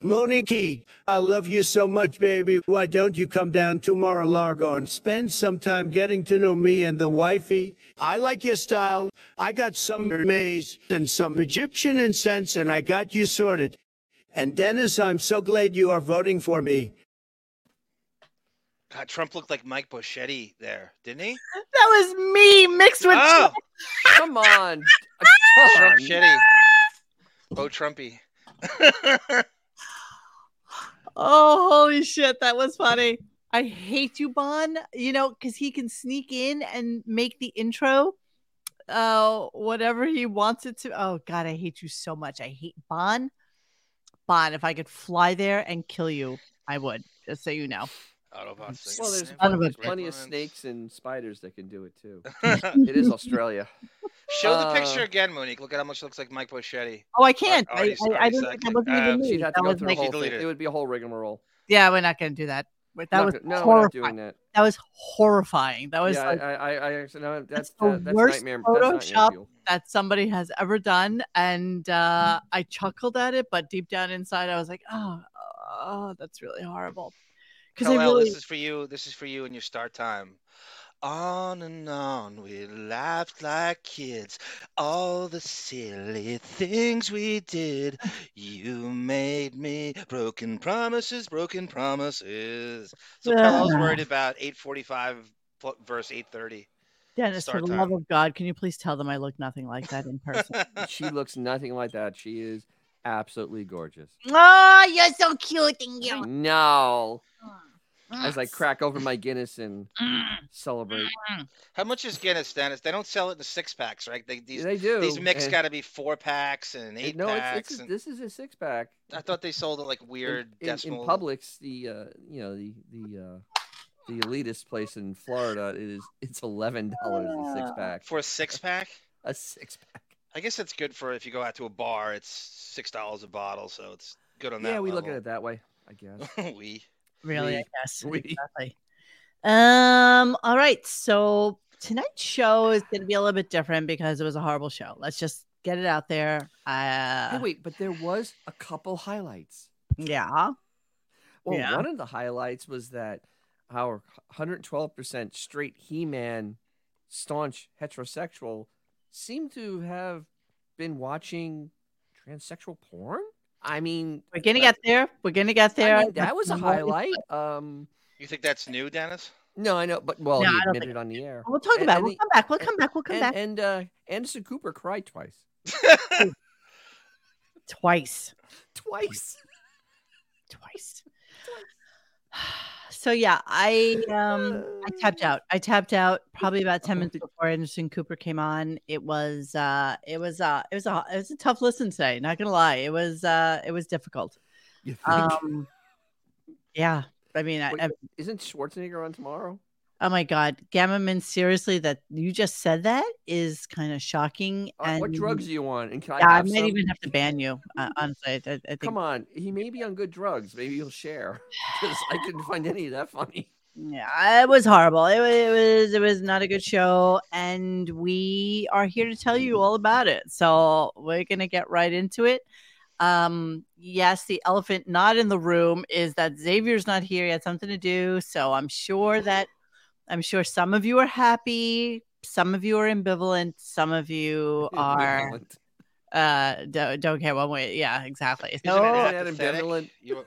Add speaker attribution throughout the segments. Speaker 1: Monique, I love you so much, baby. Why don't you come down to Mar-a-Lago and spend some time getting to know me and the wifey? I like your style. I got some Hermes and some Egyptian incense, and I got you sorted. And Dennis, I'm so glad you are voting for me.
Speaker 2: God, Trump looked like Mike Boschetti there, didn't he?
Speaker 3: That was me mixed with
Speaker 2: Oh,
Speaker 4: Come on. Come
Speaker 2: Trump
Speaker 4: on.
Speaker 2: Shetty. Bo Trumpy.
Speaker 3: Oh, holy shit. That was funny. I hate you, Bon. You know, because he can sneak in and make the intro uh whatever he wants it to. Oh god, I hate you so much. I hate Bon. Bon, if I could fly there and kill you, I would, just so you know.
Speaker 2: Autobots. think
Speaker 4: Well,
Speaker 2: the
Speaker 4: there's
Speaker 2: same.
Speaker 3: Son of a-
Speaker 4: plenty
Speaker 2: Gremlins.
Speaker 4: of snakes and spiders that can do it too. It is Australia.
Speaker 2: Show the picture
Speaker 4: Uh,
Speaker 2: again, Monique. Look at how much it looks like Mike Boschetti.
Speaker 3: Oh, I can't.
Speaker 2: Oh,
Speaker 3: I,
Speaker 2: you
Speaker 3: I, I
Speaker 2: sorry,
Speaker 3: didn't think I
Speaker 2: second.
Speaker 3: wasn't
Speaker 2: Um,
Speaker 3: even
Speaker 4: She'd
Speaker 3: me.
Speaker 4: have
Speaker 3: That
Speaker 4: to go
Speaker 3: was
Speaker 4: through the
Speaker 3: like,
Speaker 4: whole thing.
Speaker 2: Delete it.
Speaker 4: It would be a whole rigmarole.
Speaker 3: yeah, we're not gonna do that. Wait, That
Speaker 4: Not
Speaker 3: was
Speaker 4: gonna- no, we're not doing
Speaker 3: horrifying.
Speaker 4: that.
Speaker 3: That was horrifying. That was
Speaker 4: yeah,
Speaker 3: like
Speaker 4: I, I, I, actually, no, that's,
Speaker 3: the
Speaker 4: that- that's
Speaker 3: worst
Speaker 4: nightmare. That's
Speaker 3: Photoshop
Speaker 4: nightmare fuel.
Speaker 3: that somebody has ever done. And uh, I chuckled at it, but deep down inside, I was like, oh, oh that's really horrible. Because I
Speaker 2: Hillel,
Speaker 3: really,
Speaker 2: Oh, this is for you. This is for you and your start time. On and on we laughed like kids. All the silly things we did. You made me broken promises, broken promises. So I was
Speaker 3: Ugh.
Speaker 2: worried about 845 pl- verse 830.
Speaker 3: Dennis, for
Speaker 2: start
Speaker 3: the love
Speaker 2: time.
Speaker 3: of God, can you please tell them I look nothing like that in person?
Speaker 4: She looks nothing like that. She is absolutely gorgeous.
Speaker 3: oh, you're so cute. Thank you.
Speaker 4: No. As I crack over my Guinness and
Speaker 3: Mm.
Speaker 4: celebrate.
Speaker 2: How much is Guinness, Dennis? They don't sell it in six packs, right? They, these
Speaker 4: they do.
Speaker 2: these mix
Speaker 4: and-
Speaker 2: got to be four packs and
Speaker 4: and
Speaker 2: eight
Speaker 4: No, it's,
Speaker 2: packs.
Speaker 4: it's,
Speaker 2: and-
Speaker 4: this is a six pack.
Speaker 2: I thought they sold it like weird
Speaker 4: in, in, in
Speaker 2: decimal.
Speaker 4: Publix, the uh, you know the the uh, the elitist place in Florida, it is it's eleven dollars a six pack.
Speaker 2: for a six pack.
Speaker 4: A six pack.
Speaker 2: I guess that's good for if you go out to a bar. It's six dollars a bottle, so it's good on that.
Speaker 4: Yeah, we look at it that way, I guess.
Speaker 2: it. we
Speaker 3: Really, I
Speaker 4: We-
Speaker 3: guess.
Speaker 4: we-
Speaker 3: Exactly. Um, all right. So tonight's show is going to be a little bit different because it was a horrible show. Let's just get it out there.
Speaker 4: Hey,
Speaker 3: Uh,
Speaker 4: wait, but there was a couple highlights.
Speaker 3: yeah.
Speaker 4: Well,
Speaker 3: Yeah.
Speaker 4: one of the highlights was that our 112% straight He-Man, staunch heterosexual, seemed to have been watching transsexual porn. I mean,
Speaker 3: We're going to get there. We're going to get
Speaker 4: I
Speaker 3: there.
Speaker 4: mean, that was a
Speaker 3: We're gonna-
Speaker 4: highlight. Um,
Speaker 2: you think that's new, Dennis?
Speaker 4: no, I know, but well,
Speaker 3: No,
Speaker 4: he
Speaker 3: I don't
Speaker 4: admitted
Speaker 3: think-
Speaker 4: it on the air.
Speaker 3: We'll talk
Speaker 4: And-
Speaker 3: about it.
Speaker 4: and
Speaker 3: We'll
Speaker 4: the-
Speaker 3: come back. We'll come back. We'll come
Speaker 4: and,
Speaker 3: back
Speaker 4: and uh, Anderson Cooper cried twice.
Speaker 3: twice.
Speaker 4: Twice.
Speaker 3: Twice. So yeah, I um I tapped
Speaker 4: Uh.
Speaker 3: out. I tapped out probably about 10 minutes before Anderson Cooper came on. It was uh it was uh it was a it was a tough listen today, not gonna lie. It was uh it was difficult.
Speaker 4: You think?
Speaker 3: Um yeah. I mean I,
Speaker 4: Wait,
Speaker 3: I-
Speaker 4: Isn't Schwarzenegger on tomorrow?
Speaker 3: oh my god, Gamma Min, seriously, that you just said that is kind of shocking.
Speaker 4: Uh,
Speaker 3: and
Speaker 4: what drugs are you on? And can I
Speaker 3: yeah, I
Speaker 4: have
Speaker 3: might
Speaker 4: some?
Speaker 3: even have to ban you. Uh, honestly, I, I- I think
Speaker 4: Come on, he may be on good drugs. Maybe he'll share. 'Cause I couldn't find any of that funny.
Speaker 3: Yeah, it was horrible. It, wa- it was it was not a good show, and we are here to tell you all about it. So we're gonna get right into it. Um, yes, the elephant not in the room is that Xavier's not here. He had something to do, so I'm sure that I'm sure some of you are happy, some of you are ambivalent, some of you are
Speaker 4: Ambivalent.
Speaker 3: uh don't, don't care one way. Yeah, exactly.
Speaker 2: Isn't
Speaker 3: So-
Speaker 2: it
Speaker 4: Isn't that
Speaker 2: apathetic?
Speaker 4: ambivalent?
Speaker 2: You-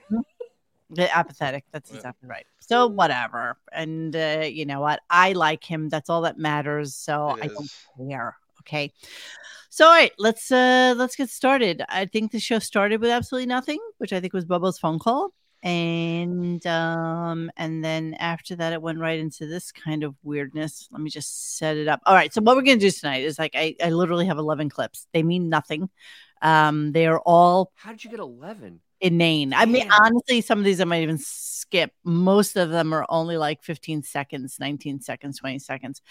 Speaker 3: the apathetic. That's
Speaker 2: Yeah.
Speaker 3: exactly right. So whatever. And uh, you know what? I like him. That's all that matters. So
Speaker 2: it
Speaker 3: I don't
Speaker 2: is.
Speaker 3: care. Okay. So all right, let's uh let's get started. I think the show started with absolutely nothing, which I think was Bubba's phone call. And um and then after that it went right into this kind of weirdness. Let me just set it up. All right, so what we're gonna do tonight is like I, I literally have eleven clips. They mean nothing. Um they are all
Speaker 4: How did you get eleven?
Speaker 3: inane. I mean,
Speaker 4: Yeah.
Speaker 3: honestly, some of these I might even skip. Most of them are only like 15 seconds, 19 seconds, 20 seconds.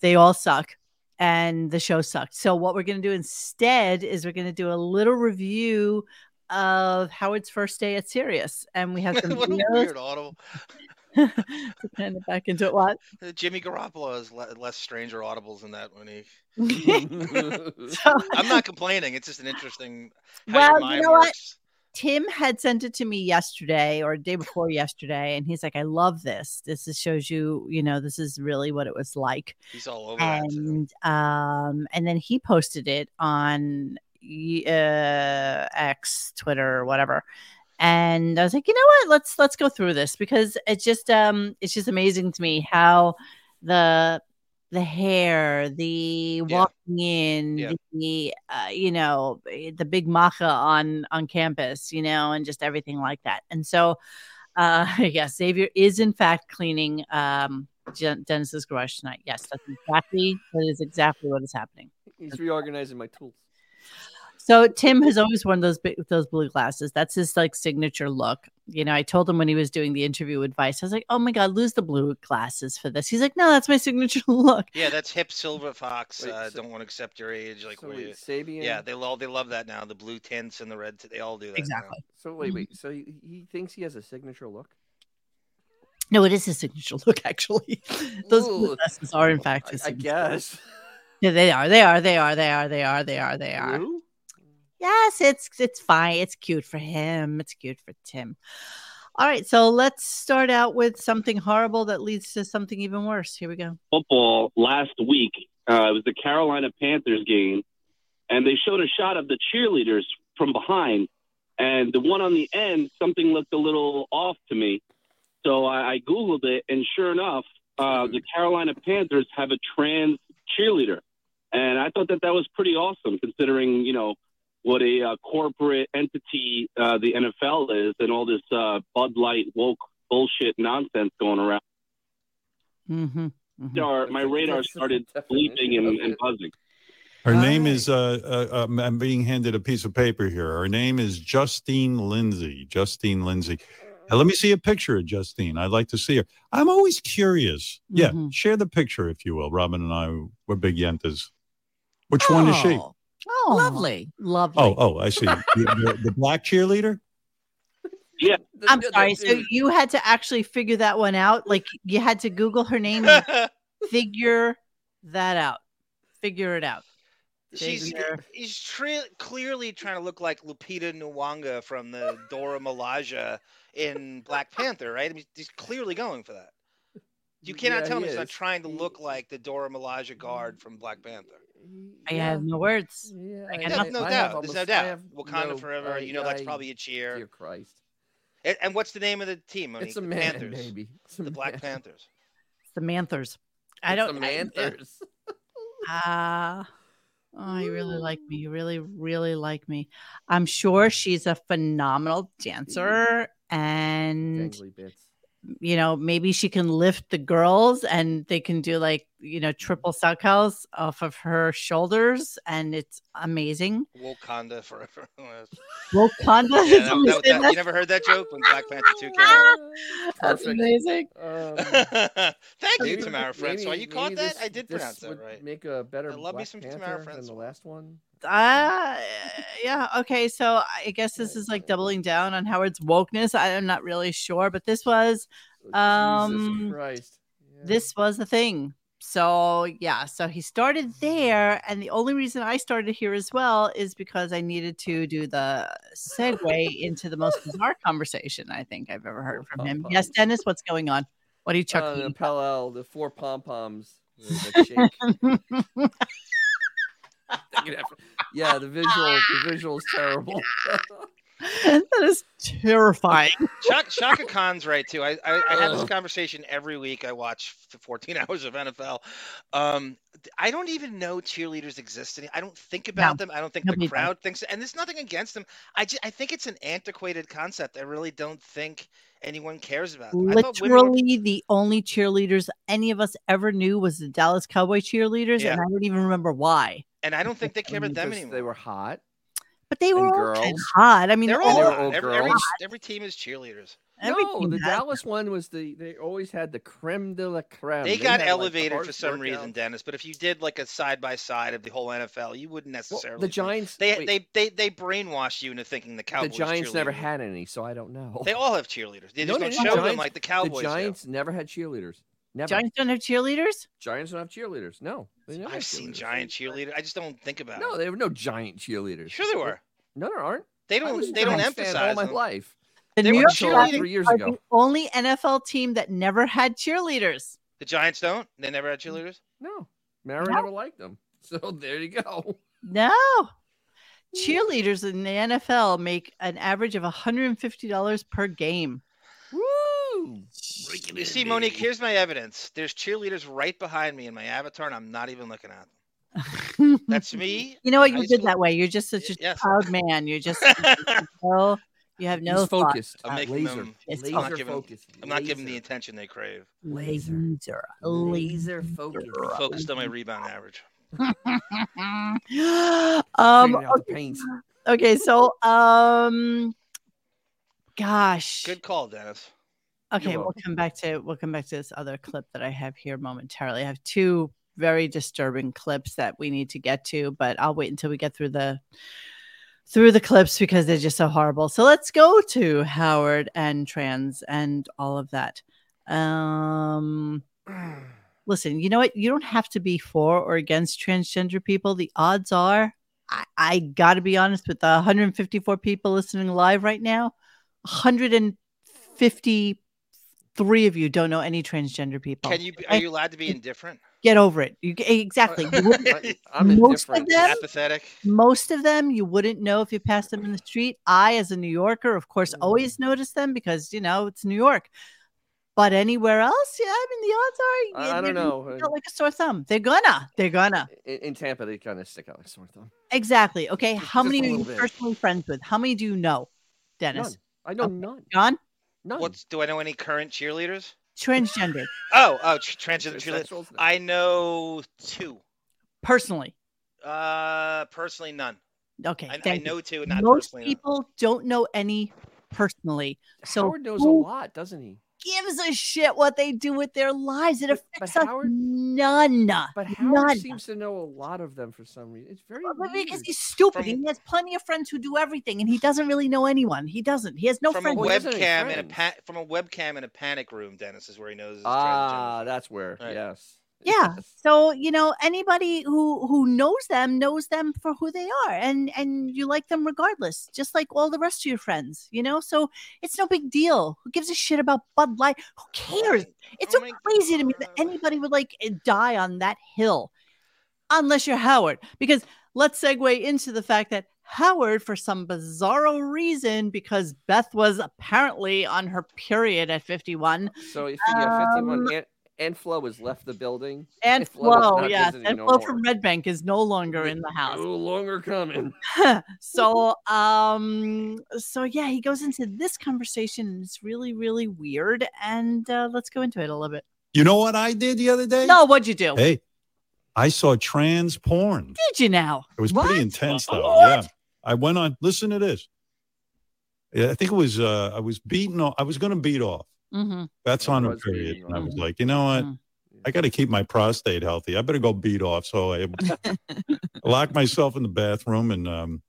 Speaker 3: They all suck. And the show sucked. So, what we're going to do instead is we're going to do a little review of Howard's first day at Sirius. And we have some
Speaker 2: what a
Speaker 3: videos
Speaker 2: weird audible.
Speaker 3: to kind of back into it. What?
Speaker 2: Uh, Jimmy Garoppolo has le- less stranger audibles than that, Monique.
Speaker 3: so,
Speaker 4: That's
Speaker 2: I'm not complaining. It's just an interesting. How your
Speaker 3: well, you
Speaker 2: mind
Speaker 3: know what?
Speaker 2: works.
Speaker 3: Tim had sent it to me yesterday or day before yesterday, and he's like, "I love this. This is, shows you, you know, this is really what it was like."
Speaker 2: He's all over that. too.
Speaker 3: And um, and then he posted it on y- uh, X, Twitter, or whatever. And I was like, you know what? Let's let's go through this because it's just um, it's just amazing to me how the the hair, the
Speaker 2: Yeah.
Speaker 3: walking in,
Speaker 2: Yeah.
Speaker 3: the uh, you know, the big maca on on campus, you know, and just everything like that. And so, uh, yes, Xavier is in fact cleaning um Jen- Dennis's garage tonight. Yes, that's exactly that is exactly what is happening.
Speaker 4: He's reorganizing my tools.
Speaker 3: So Tim has always worn those big, those blue glasses. That's his like signature look. You know, I told him when he was doing the interview advice, I was like, "Oh my god, lose the blue glasses for this." He's like, "No, that's my signature look."
Speaker 2: Yeah, that's hip silver fox.
Speaker 4: Wait,
Speaker 2: uh,
Speaker 4: so-
Speaker 2: don't want to accept your age. Like,
Speaker 4: so
Speaker 2: where
Speaker 4: wait,
Speaker 2: you-
Speaker 4: Sabian.
Speaker 2: yeah, they all they love that now. The blue tints and the red. t- They all do that now.
Speaker 3: Exactly.
Speaker 4: So wait, wait. So he, he thinks he has a signature look.
Speaker 3: No, it is his signature look actually. those blue
Speaker 4: Ooh.
Speaker 3: glasses are in fact
Speaker 4: I,
Speaker 3: his.
Speaker 4: I
Speaker 3: signature look.
Speaker 4: guess.
Speaker 3: Yeah, they are. They are. They are. They are. They are. They are. They are.
Speaker 4: Blue?
Speaker 3: Yes, it's it's fine. It's cute for him. It's cute for Tim. All right, so let's start out with something horrible that leads to something even worse. Here we go.
Speaker 5: football last week. Uh, it was the Carolina Panthers game, and they showed a shot of the cheerleaders from behind, and the one on the end, something looked a little off to me. So I, I googled it, and sure enough, uh, the Carolina Panthers have a trans cheerleader, and I thought that that was pretty awesome, considering you know what a uh, corporate entity uh, the NFL is, and all this uh, Bud Light woke bullshit nonsense going around.
Speaker 3: Mm-hmm. hmm
Speaker 5: Radar-
Speaker 4: That's
Speaker 5: my
Speaker 4: a-
Speaker 5: radar
Speaker 4: that's the
Speaker 5: started
Speaker 4: definition
Speaker 5: bleeping and,
Speaker 4: of
Speaker 5: and
Speaker 4: it.
Speaker 5: buzzing.
Speaker 6: Her name
Speaker 4: Hi.
Speaker 6: is, uh, uh, um, I'm being handed a piece of paper here. Her name is Justine Lindsay. Justine Lindsay. Now, let me see a picture of Justine. I'd like to see her. I'm always curious. Yeah,
Speaker 3: Mhm.
Speaker 6: share the picture, if you will. Robin and I were big yentas. Which one is she?
Speaker 7: Oh,
Speaker 3: Oh,
Speaker 7: Lovely.
Speaker 3: lovely.
Speaker 6: Oh, oh, I see. the, the- the black cheerleader?
Speaker 4: The-
Speaker 3: I'm
Speaker 4: the- the
Speaker 3: sorry. So
Speaker 4: dude.
Speaker 3: you had to actually figure that one out. Like you had to Google her name and figure that out. Figure it out.
Speaker 2: She's
Speaker 3: Figure-
Speaker 2: he's tre- clearly trying to look like Lupita Nyong'o from the Dora Milaje in Black Panther, right? I mean, he's clearly going for that. You cannot
Speaker 4: Yeah,
Speaker 2: tell
Speaker 4: he
Speaker 2: me he's not
Speaker 4: is.
Speaker 2: trying to
Speaker 4: He-
Speaker 2: look like the Dora Milaje guard from Black Panther.
Speaker 4: he-
Speaker 3: I
Speaker 4: yeah,
Speaker 3: have no words.
Speaker 4: Yeah,
Speaker 3: I
Speaker 4: I-
Speaker 3: And
Speaker 2: No,
Speaker 3: have-
Speaker 4: I-
Speaker 2: no
Speaker 4: I
Speaker 2: doubt.
Speaker 4: have
Speaker 2: There's no
Speaker 4: almost- I
Speaker 2: doubt.
Speaker 4: have
Speaker 2: Wakanda
Speaker 4: no-
Speaker 2: forever.
Speaker 4: I-
Speaker 2: you know that's
Speaker 4: I-
Speaker 2: probably a cheer.
Speaker 4: Dear Christ.
Speaker 2: And, and what's the name of the team? Monique?
Speaker 4: It's a
Speaker 2: The
Speaker 4: man,
Speaker 2: Panthers.
Speaker 4: baby. It's a
Speaker 2: The Black
Speaker 4: man.
Speaker 2: Panthers.
Speaker 3: It's the Manthers. I
Speaker 4: It's
Speaker 3: don't.
Speaker 4: the
Speaker 3: I-
Speaker 4: Panthers.
Speaker 3: Ah. oh, you really like me. You really, really like me. I'm sure she's a phenomenal dancer. And,
Speaker 4: Dangly bits.
Speaker 3: you know, maybe she can lift the girls and they can do like, you know, triple suckhouse off of her shoulders. And it's amazing.
Speaker 2: Wakanda forever.
Speaker 3: Wakanda.
Speaker 2: Yeah,
Speaker 3: is
Speaker 2: that- that- that- you never heard that joke when Black Panther 2 came out?
Speaker 3: That's
Speaker 4: Perfect.
Speaker 3: amazing.
Speaker 4: Um,
Speaker 2: Thank you,
Speaker 4: maybe-
Speaker 2: Tamara Francois.
Speaker 4: maybe-
Speaker 2: you caught
Speaker 4: maybe
Speaker 2: that?
Speaker 4: this-
Speaker 2: I did
Speaker 4: this
Speaker 2: pronounce that
Speaker 4: would
Speaker 2: right.
Speaker 4: Make a better
Speaker 2: I love me
Speaker 4: Black
Speaker 2: some Tamara
Speaker 4: Panther than the
Speaker 2: Francois.
Speaker 4: last one.
Speaker 3: Uh, yeah. Okay. So I guess this is like doubling down on Howard's wokeness. I am not really sure, but this was um,
Speaker 4: Oh, Jesus Christ. Yeah.
Speaker 3: this was the thing. So yeah, so he started there, and the only reason I started here as well is because I needed to do the segue into the most bizarre conversation I think I've ever heard from him. Yes, Dennis, what's going on? What are you
Speaker 4: uh, the
Speaker 3: chuckling?
Speaker 4: Pell L, the four pom poms. The shake. yeah, the visual, the visual is terrible.
Speaker 3: that is terrifying.
Speaker 2: Shaka, Shaka Khan's right too. I, I, I have this conversation every week. I watch f- 14 hours of NFL. Um, th- I don't even know cheerleaders exist. Any, I don't think about them. I don't think
Speaker 3: nobody
Speaker 2: the
Speaker 3: does.
Speaker 2: crowd thinks. And there's nothing against them. I just, I think it's an antiquated concept. I really don't think anyone cares about. Them. I thought women were-
Speaker 3: Literally, the only cheerleaders any of us ever knew was the Dallas Cowboy cheerleaders,
Speaker 2: Yeah.
Speaker 3: and I don't even remember why.
Speaker 2: and I don't think they care about them
Speaker 4: Because
Speaker 2: anymore.
Speaker 4: They were hot.
Speaker 3: But they
Speaker 4: And
Speaker 3: were all kind of
Speaker 4: girls.
Speaker 3: hot. I mean,
Speaker 2: They're
Speaker 4: and
Speaker 2: all
Speaker 4: they were
Speaker 2: hot.
Speaker 4: all
Speaker 2: every, every,
Speaker 4: girls.
Speaker 2: every team is cheerleaders.
Speaker 4: No,
Speaker 3: everything
Speaker 4: the
Speaker 3: has-
Speaker 4: Dallas one was the. They always had the creme de la creme.
Speaker 2: They got
Speaker 4: had, like,
Speaker 2: elevated for
Speaker 4: hardest
Speaker 2: some reason,
Speaker 4: workouts.
Speaker 2: Dennis. But if you did like a side by side of the whole NFL, you wouldn't
Speaker 4: Well,
Speaker 2: necessarily.
Speaker 4: the
Speaker 2: think-
Speaker 4: Giants.
Speaker 2: They,
Speaker 4: wait,
Speaker 2: they they they brainwash you into thinking the
Speaker 4: the
Speaker 2: Cowboys.
Speaker 4: Giants never
Speaker 2: cheerleaders.
Speaker 4: had any, so I don't know.
Speaker 2: They all have cheerleaders. They
Speaker 4: No,
Speaker 2: just
Speaker 4: no,
Speaker 2: don't
Speaker 4: no,
Speaker 2: show them
Speaker 4: Giants-
Speaker 2: like the
Speaker 4: the
Speaker 2: Cowboys. do.
Speaker 4: Giants never had cheerleaders. Never.
Speaker 3: Giants don't have cheerleaders.
Speaker 4: Giants don't have cheerleaders. No, they never had
Speaker 2: I've seen
Speaker 4: cheerleaders.
Speaker 2: giant cheerleaders. I just don't think about
Speaker 4: No,
Speaker 2: it.
Speaker 4: there were no giant cheerleaders.
Speaker 2: Sure, there were.
Speaker 4: No, there aren't.
Speaker 2: They
Speaker 4: I was a
Speaker 2: don't. They don't
Speaker 4: Giants fan
Speaker 2: emphasize
Speaker 4: all my
Speaker 2: them.
Speaker 4: life.
Speaker 3: The
Speaker 2: They
Speaker 3: New
Speaker 2: were
Speaker 3: York
Speaker 2: cheerleading-
Speaker 3: Giants
Speaker 4: three years
Speaker 3: are
Speaker 4: ago.
Speaker 3: the only NFL team that never had cheerleaders.
Speaker 2: The Giants don't. They never had cheerleaders.
Speaker 4: No, Mara
Speaker 3: No.
Speaker 4: never liked them. So there you go.
Speaker 3: No.
Speaker 2: Mm.
Speaker 3: Cheerleaders in the NFL make an average of $150 per game.
Speaker 4: Woo!
Speaker 2: You see, Monique. Here's my evidence. There's cheerleaders right behind me in my avatar, and I'm not even looking at them. That's me.
Speaker 3: You know what?
Speaker 2: in
Speaker 3: You
Speaker 2: high
Speaker 3: did
Speaker 2: school.
Speaker 3: that way. You're just such
Speaker 2: Y-
Speaker 3: a
Speaker 2: yes.
Speaker 3: proud man. You're just no, you have no
Speaker 4: He's
Speaker 3: thought.
Speaker 4: focused.
Speaker 2: I'm making
Speaker 4: laser.
Speaker 2: them-
Speaker 3: It's
Speaker 7: laser
Speaker 2: I'm not giving-
Speaker 7: focused.
Speaker 2: I'm not giving the
Speaker 7: Laser.
Speaker 2: attention they crave.
Speaker 7: laser. Laser focused.
Speaker 2: Focused on my rebound average.
Speaker 3: um,
Speaker 4: Figuring out the paint.
Speaker 3: okay, so um, gosh,
Speaker 2: Good call, Dennis.
Speaker 3: okay, we'll
Speaker 4: welcome.
Speaker 3: come back to we'll come back to this other clip that I have here momentarily. I have two very disturbing clips that we need to get to, but I'll wait until we get through the through the clips because they're just so horrible. So let's go to Howard and trans and all of that. Um, listen, you know what? You don't have to be for or against transgender people. The odds are, I, I got to be honest with the 154 people listening live right now, 153 of you don't know any transgender people.
Speaker 2: Can you? be-
Speaker 3: Oh. I-
Speaker 2: Are you allowed to be indifferent? Uh,
Speaker 3: Get over it. You, exactly. You wouldn't-
Speaker 4: I- I'm
Speaker 3: Most of
Speaker 4: indifferent.
Speaker 3: them-
Speaker 2: Apathetic.
Speaker 3: most of them you wouldn't know if you passed them in the street. I, as a New Yorker, of course,
Speaker 4: Mm.
Speaker 3: always notice them because you know it's New York. But anywhere else, yeah, I mean
Speaker 2: Uh,
Speaker 3: the odds are
Speaker 4: I, I
Speaker 3: they're
Speaker 4: don't
Speaker 3: gonna
Speaker 4: know.
Speaker 3: stick out like a sore thumb. They're gonna. They're gonna.
Speaker 4: In, in Tampa, they kind of stick out like a sore thumb.
Speaker 3: Exactly. Okay.
Speaker 4: Just-
Speaker 3: How
Speaker 4: just a
Speaker 3: many are you
Speaker 4: little bit.
Speaker 3: personally friends with? How many do you know, Dennis?
Speaker 4: I know
Speaker 3: Okay.
Speaker 4: none.
Speaker 3: John?
Speaker 4: None.
Speaker 2: What's? Do I know any current cheerleaders?
Speaker 3: Transgender.
Speaker 2: Oh, oh, tr- transgender cheerleaders.
Speaker 4: Transsexuals?
Speaker 2: I know two.
Speaker 3: personally.
Speaker 2: Uh, personally, none.
Speaker 3: Okay.
Speaker 2: I, I
Speaker 3: thank you.
Speaker 2: know two, not
Speaker 3: most
Speaker 2: personally. none.
Speaker 3: people don't know any personally. So
Speaker 4: Howard knows
Speaker 3: who-
Speaker 4: a lot, doesn't he?
Speaker 3: gives a shit what they do with their lives. It
Speaker 4: But- but
Speaker 3: affects us
Speaker 4: Howard-
Speaker 3: none.
Speaker 4: But Howard
Speaker 3: none.
Speaker 4: seems to know a lot of them for some reason. It's very
Speaker 3: Well,
Speaker 4: weird.
Speaker 3: because he's stupid.
Speaker 2: From-
Speaker 3: he has plenty of friends who do everything, and he doesn't really know anyone. He doesn't. He has no
Speaker 2: from a
Speaker 3: friends.
Speaker 4: Well, he doesn't have any
Speaker 2: webcam in a pa-
Speaker 4: friends.
Speaker 2: from a webcam in a panic room, Dennis is where he knows. his
Speaker 4: ah,
Speaker 2: transgender.
Speaker 4: that's where.
Speaker 2: Right.
Speaker 4: Yes.
Speaker 3: Yeah.
Speaker 4: Yes.
Speaker 3: So you know anybody who who knows them knows them for who they are, and and you like them regardless, just like all the rest of your friends. You know, so it's no big deal. Who gives a shit about Bud Light? Who cares? It's
Speaker 2: Oh
Speaker 3: so
Speaker 2: my
Speaker 3: crazy to me that
Speaker 2: God.
Speaker 3: anybody would like eh, die on that hill, unless you're Howard. Because let's segue into the fact that Howard, for some bizarro reason, because Beth was apparently on her period at 51,
Speaker 4: So if the uh, 51
Speaker 3: Um,
Speaker 4: and, and Flo has left the building,
Speaker 3: and
Speaker 4: If Flo is
Speaker 3: Flo,
Speaker 4: not
Speaker 3: yes,
Speaker 4: visiting
Speaker 3: and
Speaker 4: no
Speaker 3: Flo
Speaker 4: more.
Speaker 3: from Red Bank is no longer in the house.
Speaker 4: no longer coming.
Speaker 3: so um so yeah he goes into this conversation and it's really really weird and uh, let's go into it a little bit
Speaker 6: You know what I did the other day?
Speaker 3: no what'd you do
Speaker 6: Hey, I saw trans porn.
Speaker 3: did you now
Speaker 6: It was
Speaker 3: What?
Speaker 6: pretty intense, though.
Speaker 3: What?
Speaker 6: Yeah. I went on. Listen to this. Yeah, I think it was. Uh, I was beaten off. I was going to beat off.
Speaker 3: Mhm.
Speaker 6: That's
Speaker 4: Oh, it
Speaker 6: on a
Speaker 4: was
Speaker 6: period.
Speaker 4: beating
Speaker 6: And I was
Speaker 3: off.
Speaker 6: like, you know what?
Speaker 3: Mm.
Speaker 6: I got to keep my prostate healthy. I better go beat off. So I locked myself in the bathroom and um,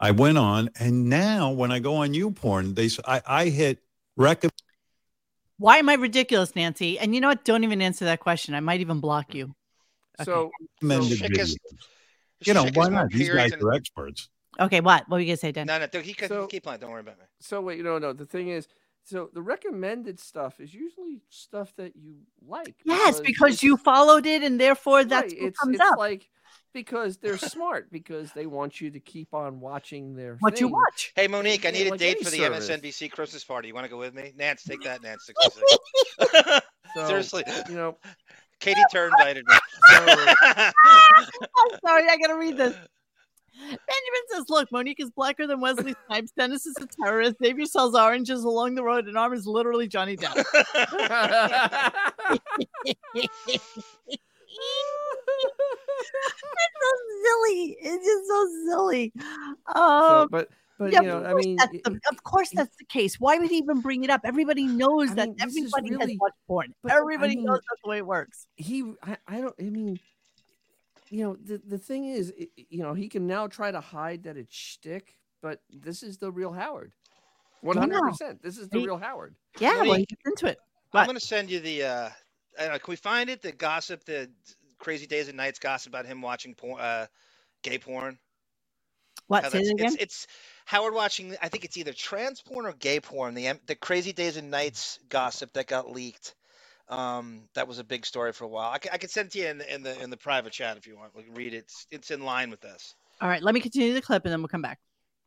Speaker 6: I went on. And now when I go on YouPorn, they s- I, I hit recommend.
Speaker 3: why am i ridiculous nancy and you know what don't even answer that question i might even block you Okay.
Speaker 4: So
Speaker 6: recommended
Speaker 2: Chick is-
Speaker 6: videos. You know
Speaker 2: Chick is
Speaker 6: why
Speaker 2: more
Speaker 6: not? These
Speaker 2: periods
Speaker 6: guys
Speaker 2: than-
Speaker 6: are experts.
Speaker 3: okay what what were you gonna say dan
Speaker 2: No, no, dude, he can
Speaker 4: So-
Speaker 2: keep playing. Don't worry about me.
Speaker 4: So wait, no, no. The thing is, so the recommended stuff is usually stuff that you like.
Speaker 3: yes because
Speaker 4: it's-
Speaker 3: you followed it and therefore that's
Speaker 4: right,
Speaker 3: what
Speaker 4: it's,
Speaker 3: comes
Speaker 4: it's
Speaker 3: up
Speaker 4: like because they're smart because they want you to keep on watching their
Speaker 3: what you
Speaker 4: thing.
Speaker 3: watch
Speaker 2: Hey, Monique, I
Speaker 4: Yeah,
Speaker 2: need a
Speaker 4: like
Speaker 2: date
Speaker 4: any
Speaker 2: for the
Speaker 4: service.
Speaker 2: MSNBC Christmas party. You want to go with me? Nance, take that, Nance. 606.
Speaker 4: So,
Speaker 2: Seriously,
Speaker 4: you know.
Speaker 2: Katie Turn invited me.
Speaker 4: So,
Speaker 3: i'm sorry i gotta read this Benjamin says, Look, Monique is blacker than Wesley Snipes. Dennis is a terrorist. Xavier sells oranges along the road, and Arm is literally Johnny Depp. it's so silly. It's just so silly.
Speaker 4: so,
Speaker 3: Um,
Speaker 4: but but
Speaker 3: yeah,
Speaker 4: you know,
Speaker 3: of,
Speaker 4: I
Speaker 3: course
Speaker 4: mean,
Speaker 3: that's
Speaker 4: it-
Speaker 3: the,
Speaker 4: it-
Speaker 3: of course
Speaker 4: it-
Speaker 3: that's the case. Why would he even bring it up? Everybody knows
Speaker 4: I
Speaker 3: that
Speaker 4: mean, this is
Speaker 3: everybody has
Speaker 4: really-
Speaker 3: watched porn.
Speaker 4: but, I
Speaker 3: Everybody
Speaker 4: mean,
Speaker 3: knows that's the way it works.
Speaker 4: he I, I don't i mean you know the, the thing is i- i- you know he can now try to hide that it's shtick, but this is the real howard 100% this is the
Speaker 3: He-
Speaker 4: real howard
Speaker 3: Yeah, well,
Speaker 2: Monique-
Speaker 3: he gets into it.
Speaker 2: I'm
Speaker 3: What?
Speaker 2: gonna send you the. Uh, I don't know, can we find it? The gossip, the crazy days and nights gossip about him watching porn, uh, gay porn.
Speaker 3: What?
Speaker 2: No,
Speaker 3: Say
Speaker 2: that's-
Speaker 3: that again.
Speaker 2: It's, it's Howard watching. I think it's either trans porn or gay porn. The M- the crazy days and nights gossip that got leaked. Um, that was a big story for a while. I, c- I could send it to you in, the- in the in the private chat if you want. We can read it. It's, it's in line with this.
Speaker 3: All right, let me continue the clip and then we'll come back.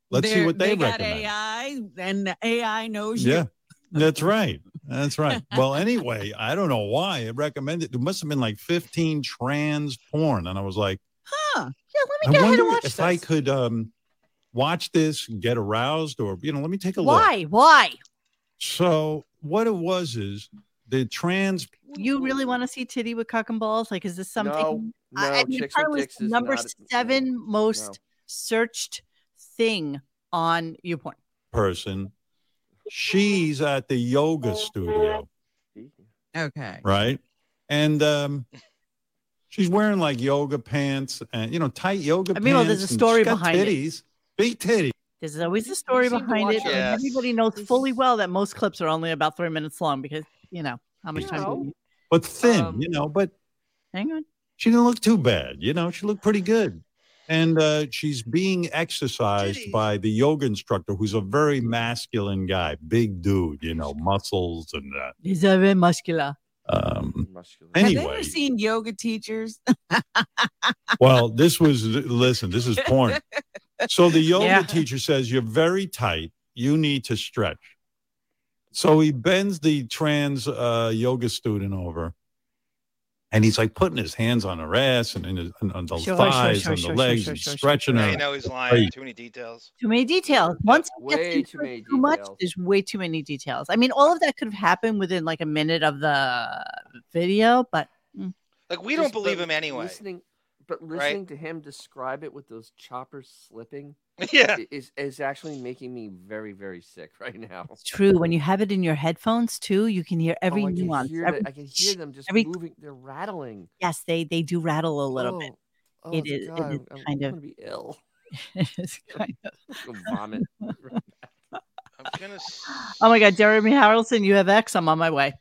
Speaker 8: Let's see
Speaker 7: They're-
Speaker 8: what they,
Speaker 7: they got
Speaker 8: recommend.
Speaker 7: AI, and the AI knows you.
Speaker 8: Yeah, that's right. That's right. Well, anyway, I don't know why it recommended. It must have been like 15 trans porn, and I was like,
Speaker 7: Huh.
Speaker 3: Yeah, let
Speaker 8: I
Speaker 3: me go ahead
Speaker 8: wonder
Speaker 3: and watch
Speaker 8: if
Speaker 3: this.
Speaker 8: I could um, watch this, and get aroused, or you know, let me take a look.
Speaker 3: Why? Why?
Speaker 8: So what it was is the trans.
Speaker 3: You really want to see titty with cock and balls? Like, is this something?
Speaker 4: No, no,
Speaker 3: I, I mean,
Speaker 4: chicks
Speaker 3: probably
Speaker 4: with
Speaker 3: was
Speaker 4: dicks
Speaker 3: the
Speaker 4: is
Speaker 3: number
Speaker 4: not- no,
Speaker 3: seven most
Speaker 4: no.
Speaker 3: searched thing on YouPorn.
Speaker 8: person. She's at the yoga studio,
Speaker 7: Okay.
Speaker 8: right? And um, she's wearing like yoga pants and you know tight yoga.
Speaker 3: I mean, well,
Speaker 8: pants
Speaker 3: there's a
Speaker 8: and
Speaker 3: story
Speaker 8: she's got
Speaker 3: behind it.
Speaker 8: titties, Big titties.
Speaker 3: There's always a story
Speaker 4: seem to
Speaker 3: behind
Speaker 4: watch
Speaker 3: it.
Speaker 4: it.
Speaker 3: and Everybody
Speaker 4: Yes.
Speaker 3: knows
Speaker 4: They
Speaker 3: fully
Speaker 4: s-
Speaker 3: well that most clips are only about three minutes long because you know how much time. do you
Speaker 4: No.
Speaker 3: need?
Speaker 8: but thin,
Speaker 4: Um,
Speaker 8: you know. But
Speaker 3: Hang on.
Speaker 8: she didn't look too bad, you know. She looked pretty good, and uh, she's being exercised
Speaker 2: Titties.
Speaker 8: by the yoga instructor, who's a very masculine guy, big dude, you know, muscles and uh,
Speaker 3: He's a very muscular.
Speaker 8: um.
Speaker 4: Muscular.
Speaker 8: Any-
Speaker 7: Have they
Speaker 8: Anyway.
Speaker 7: ever seen yoga teachers?
Speaker 8: Well, this was listen. This is porn. So the yoga
Speaker 3: Yeah.
Speaker 8: teacher says you're very tight. You need to stretch. So he bends the trans uh, yoga student over, and he's like putting his hands on her ass and, in his, and on the
Speaker 3: Sure, sure,
Speaker 8: thighs
Speaker 3: sure,
Speaker 8: and the
Speaker 3: sure, sure,
Speaker 8: legs
Speaker 3: sure,
Speaker 8: and
Speaker 3: sure, sure,
Speaker 8: stretching
Speaker 2: I
Speaker 8: her.
Speaker 2: know he's lying.
Speaker 8: Great.
Speaker 2: Too many details.
Speaker 3: Too many details. Once it gets
Speaker 4: Way
Speaker 3: into
Speaker 4: too many
Speaker 3: too much,
Speaker 4: details.
Speaker 3: there's way too many details. I mean, all of that could have happened within like a minute of the video, but mm,
Speaker 2: Like we
Speaker 4: Just-
Speaker 2: don't believe
Speaker 4: but
Speaker 2: him anyway.
Speaker 4: Listening, but
Speaker 2: right?
Speaker 4: listening to him describe it with those choppers slipping
Speaker 2: yeah.
Speaker 4: i- is is actually making me very very sick right now.
Speaker 3: it's true. When you have it in your headphones too, you can hear every
Speaker 4: oh, I
Speaker 3: nuance.
Speaker 4: Can hear
Speaker 3: every-
Speaker 4: the- I can hear them just
Speaker 3: every-
Speaker 4: moving. They're rattling
Speaker 3: yes, they they do rattle a little bit.
Speaker 4: Oh,
Speaker 3: It
Speaker 4: oh,
Speaker 3: is- it
Speaker 4: God,
Speaker 3: is
Speaker 4: I'm, I'm
Speaker 3: kind of-
Speaker 4: gonna be ill.
Speaker 3: It's kind of-
Speaker 4: I'm gonna vomit.
Speaker 2: I'm gonna. s-
Speaker 3: oh my god, Jeremy Harrelson, you have X. I'm on my way.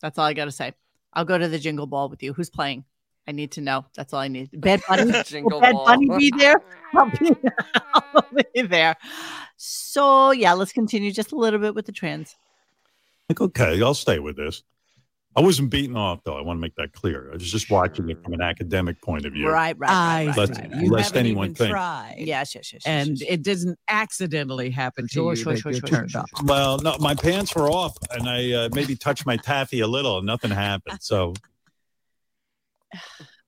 Speaker 3: That's all I gotta say. I'll go to the jingle ball with you. Who's playing? I need to know. That's all I need. Bad Bunny.
Speaker 4: Jingle
Speaker 3: Will Bad
Speaker 4: ball.
Speaker 3: Bunny be there? I'll be, I'll be there. So yeah, let's continue just a little bit with the trans.
Speaker 8: Like, okay, I'll stay with this. I wasn't beaten off though. I want to make that clear. I was just watching it from an academic point of view.
Speaker 3: Right, right,
Speaker 7: I
Speaker 3: right, right,
Speaker 8: Let's-
Speaker 3: right, right.
Speaker 7: You
Speaker 8: lest
Speaker 7: haven't
Speaker 8: anyone
Speaker 7: even
Speaker 8: think.
Speaker 7: tried.
Speaker 3: Yes, yes, yes. yes,
Speaker 7: And
Speaker 3: yes.
Speaker 7: it doesn't accidentally happen to
Speaker 3: Sure,
Speaker 7: you
Speaker 3: sure,
Speaker 7: that
Speaker 3: sure,
Speaker 7: you're
Speaker 3: sure,
Speaker 7: turned
Speaker 3: sure,
Speaker 7: off.
Speaker 8: Well, no, my pants were off, and I uh, maybe touched my taffy a little, and nothing happened. So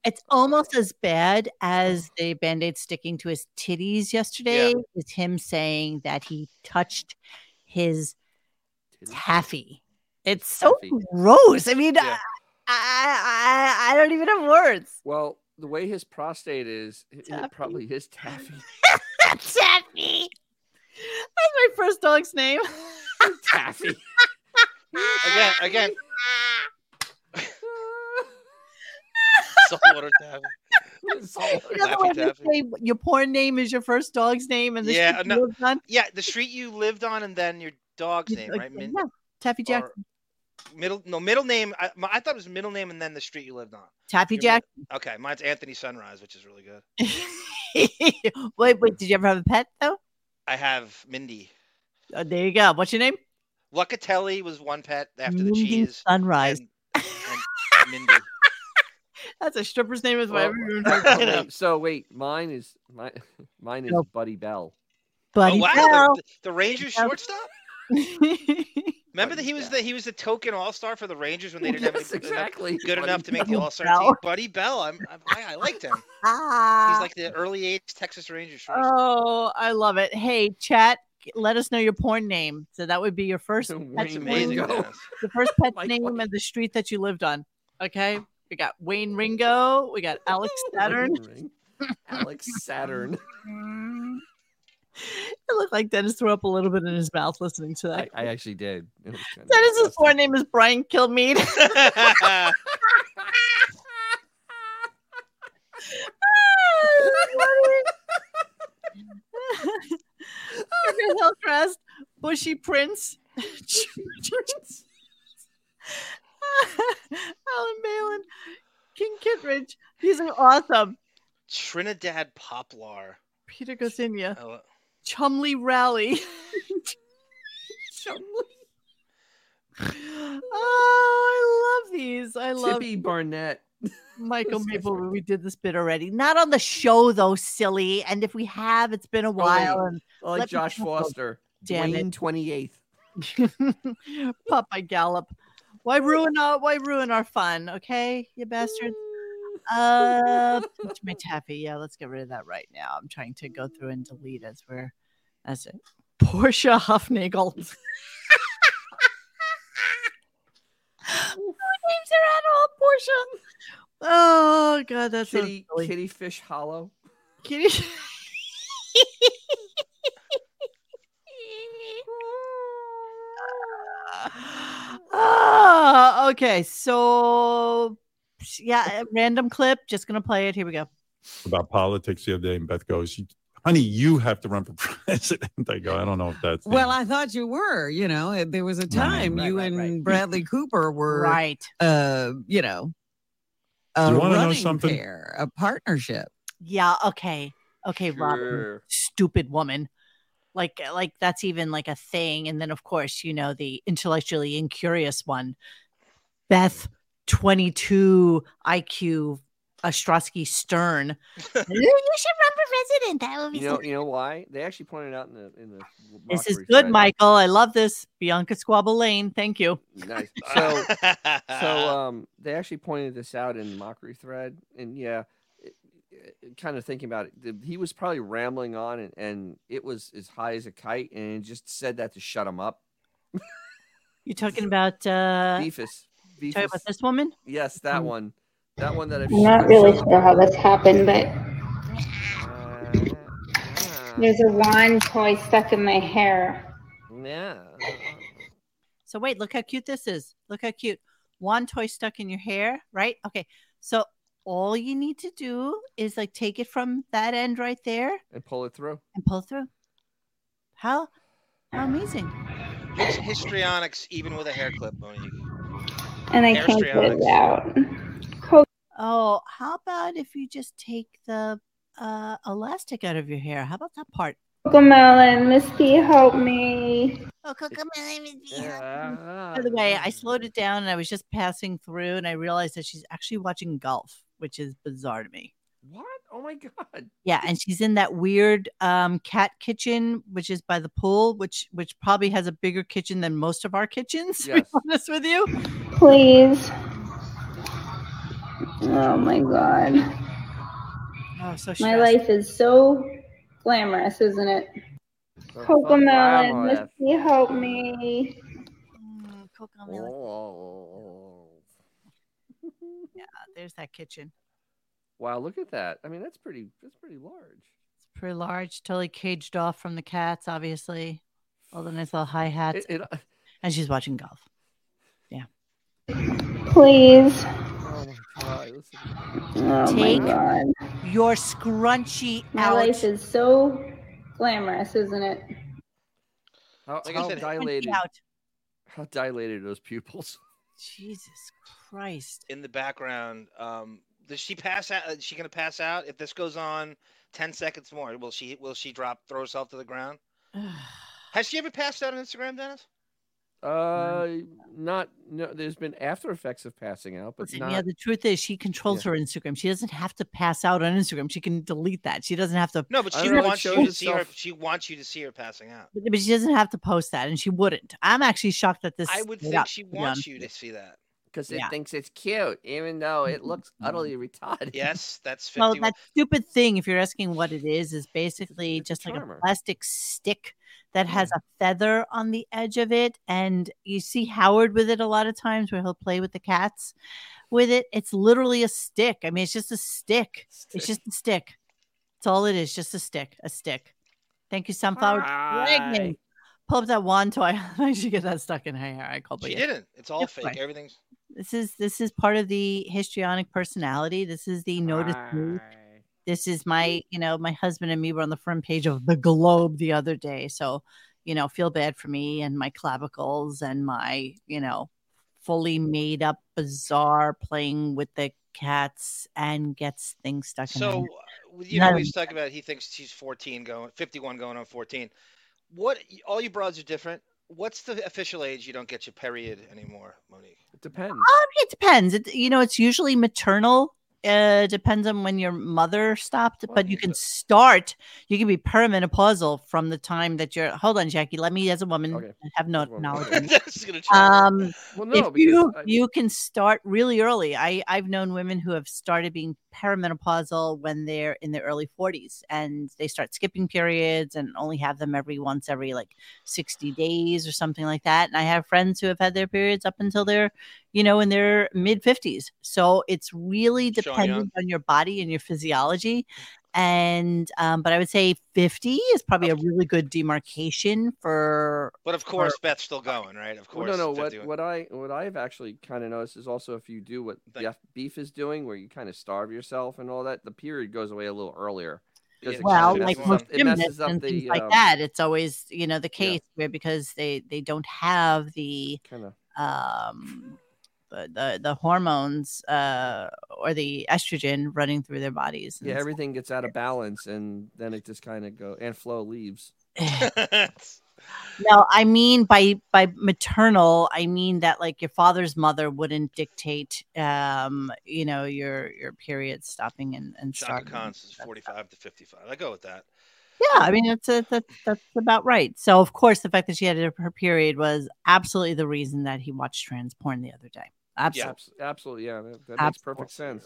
Speaker 3: it's almost as bad as the band-aid sticking to his titties yesterday is him saying that he touched his taffy it's so
Speaker 4: Taffy.
Speaker 3: gross i mean
Speaker 2: Yeah.
Speaker 3: I, I i i don't even have words
Speaker 4: Well, the way his prostate is, it, it
Speaker 3: Taffy.
Speaker 4: probably is taffy.
Speaker 3: taffy that's my first dog's name
Speaker 4: taffy.
Speaker 2: Again, again. Saltwater tab.
Speaker 4: It's all-
Speaker 3: you know the
Speaker 2: Laffy
Speaker 3: way they
Speaker 2: Taffy.
Speaker 3: say your porn name is your first dog's name and the
Speaker 2: Yeah,
Speaker 3: shit
Speaker 2: no.
Speaker 3: you lived on?
Speaker 2: Yeah, the street you lived on, and then your dog's name, right? Min-
Speaker 3: yeah, taffy
Speaker 2: or
Speaker 3: jackson
Speaker 2: middle, no middle name. I, my, I thought it was middle name, and then the street you lived on.
Speaker 3: taffy
Speaker 2: Your
Speaker 3: jackson
Speaker 2: mid- okay, mine's Anthony Sunrise, which is really good.
Speaker 3: wait, wait, did you ever have a pet though?
Speaker 2: I have Mindy.
Speaker 3: Oh, there you go. What's your name?
Speaker 2: Luckatelli was one pet after the
Speaker 3: Mindy
Speaker 2: cheese.
Speaker 3: Sunrise.
Speaker 2: And, and Mindy.
Speaker 3: That's a stripper's name as well.
Speaker 4: Well,
Speaker 3: everyone
Speaker 4: oh,
Speaker 3: knows.
Speaker 2: I know.
Speaker 4: wait, so wait, mine is my mine is
Speaker 3: Nope.
Speaker 4: Buddy Bell.
Speaker 2: Oh
Speaker 3: Buddy
Speaker 2: wow,
Speaker 3: Bell.
Speaker 2: the, the Rangers
Speaker 3: Bell.
Speaker 2: shortstop. Remember that he was the he was the token All Star for the Rangers when they didn't have
Speaker 4: Yes,
Speaker 2: any enough-
Speaker 4: exactly.
Speaker 2: good
Speaker 4: Buddy
Speaker 2: enough to make the
Speaker 3: Bell.
Speaker 2: All Star
Speaker 3: Bell.
Speaker 2: team. Buddy Bell, Uh, I'm, I'm, I, I liked him. He's
Speaker 3: ah.
Speaker 2: like the early '80s Texas Rangers shortstop.
Speaker 3: oh, I love it. Hey, chat, let us know your porn name. So that would be your first,
Speaker 4: Wing
Speaker 3: pet's
Speaker 2: It's amazing.
Speaker 3: name,
Speaker 4: Ringo.
Speaker 2: Dennis.
Speaker 3: the first pet's
Speaker 4: My
Speaker 3: name
Speaker 4: God.
Speaker 3: and the street that you lived on. Okay, we got Wayne Ringo, we got Alex Saturn.
Speaker 4: Ring. Alex Saturn.
Speaker 3: it looked like Dennis threw up a little bit in his mouth listening to that.
Speaker 4: I, I actually did. It was kinda
Speaker 3: Dennis's
Speaker 4: disgusting.
Speaker 3: porn name is Brian Kilmeade. Tucker Hillcrest, Bushy Prince, Prince, Alan Balin, King Kittredge. These are awesome.
Speaker 2: Trinidad Poplar.
Speaker 3: Peter goes in ya.
Speaker 2: Oh,
Speaker 3: Chumley Rally. Oh, I love these. I love
Speaker 4: Tippy Barnett.
Speaker 3: Michael
Speaker 4: That's my
Speaker 3: Maple.
Speaker 4: favorite.
Speaker 3: We did this bit already. Not on the show though, silly. And if we have, it's been a while. and
Speaker 4: I
Speaker 3: Let
Speaker 4: like
Speaker 3: me
Speaker 4: Oh, Josh
Speaker 3: chuckle.
Speaker 4: Foster.
Speaker 3: Damn it.
Speaker 4: Dwayne twenty eighth.
Speaker 3: Popeye Gallop. Why ruin our why ruin our fun? Okay, you bastards. Uh pinch my taffy. Yeah, let's get rid of that right now. I'm trying to go through and delete as we're as it. Portia Huffnagel. Who names her animal Portia? Oh god, that's so
Speaker 4: Kitty
Speaker 3: silly.
Speaker 4: Kitty Fish Hollow.
Speaker 3: Kitty. Ah, okay, so yeah, a random clip. Just gonna play it. Here we go.
Speaker 6: about politics the other day, and Beth goes, "Honey, you have to run for president." I go, "I don't know if that's
Speaker 7: Well, I thought you were. You know, uh, there was a time
Speaker 3: right,
Speaker 7: you
Speaker 3: right,
Speaker 7: and
Speaker 3: right.
Speaker 7: Bradley Cooper were,
Speaker 3: Right.
Speaker 7: uh, you know, a
Speaker 6: You wanna know
Speaker 7: running
Speaker 6: something?
Speaker 7: pair, a partnership.
Speaker 3: Yeah. Okay. Okay, Robin.
Speaker 4: Sure.
Speaker 3: Stupid woman. Like, uh, like that's even like a thing. And then, of course, you know the intellectually incurious one, Beth, twenty-two IQ, Ostrowski Stern. "Ooh, you should run for president. That would be
Speaker 4: You
Speaker 3: so
Speaker 4: know, you know why? They actually pointed out in the in the.
Speaker 3: This is
Speaker 4: mockery
Speaker 3: good,
Speaker 4: thread.
Speaker 3: Michael. I love this. Bianca Squabble Lane. Thank you.
Speaker 4: Nice. So so um, they actually pointed this out in the mockery thread, and yeah, it, it- kind of thinking about it, the, he was probably rambling on, and, and it was as high as a kite, and it just said that to shut him up.
Speaker 3: You talking about uh
Speaker 4: Beefus,
Speaker 3: talking
Speaker 4: Beefus,
Speaker 3: about this woman? Mm-hmm.
Speaker 4: yes, that one, that one that I've.
Speaker 9: I'm not really sure how this happened, but
Speaker 3: Uh,
Speaker 9: there's a wand toy stuck in my hair.
Speaker 4: yeah.
Speaker 3: So wait, look how cute this is. Look how cute. One toy stuck in your hair, right? Okay. So all you need to do is like take it from that end right there
Speaker 4: And pull it through.
Speaker 3: and pull through. How how amazing.
Speaker 2: it's histrionics even with a hair clip, Monique.
Speaker 9: And I
Speaker 2: Hair
Speaker 9: can't get it
Speaker 2: strionics.
Speaker 9: out.
Speaker 3: Oh, how about if you just take the uh elastic out of your hair? How about that part?
Speaker 9: Cocomelon, Misty, help me.
Speaker 3: Oh, Cocomelon is
Speaker 4: By
Speaker 3: By the way, I slowed it down and I was just passing through and I realized that she's actually watching golf, which is bizarre to me.
Speaker 4: What? Oh my god!
Speaker 3: Yeah, and she's in that weird um, cat kitchen, which is by the pool, which which probably has a bigger kitchen than most of our kitchens. To
Speaker 4: Yes.
Speaker 3: be honest with you,
Speaker 9: Please. Oh my god.
Speaker 3: oh, so
Speaker 9: My
Speaker 3: stressed.
Speaker 9: life is so glamorous, isn't it?
Speaker 4: Oh,
Speaker 9: Cocomelon,
Speaker 4: wow,
Speaker 9: Misty, help me.
Speaker 3: Mm,
Speaker 4: that's-
Speaker 3: Cocomelon.
Speaker 4: Oh.
Speaker 3: There's that kitchen.
Speaker 4: Wow, look at that. I mean, that's pretty. That's pretty large.
Speaker 3: It's pretty large, totally caged off from the cats, obviously. All the nice little hi hats,
Speaker 4: It, it,
Speaker 3: and she's watching golf.
Speaker 9: Please.
Speaker 4: oh my god! Listen.
Speaker 9: Oh my
Speaker 3: Take
Speaker 9: god.
Speaker 3: Your scrunchy
Speaker 9: My
Speaker 3: out.
Speaker 9: life is so glamorous, isn't it?
Speaker 4: How,
Speaker 2: Like I
Speaker 4: how
Speaker 2: said, it-
Speaker 4: dilated?
Speaker 3: out.
Speaker 4: How dilated are those pupils?
Speaker 3: Jesus Christ.
Speaker 2: In the background, um, does she pass out? Is she gonna pass out if this goes on ten seconds more? Will she? Will she drop? Throw herself to the ground? Has she ever passed out on Instagram, Dennis?
Speaker 4: Uh, not no. There's been after effects of passing out, but
Speaker 3: Listen,
Speaker 4: not.
Speaker 3: yeah, the truth is she controls
Speaker 4: Yeah.
Speaker 3: her Instagram. She doesn't have to pass out on Instagram. She can delete that. She doesn't have to
Speaker 2: No, but
Speaker 4: I
Speaker 2: she
Speaker 4: don't know if it
Speaker 2: wants you
Speaker 4: shows
Speaker 2: to see her.
Speaker 4: itself.
Speaker 2: She wants you to see her passing out.
Speaker 3: but but she doesn't have to post that and she wouldn't. I'm actually shocked that this
Speaker 2: I would
Speaker 3: stayed
Speaker 2: think
Speaker 3: up,
Speaker 2: she
Speaker 3: to be
Speaker 2: wants
Speaker 3: honest
Speaker 2: you
Speaker 3: with
Speaker 2: to see that.
Speaker 4: because it
Speaker 3: Yeah.
Speaker 4: thinks it's cute, even though it looks utterly retarded.
Speaker 2: Yes, that's
Speaker 3: you. Well,
Speaker 2: fifty-one.
Speaker 3: that stupid thing, if you're asking what it is, is basically
Speaker 4: it's a
Speaker 3: just like a
Speaker 4: charmer.
Speaker 3: plastic stick that has a feather on the edge of it. And you see Howard with it a lot of times where he'll play with the cats with it. It's literally a stick. I mean, it's just a stick. It's just a stick. That's all it is. Just a stick. A stick. Thank you, Sunflower. Lightning. Pull up that wand toy. I managed to get that stuck in her hair. I call
Speaker 2: she
Speaker 3: it.
Speaker 2: didn't. It's all
Speaker 3: Yep,
Speaker 2: fake.
Speaker 3: right.
Speaker 2: Everything's.
Speaker 3: This is this is part of the histrionic personality. This is the notice. me. This is my you know my husband and me were on the front page of the Globe the other day. So you know feel bad for me and my clavicles and my you know fully made up bizarre playing with the cats and gets things stuck. in her
Speaker 2: So,
Speaker 3: hair.
Speaker 2: uh, you
Speaker 3: None
Speaker 2: know,
Speaker 3: of
Speaker 2: we was talking about he thinks she's 14 going 51 going on 14. What all you broads are different. What's the official age you don't get your period anymore, Monique?
Speaker 4: It depends.
Speaker 3: Um, it depends. It, you know, it's usually maternal. Uh, depends on when your mother stopped,
Speaker 4: Oh,
Speaker 3: but you can start. You can be perimenopausal from the time that you're. Hold on, Jackie. Let me, as a woman,
Speaker 4: Okay.
Speaker 3: I have no
Speaker 4: As a woman,
Speaker 3: knowledge.
Speaker 4: okay.
Speaker 2: Just gonna try.
Speaker 3: Um,
Speaker 4: Well,
Speaker 3: if
Speaker 4: no, because
Speaker 3: you
Speaker 4: I-
Speaker 3: you can start really early. I I've known women who have started being perimenopausal when they're in their early 40s and they start skipping periods and only have them every once every like 60 days or something like that. And I have friends who have had their periods up until they're, you know, in their mid 50s. So it's really
Speaker 2: Sean Young. Mm.
Speaker 3: dependent on your body and your physiology. And um, but I would say 50 is probably a really good demarcation for
Speaker 2: but of course, Beth's still going, right? Of
Speaker 4: Well,
Speaker 2: course.
Speaker 4: no, no. What
Speaker 2: 51.
Speaker 4: what I what I've actually kind of noticed is also if you do what
Speaker 2: Thank-
Speaker 4: Jeff Beef is doing, where you kind of starve yourself and all that, the period goes away a little earlier.
Speaker 2: Yeah,
Speaker 4: Because it
Speaker 3: well,
Speaker 4: kinda
Speaker 2: that's
Speaker 3: like
Speaker 4: messes
Speaker 2: why.
Speaker 3: with
Speaker 4: up- it messes
Speaker 3: gymnasts
Speaker 4: up
Speaker 3: and
Speaker 4: the
Speaker 3: things like
Speaker 4: um,
Speaker 3: that, it's always you know the case where because they they don't have the
Speaker 4: Kind of.
Speaker 3: um the the, the hormones uh or the estrogen running through their bodies. and
Speaker 4: Yeah,
Speaker 3: stuff.
Speaker 4: everything gets out of balance, and then it just kind of go and flow leaves.
Speaker 3: No, I mean by by maternal, I mean that like your father's mother wouldn't dictate um you know your your period stopping and and
Speaker 2: Shaka
Speaker 3: starting.
Speaker 2: Khan's is 45 to 55. I go with that.
Speaker 3: Yeah, I mean that's a, that's that's about right. So of course, the fact that she had it- her period was absolutely the reason that he watched trans porn the other day. Absolutely,
Speaker 4: Abs- absolutely. Yeah, that, that makes
Speaker 3: Absolutely.
Speaker 4: perfect sense.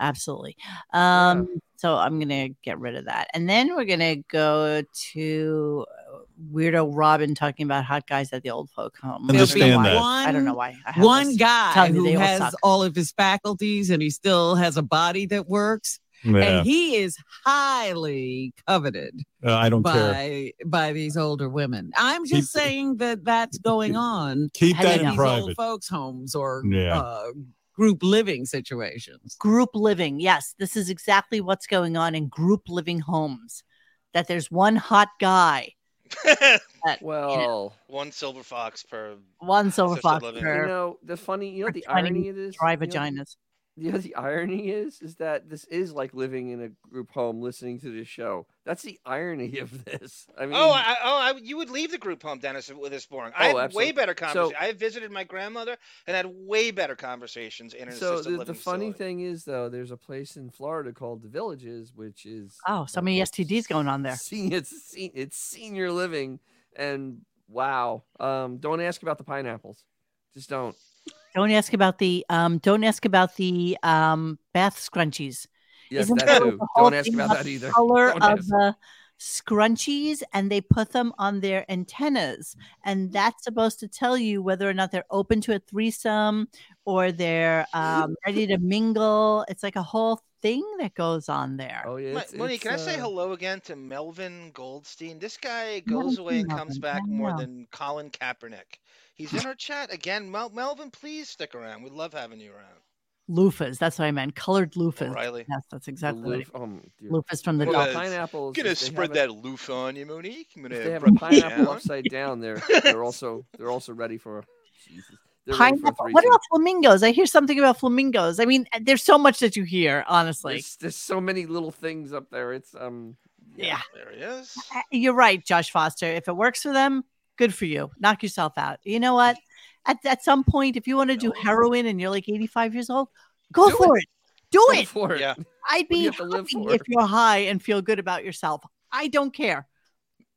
Speaker 3: absolutely.
Speaker 4: Yeah.
Speaker 3: Um, so I'm gonna get rid of that, and then we're gonna go to uh, weirdo Robin talking about hot guys at the old folk home. I don't know
Speaker 6: Understand
Speaker 3: why.
Speaker 6: that.
Speaker 3: I don't know why. I have
Speaker 7: One
Speaker 3: this.
Speaker 7: guy
Speaker 3: Tell me
Speaker 7: who
Speaker 3: they all
Speaker 7: has
Speaker 3: suck.
Speaker 7: all of his faculties and he still has a body that works,
Speaker 6: Yeah,
Speaker 7: and he is highly coveted
Speaker 6: Uh, I don't care.
Speaker 7: by by these older women. I'm just
Speaker 6: Keep-
Speaker 7: saying that that's going on
Speaker 6: Keep
Speaker 3: How do
Speaker 6: that
Speaker 3: you
Speaker 6: in
Speaker 7: these old
Speaker 6: private.
Speaker 7: folks' homes or
Speaker 6: Yeah.
Speaker 7: uh, group living situations.
Speaker 3: group living. Yes, this is exactly what's going on in group living homes. That there's one hot guy
Speaker 4: Well,
Speaker 2: One silver fox per.
Speaker 3: one silver
Speaker 2: Assisted
Speaker 3: fox
Speaker 2: living.
Speaker 4: you
Speaker 3: per
Speaker 4: know the funny, you know
Speaker 3: for
Speaker 4: the
Speaker 3: trying to
Speaker 4: irony of this.
Speaker 3: dry
Speaker 4: you know, the-
Speaker 3: vaginas.
Speaker 4: Yeah, the irony is, is that this is like living in a group home, listening to this show. That's the irony of this. I mean,
Speaker 2: Oh, I, oh! I, you would leave the group home, Dennis, with this boring. I
Speaker 4: Oh,
Speaker 2: had way
Speaker 4: absolutely.
Speaker 2: better conversations.
Speaker 4: So-
Speaker 2: I have visited my grandmother and had way better conversations in an
Speaker 4: so
Speaker 2: assisted
Speaker 4: the, the
Speaker 2: living facility.
Speaker 4: funny thing is, though, there's a place in Florida called the Villages, which is
Speaker 3: Oh, so many
Speaker 4: like,
Speaker 3: STDs going on there.
Speaker 4: se- it's se- it's senior living, and wow. Um, don't ask about the pineapples. Just don't.
Speaker 3: Don't ask about the um. Don't ask about the um bath scrunchies.
Speaker 4: Yes,
Speaker 3: Isn't
Speaker 4: that
Speaker 3: there, like,
Speaker 4: too.
Speaker 3: a whole
Speaker 4: Don't ask
Speaker 3: thing
Speaker 4: about
Speaker 3: about
Speaker 4: that either.
Speaker 3: Color
Speaker 4: Don't
Speaker 3: of
Speaker 4: ask.
Speaker 3: the scrunchies, and they put them on their antennas, and that's supposed to tell you whether or not they're open to a threesome or they're um, ready to mingle. It's like a whole thing that goes on there.
Speaker 4: Oh yeah,
Speaker 2: Ma-
Speaker 4: it's-
Speaker 2: Monique,
Speaker 4: it's,
Speaker 2: can I say
Speaker 4: uh,
Speaker 2: hello again to Melvin Goldstein? This guy
Speaker 3: No,
Speaker 2: goes
Speaker 3: I
Speaker 2: away and
Speaker 3: know
Speaker 2: comes
Speaker 3: him.
Speaker 2: back
Speaker 3: I
Speaker 2: more
Speaker 3: know.
Speaker 2: than Colin Kaepernick. He's in our chat again. Mel- Melvin, please stick around. We love having you around.
Speaker 3: Loofahs. That's what I meant. Colored loofahs.
Speaker 2: O'Reilly.
Speaker 3: Yes, that's exactly what I
Speaker 4: Aloof- oh, my dear.
Speaker 3: Loofahs from the
Speaker 4: Well,
Speaker 2: Well,
Speaker 3: Dolphins.
Speaker 2: it's-
Speaker 4: pineapples.
Speaker 2: gonna
Speaker 4: if they
Speaker 2: spread
Speaker 4: haven't-
Speaker 2: that loof on you, Monique. I'm gonna
Speaker 4: If they have a
Speaker 2: rub it
Speaker 4: pineapple
Speaker 2: down.
Speaker 4: upside down, they're they're also they're also ready for Jesus. They're ready for a
Speaker 3: Pineapple. What
Speaker 4: threesome.
Speaker 3: about flamingos? I hear something about flamingos. I mean, uh, there's so much that you hear, honestly.
Speaker 4: There's, there's so many little things up there. It's um
Speaker 3: Yeah.
Speaker 2: There he is.
Speaker 3: Uh, You're right, Josh Foster. If it works for them, good for you. Knock yourself out. You know what? At, at some point, if you want to do
Speaker 2: No.
Speaker 3: heroin and you're like 85 years old, go
Speaker 4: Do
Speaker 3: for it. Do
Speaker 4: go
Speaker 3: it.
Speaker 4: for it.
Speaker 2: Yeah.
Speaker 3: I'd
Speaker 4: do
Speaker 3: be
Speaker 4: you have to live
Speaker 3: happy
Speaker 4: for?
Speaker 3: if you're high and feel good about yourself. I don't care.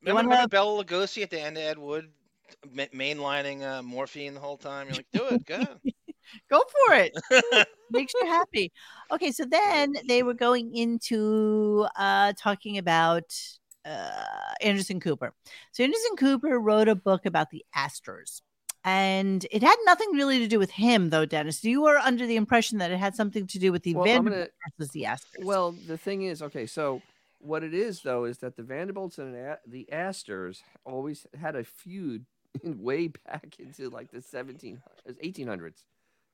Speaker 2: Remember,
Speaker 3: wanna-
Speaker 2: remember Bella Lugosi at the end of Ed Wood ma- mainlining uh, morphine the whole time? You're like, do it, go.
Speaker 3: Go for it. Makes you happy. Okay, so then they were going into uh, talking about uh, Anderson Cooper. So Anderson Cooper wrote a book about the Astors. And it had nothing really to do with him, though, Dennis. You were under the impression that it had something to do with the
Speaker 4: Well, I'm
Speaker 3: Vanderbilt
Speaker 4: gonna
Speaker 3: versus the Astors.
Speaker 4: well the thing is okay so what it is though is that the Vanderbilts and A- the Astors always had a feud in way back into like the 17 1800s.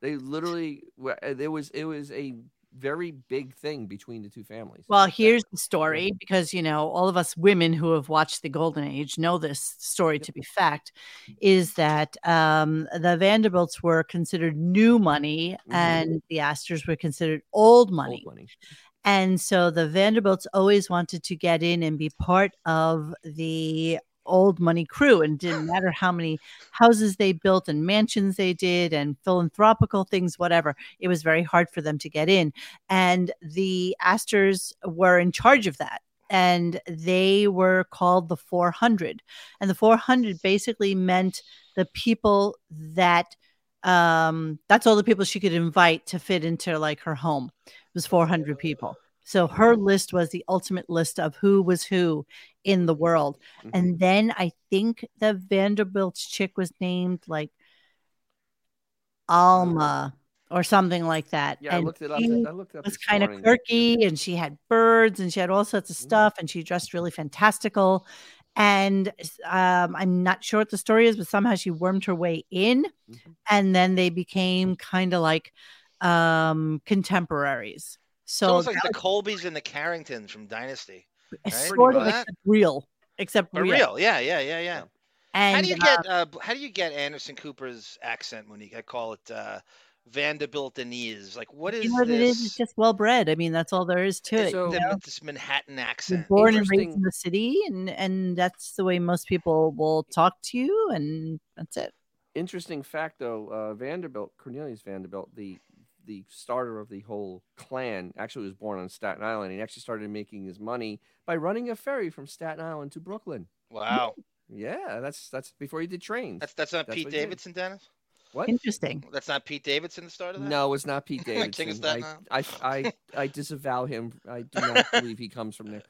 Speaker 4: They literally were- uh, there was it was a very big thing between the two families.
Speaker 3: Well, here's the story because you know all of us women who have watched the Golden Age know this story to be fact. Is that um, the Vanderbilts were considered new money
Speaker 4: Mhm.
Speaker 3: and the Astors were considered Mm-hmm. old
Speaker 4: Old
Speaker 3: money,
Speaker 4: money.
Speaker 3: And so the Vanderbilts always wanted to get in and be part of the old money crew and didn't matter how many houses they built and mansions they did and philanthropical things whatever it was very hard for them to get in and the astors were in charge of that and they were called the 400 and the 400 basically meant the people that um that's all the people she could invite to fit into like her home it was 400 people so her list was the ultimate list of who was who in the world
Speaker 4: Mm-hmm.
Speaker 3: and then I think the Vanderbilt chick was named like Alma or something like that.
Speaker 4: Yeah, I
Speaker 3: and
Speaker 4: looked it up.
Speaker 3: she
Speaker 4: I looked it up.
Speaker 3: was
Speaker 4: this
Speaker 3: kind of
Speaker 4: morning. Mm-hmm.
Speaker 3: quirky and she had birds and she had all sorts of stuff and she dressed really fantastical. And um, I'm not sure what the story is, but somehow she wormed her way in
Speaker 2: Mm-hmm.
Speaker 4: Mhm.
Speaker 3: and then they became kind of like um, contemporaries.
Speaker 2: It's
Speaker 3: So
Speaker 2: almost like
Speaker 3: that
Speaker 2: the Colbys and the Carringtons from Dynasty.
Speaker 3: was
Speaker 2: right?
Speaker 3: sort of
Speaker 2: Remember that?
Speaker 3: except real, except
Speaker 2: But
Speaker 3: real.
Speaker 2: real, yeah, yeah, yeah, yeah.
Speaker 3: And
Speaker 2: how do you
Speaker 3: uh,
Speaker 2: get uh, b- how do you get Anderson Cooper's accent, Monique? I call it uh, Vanderbiltenese. Like, what is
Speaker 3: you know what
Speaker 2: this?
Speaker 3: it is? It's just well bred. I mean, that's all there is to it.
Speaker 4: So-
Speaker 2: the- this Manhattan
Speaker 3: You're
Speaker 2: accent.
Speaker 3: born and raised in
Speaker 4: Interesting.
Speaker 3: the city, and and that's the way most people will talk to you, and that's it.
Speaker 4: Interesting fact, though, uh, Vanderbilt, Cornelius Vanderbilt, the the starter of the whole clan, actually was born on Staten Island. He actually started making his money by running a ferry from Staten Island to Brooklyn.
Speaker 2: Wow,
Speaker 4: Yeah, that's that's before he did trains.
Speaker 2: that's that's not
Speaker 4: That's
Speaker 2: Pete
Speaker 4: what he did.
Speaker 2: Davidson, Dennis.
Speaker 4: what?
Speaker 3: Interesting.
Speaker 2: That's not Pete Davidson, the start of that.
Speaker 4: No, it's not Pete
Speaker 2: King of
Speaker 4: Davidson.
Speaker 2: Staten
Speaker 4: I,
Speaker 2: Island.
Speaker 4: I, I, I disavow him. I do not believe he comes from there.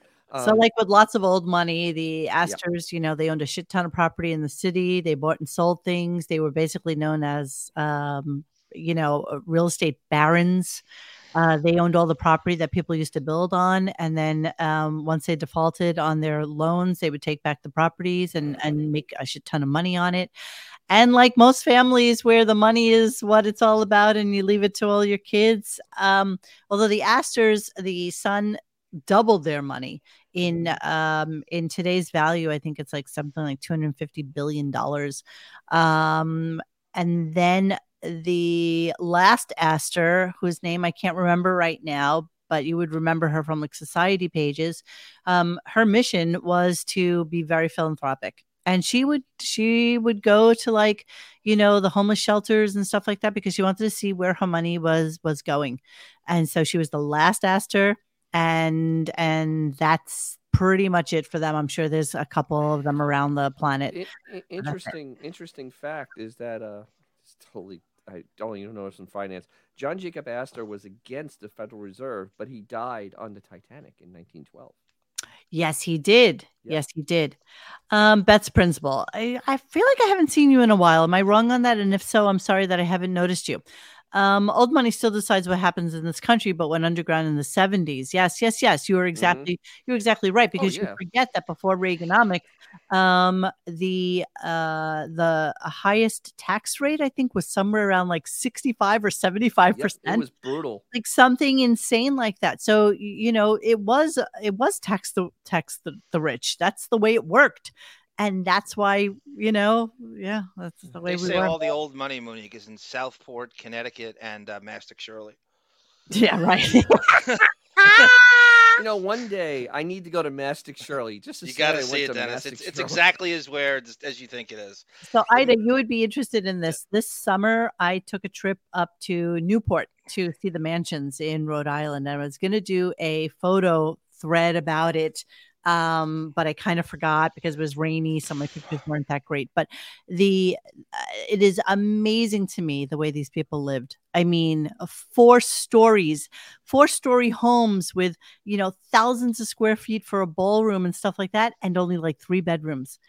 Speaker 3: so,
Speaker 4: Um,
Speaker 3: like with lots of old money, the Astors, you know, they owned a shit ton of property in the city. They bought and sold things. They were basically known as, um, you know, uh, real estate barons. Uh, they owned all the property that people used to build on, and then um, once they defaulted on their loans, they would take back the properties and and make a shit ton of money on it. And like most families where the money is what it's all about and you leave it to all your kids. Um, although the Astors, the son doubled their money in um in today's value i think it's like something like 250 billion dollars um and then the last aster whose name i can't remember right now but you would remember her from like society pages um her mission was to be very philanthropic and she would she would go to like you know the homeless shelters and stuff like that because she wanted to see where her money was was going and so she was the last aster and and that's pretty much it for them i'm sure there's a couple of them around the planet
Speaker 4: I- i- interesting interesting fact is that uh it's totally I don't even know it's in finance. John Jacob Astor was against the Federal Reserve, but he died on the Titanic in 1912.
Speaker 3: yes he did
Speaker 4: Yeah.
Speaker 3: yes he did um beth's principal I, I feel like i haven't seen you in a while am i wrong on that and if so i'm sorry that i haven't noticed you um old money still decides what happens in this country but went underground in the 70s yes yes yes you are exactly you're exactly right because
Speaker 4: Mm-hmm. Oh, yeah.
Speaker 3: you forget that before reaganomics um the uh the highest tax rate i think was somewhere around like 65 or 75
Speaker 4: Yep,
Speaker 3: percent
Speaker 4: it was brutal.
Speaker 3: like something insane like that. So y- you know, it was it was tax the tax the, the rich. That's the way it worked, and that's why you know, yeah, that's the way
Speaker 2: Mm, They
Speaker 3: we
Speaker 2: say
Speaker 3: were.
Speaker 2: all the old money, Monique, is in Southport, Connecticut, and uh, Mastic Shirley.
Speaker 3: yeah, right.
Speaker 4: You know, one day I need to go to Mastic Shirley just to
Speaker 2: You
Speaker 4: say
Speaker 2: got to
Speaker 4: I
Speaker 2: see
Speaker 4: went
Speaker 2: it,
Speaker 4: to
Speaker 2: Dennis.
Speaker 4: Mastic
Speaker 2: It's, it's
Speaker 4: Shirley.
Speaker 2: exactly as weird as you think it is.
Speaker 3: so Ida, you would be interested in this. This summer, I took a trip up to Newport to see the mansions in Rhode Island, and I was going to do a photo thread about it. Um, but I kind of forgot because it was rainy, so my pictures weren't that great. But the uh, it is amazing to me the way these people lived. I mean, four stories, four story homes with you know thousands of square feet for a ballroom and stuff like that, and only like three bedrooms.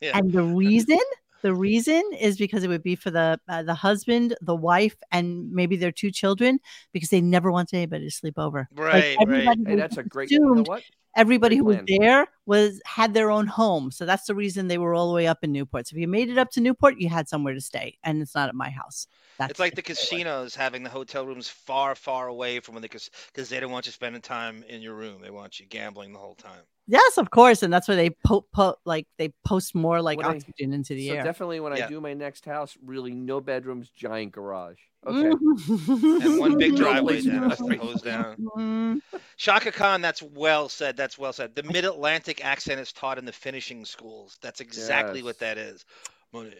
Speaker 2: Yeah.
Speaker 3: And the reason, the reason is because it would be for the uh, the husband, the wife, and maybe their two children because they never wanted anybody to sleep over. Like,
Speaker 2: Right, right.
Speaker 3: everybody
Speaker 4: Hey,
Speaker 3: would
Speaker 4: that's a great. You know
Speaker 3: assumed
Speaker 4: what?
Speaker 3: everybody
Speaker 4: Great
Speaker 3: who was
Speaker 4: plan.
Speaker 3: there was had their own home so that's the reason they were all the way up in newport so if you made it up to newport you had somewhere to stay and it's not at my house that's
Speaker 2: It's like the casinos having the hotel rooms far, far away from when they because they don't want you spending time in your room. They want you gambling the whole time.
Speaker 3: yes of course and that's where they po- po- like they post more like
Speaker 4: What I-
Speaker 3: oxygen into the
Speaker 4: So
Speaker 3: air
Speaker 4: definitely, when
Speaker 2: Yeah.
Speaker 4: I do my next house, really no bedrooms, giant garage. Okay.
Speaker 2: and one big driveway
Speaker 4: Please,
Speaker 2: down,
Speaker 4: please, please.
Speaker 2: goes down.
Speaker 3: Mm,
Speaker 2: Shaka Khan, that's well said. That's well said. The Mid Atlantic accent is taught in the finishing schools. That's exactly what that is.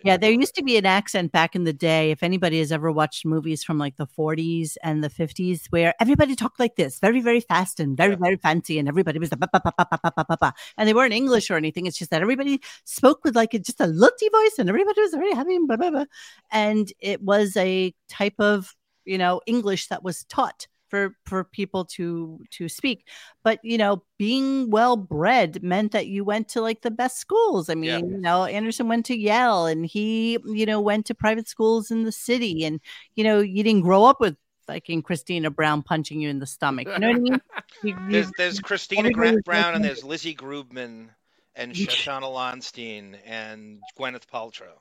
Speaker 3: Yeah, there used to be an accent back in the day. If anybody has ever watched movies from like the 40s and the 50s, where everybody talked like this, very, very fast and very,
Speaker 2: Yeah.
Speaker 3: very fancy, and everybody was the ba ba ba ba ba ba ba ba ba, and they weren't English or anything. It's just that everybody spoke with like a, just a lilty voice, and everybody was very happy, and blah blah blah, and it was a type of you know English that was taught for for people to to speak. But you know, being well bred meant that you went to like the best schools. I mean,
Speaker 2: Yeah.
Speaker 3: you know, Anderson went to Yale and he, you know, went to private schools in the city and you know, you didn't grow up with like in Christina Brown punching you in the stomach. You know what I mean? You- you-
Speaker 2: There's, there's Christina
Speaker 3: everybody
Speaker 2: Grant
Speaker 3: was
Speaker 2: Brown and
Speaker 3: making-
Speaker 2: there's Lizzie Grubman and
Speaker 3: You-
Speaker 2: Shoshana Lonstein and Gwyneth Paltrow.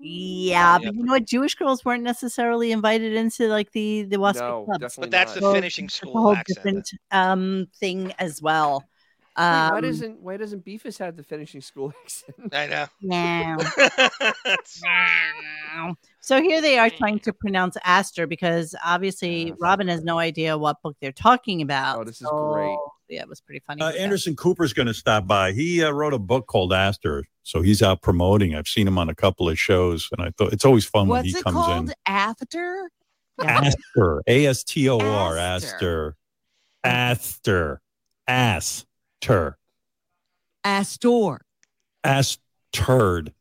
Speaker 3: yeah,
Speaker 2: Yeah.
Speaker 3: but you know what? Jewish girls weren't necessarily invited into like the the WASP
Speaker 4: No,
Speaker 3: club.
Speaker 4: definitely
Speaker 2: But that's
Speaker 4: not.
Speaker 2: the
Speaker 3: Well,
Speaker 2: finishing
Speaker 3: It's a
Speaker 2: school
Speaker 3: whole
Speaker 2: accent.
Speaker 3: different um thing as well.
Speaker 4: Wait,
Speaker 3: Um,
Speaker 4: why doesn't Why doesn't Beefus have the finishing school accent?
Speaker 2: I know.
Speaker 3: no.
Speaker 2: It's-
Speaker 3: So here they are trying to pronounce Aster because obviously Robin has no idea what book they're talking about.
Speaker 4: Oh, this is great.
Speaker 3: So, Yeah, it was pretty funny.
Speaker 8: Uh,
Speaker 3: with that.
Speaker 8: Anderson Cooper's going to stop by. He uh, wrote a book called Aster, so he's out promoting. I've seen him on a couple of shows, and I thought it's always fun when
Speaker 7: What's
Speaker 8: he
Speaker 7: it
Speaker 8: comes
Speaker 7: called?
Speaker 8: in.
Speaker 7: After?
Speaker 3: Yeah.
Speaker 8: Aster, A S T O R,
Speaker 7: Aster.
Speaker 8: Aster, Aster, Aster,
Speaker 7: Astor.
Speaker 8: Asterd.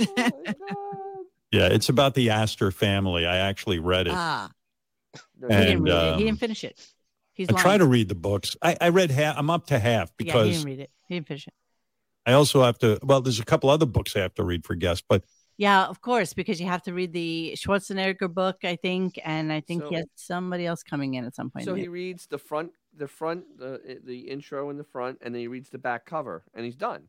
Speaker 4: Oh my God.
Speaker 8: Yeah, it's about the Aster family. I actually read it.
Speaker 7: Ah,
Speaker 4: No,
Speaker 3: he, didn't
Speaker 8: And,
Speaker 3: read it.
Speaker 8: um,
Speaker 3: he didn't finish it. He's
Speaker 8: I
Speaker 3: lying.
Speaker 8: try to read the books. I, I read half. I'm up to half
Speaker 3: yeah, he
Speaker 8: because
Speaker 3: didn't read it. He didn't finish it.
Speaker 8: I also have to. Well, there's a couple other books I have to read for guests, but
Speaker 3: Yeah, of course, because you have to read the Schwarzenegger book, I think, and I think
Speaker 4: So-
Speaker 3: he has somebody else coming in at some point.
Speaker 4: So he reads the front, the front, the the intro in the front, and then he reads the back cover, and he's done.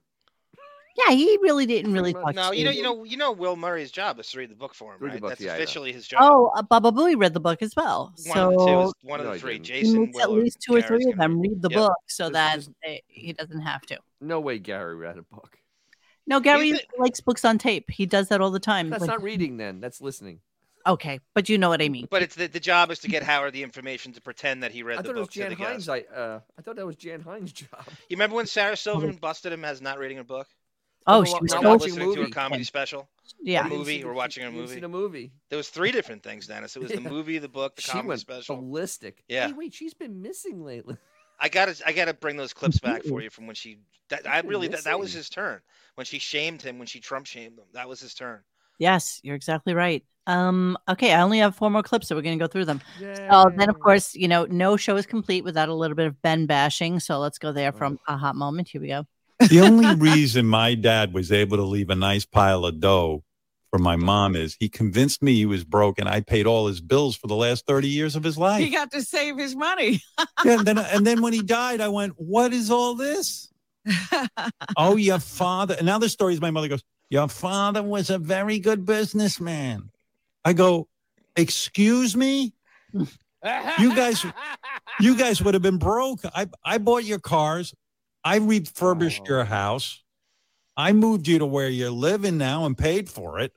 Speaker 3: yeah, he really didn't really talk.
Speaker 4: much.
Speaker 2: no,
Speaker 3: to
Speaker 2: you know, you know, you know, Will Murray's job is to read the book for him,
Speaker 4: Read the
Speaker 2: right?
Speaker 4: book,
Speaker 2: That's
Speaker 4: yeah, yeah.
Speaker 2: officially his job.
Speaker 3: Oh, uh, Baba Booey read the book as well.
Speaker 2: One
Speaker 3: so
Speaker 2: of the two, is- one of
Speaker 4: No,
Speaker 2: the
Speaker 4: he
Speaker 2: three.
Speaker 4: didn't.
Speaker 3: He
Speaker 2: Jason,
Speaker 3: needs
Speaker 2: Will,
Speaker 3: at
Speaker 2: or
Speaker 3: least two or
Speaker 2: Gary's
Speaker 3: three of
Speaker 2: gonna
Speaker 3: them
Speaker 2: read-
Speaker 3: read the
Speaker 2: Yep.
Speaker 3: book so
Speaker 4: This
Speaker 3: that
Speaker 4: is-
Speaker 3: they, he doesn't have to.
Speaker 4: No way, Gary read a book.
Speaker 3: No, Gary
Speaker 2: it-
Speaker 3: likes books on tape. He does that all the time.
Speaker 4: That's
Speaker 3: when-
Speaker 4: not reading, then. That's listening.
Speaker 3: okay, but you know what I mean.
Speaker 2: But it's the, the job is to get Howard the information to pretend that he read
Speaker 4: I
Speaker 2: the
Speaker 4: thought it was
Speaker 2: book to
Speaker 4: Jan
Speaker 2: the
Speaker 4: Hines.
Speaker 2: guest.
Speaker 4: I uh, I thought that was Jan Hines' job.
Speaker 2: You remember when Sarah Silverman busted him as not reading a book?
Speaker 3: oh,
Speaker 4: we're
Speaker 3: she
Speaker 4: wa-
Speaker 3: was
Speaker 4: we're
Speaker 2: Or
Speaker 3: so
Speaker 2: not
Speaker 4: watching
Speaker 2: listening to
Speaker 4: movie.
Speaker 2: a comedy
Speaker 3: Yeah.
Speaker 2: special?
Speaker 3: yeah.
Speaker 4: You didn't
Speaker 2: Movie,
Speaker 4: see
Speaker 2: we're
Speaker 4: the-
Speaker 2: watching a
Speaker 4: you didn't see
Speaker 2: movie.
Speaker 4: the movie.
Speaker 2: There was three different things, Dennis. It was the
Speaker 4: Yeah.
Speaker 2: movie, the book, the
Speaker 4: She
Speaker 2: comedy
Speaker 4: went
Speaker 2: special.
Speaker 4: ballistic.
Speaker 2: Yeah.
Speaker 4: Hey, wait, she's been missing lately.
Speaker 2: I gotta I gotta bring those clips back for you from when she that I
Speaker 4: You've been
Speaker 2: really that, that was
Speaker 4: missing.
Speaker 2: his turn. When she shamed him, when she Trump shamed him. That was his turn.
Speaker 3: Yes, you're exactly right. Um, okay, I only have four more clips, so we're gonna go through them. So then, of
Speaker 4: Yay.
Speaker 3: course, you know, no show is complete without a little bit of Ben bashing. So let's go there
Speaker 4: Oh.
Speaker 3: from a hot moment. Here we go.
Speaker 8: the only reason my dad was able to leave a nice pile of dough for my mom is he convinced me he was broke and I paid all his bills for the last 30 years of his
Speaker 7: he
Speaker 8: life.
Speaker 7: got to save his money.
Speaker 8: Yeah, and, then, and then when he died, I went, What is all this? Oh, your father. And now the story is my mother goes, Your father was a very good businessman. I go, Excuse me? You guys- You guys would have been broke. I, I bought your cars. I refurbished
Speaker 6: Oh.
Speaker 4: Wow.
Speaker 8: your house. I moved you to where you're living now and paid for it.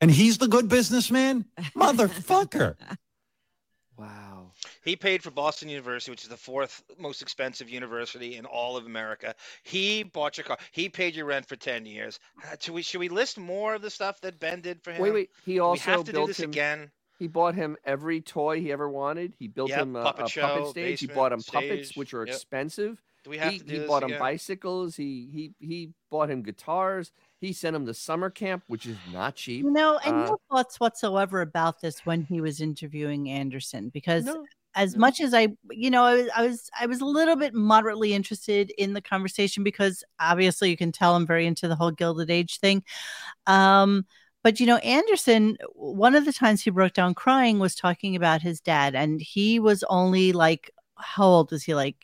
Speaker 8: And he's the good businessman? Motherfucker.
Speaker 4: Wow.
Speaker 2: He paid for Boston University, which is the fourth most expensive university in all of America. He bought your car. He paid your rent for ten years. Uh, should we should we list more of the stuff that Ben did for him?
Speaker 4: Wait, wait. He
Speaker 2: we
Speaker 4: also
Speaker 2: have to do
Speaker 4: built
Speaker 2: this
Speaker 4: him.
Speaker 2: again.
Speaker 4: He bought him every toy he ever wanted. He built
Speaker 2: Yep,
Speaker 4: him a a
Speaker 2: puppet
Speaker 4: puppet,
Speaker 2: show,
Speaker 4: stage. he
Speaker 2: basement,
Speaker 4: bought him puppets,
Speaker 2: stage,
Speaker 4: which are
Speaker 2: yep.
Speaker 4: expensive.
Speaker 2: Do we have
Speaker 4: he
Speaker 2: to do
Speaker 4: he
Speaker 2: this
Speaker 4: bought him
Speaker 2: again?
Speaker 4: bicycles. He he he bought him guitars. He sent him to summer camp, which is not cheap.
Speaker 3: You know, and
Speaker 4: Uh,
Speaker 3: no thoughts whatsoever about this when he was interviewing Anderson because
Speaker 4: No,
Speaker 3: as
Speaker 4: No.
Speaker 3: much as I, you know, I was, I was, I was a little bit moderately interested in the conversation because obviously you can tell I'm very into the whole Gilded Age thing. Um, but you know, Anderson, one of the times he broke down crying was talking about his dad, and he was only like, how old was he? Like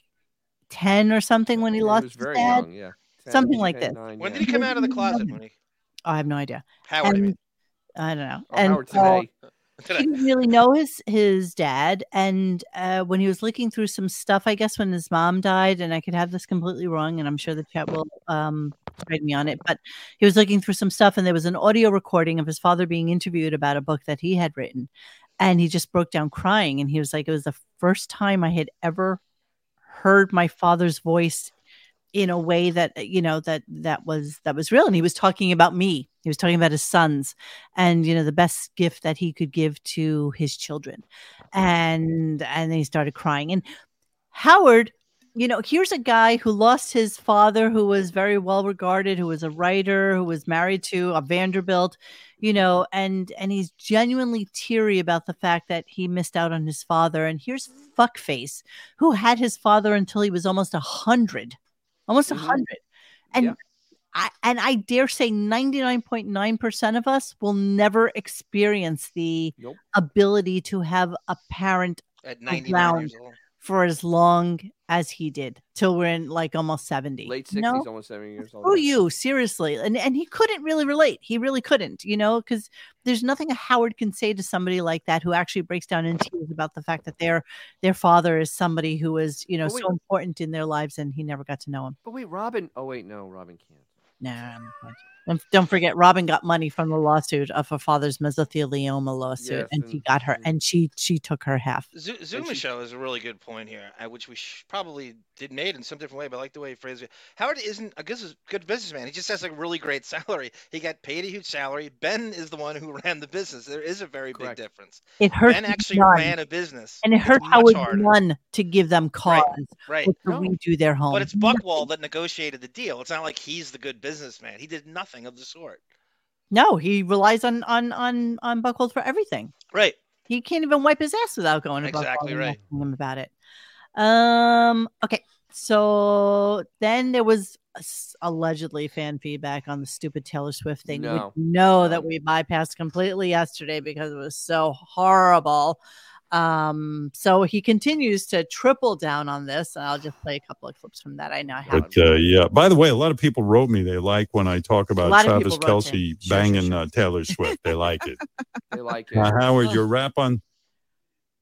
Speaker 3: ten or something when he
Speaker 4: yeah,
Speaker 3: lost
Speaker 4: was
Speaker 3: his
Speaker 4: very
Speaker 3: dad.
Speaker 4: young, yeah. 10,
Speaker 3: Something like
Speaker 4: 10,
Speaker 3: this.
Speaker 4: 9,
Speaker 2: When
Speaker 4: yeah.
Speaker 2: did he come out of the closet,
Speaker 3: Mhm.
Speaker 2: Monique?
Speaker 3: Oh, I have no idea.
Speaker 2: Howard, I
Speaker 3: And-
Speaker 2: mean.
Speaker 3: I don't know.
Speaker 4: Oh, Howard
Speaker 3: so-
Speaker 4: today.
Speaker 2: Did I-
Speaker 3: he didn't really know his his dad and uh, when he was looking through some stuff i guess when his mom died and i could have this completely wrong and i'm sure the chat will um, copyright me on it, but he was looking through some stuff and there was an audio recording of his father being interviewed about a book that he had written. And he just broke down crying. And he was like, it was the first time I had ever heard my father's voice in a way that you know that that was that was real and he was talking about me he was talking about his sons and you know the best gift that he could give to his children and and then he started crying and howard you know here's a guy who lost his father who was very well regarded who was a writer who was married to a vanderbilt you know and and he's genuinely teary about the fact that he missed out on his father and here's fuckface who had his father until he was almost a hundred almost a
Speaker 4: Mhm.
Speaker 3: 100 and
Speaker 4: Yeah.
Speaker 3: I, and I dare say 99.9% of us will never experience the
Speaker 4: Nope.
Speaker 3: ability to have a parent
Speaker 2: At 99 years old.
Speaker 3: for as long as he did till we're in like almost 70.
Speaker 4: Late
Speaker 3: you
Speaker 4: sixties,
Speaker 3: know?
Speaker 4: almost seventy years old.
Speaker 3: Screw you, seriously. And and he couldn't really relate. He really couldn't, you know, because there's nothing a Howard can say to somebody like that who actually breaks down in tears about the fact that their their father is somebody who was, you know,
Speaker 4: But
Speaker 3: so
Speaker 4: wait.
Speaker 3: important in their lives and he never got to know him.
Speaker 4: But wait, Robin. Oh wait, no, Robin can't.
Speaker 3: Nah. I'm fine. And don't forget, Robin got money from the lawsuit of her father's mesothelioma lawsuit,
Speaker 4: Yes,
Speaker 3: and she
Speaker 4: and-
Speaker 3: got her,
Speaker 4: and-
Speaker 3: and she she took her half.
Speaker 2: Zo- Zoom
Speaker 4: she-
Speaker 2: Michelle is a really good point here, uh, which we sh- probably did made in some different way, but I like the way he phrased it. Howard isn't a good, good businessman. He just has a really great salary. He got paid a huge salary. Ben is the one who ran the business. There is a very
Speaker 4: Correct.
Speaker 2: big difference.
Speaker 3: It hurt
Speaker 2: ben
Speaker 3: his
Speaker 2: actually
Speaker 3: none,
Speaker 2: ran a business.
Speaker 3: and it
Speaker 2: It's
Speaker 3: hurt
Speaker 2: much
Speaker 3: Howard
Speaker 2: harder.
Speaker 3: none to give them cause
Speaker 2: Right.
Speaker 3: or to
Speaker 4: No.
Speaker 3: redo their home.
Speaker 2: But it's Buckwall that negotiated the deal. It's not like he's the good businessman. He did nothing of the sort.
Speaker 3: No, he relies on on on on Buckhold for everything.
Speaker 2: Right.
Speaker 3: He can't even wipe his ass without going to Buckhold
Speaker 2: Exactly
Speaker 3: and
Speaker 2: right.
Speaker 3: asking him about it. Um. Okay. So then there was s- allegedly fan feedback on the stupid Taylor Swift thing.
Speaker 4: No.
Speaker 3: which no,
Speaker 4: No.
Speaker 3: that we bypassed completely yesterday because it was so horrible. Um. So he continues to triple down on this, and I'll just play a couple of clips from that. I know I have.
Speaker 6: But uh, yeah, by the way, a lot of people wrote me. They like when I talk about
Speaker 3: lot of
Speaker 6: Travis
Speaker 3: people wrote to
Speaker 6: Kelsey
Speaker 3: him. Sure, sure,
Speaker 6: banging
Speaker 3: sure.
Speaker 6: Uh, Taylor Swift. They like it.
Speaker 4: They like it.
Speaker 6: Now, Uh, Howard,
Speaker 3: Oh.
Speaker 6: your rap on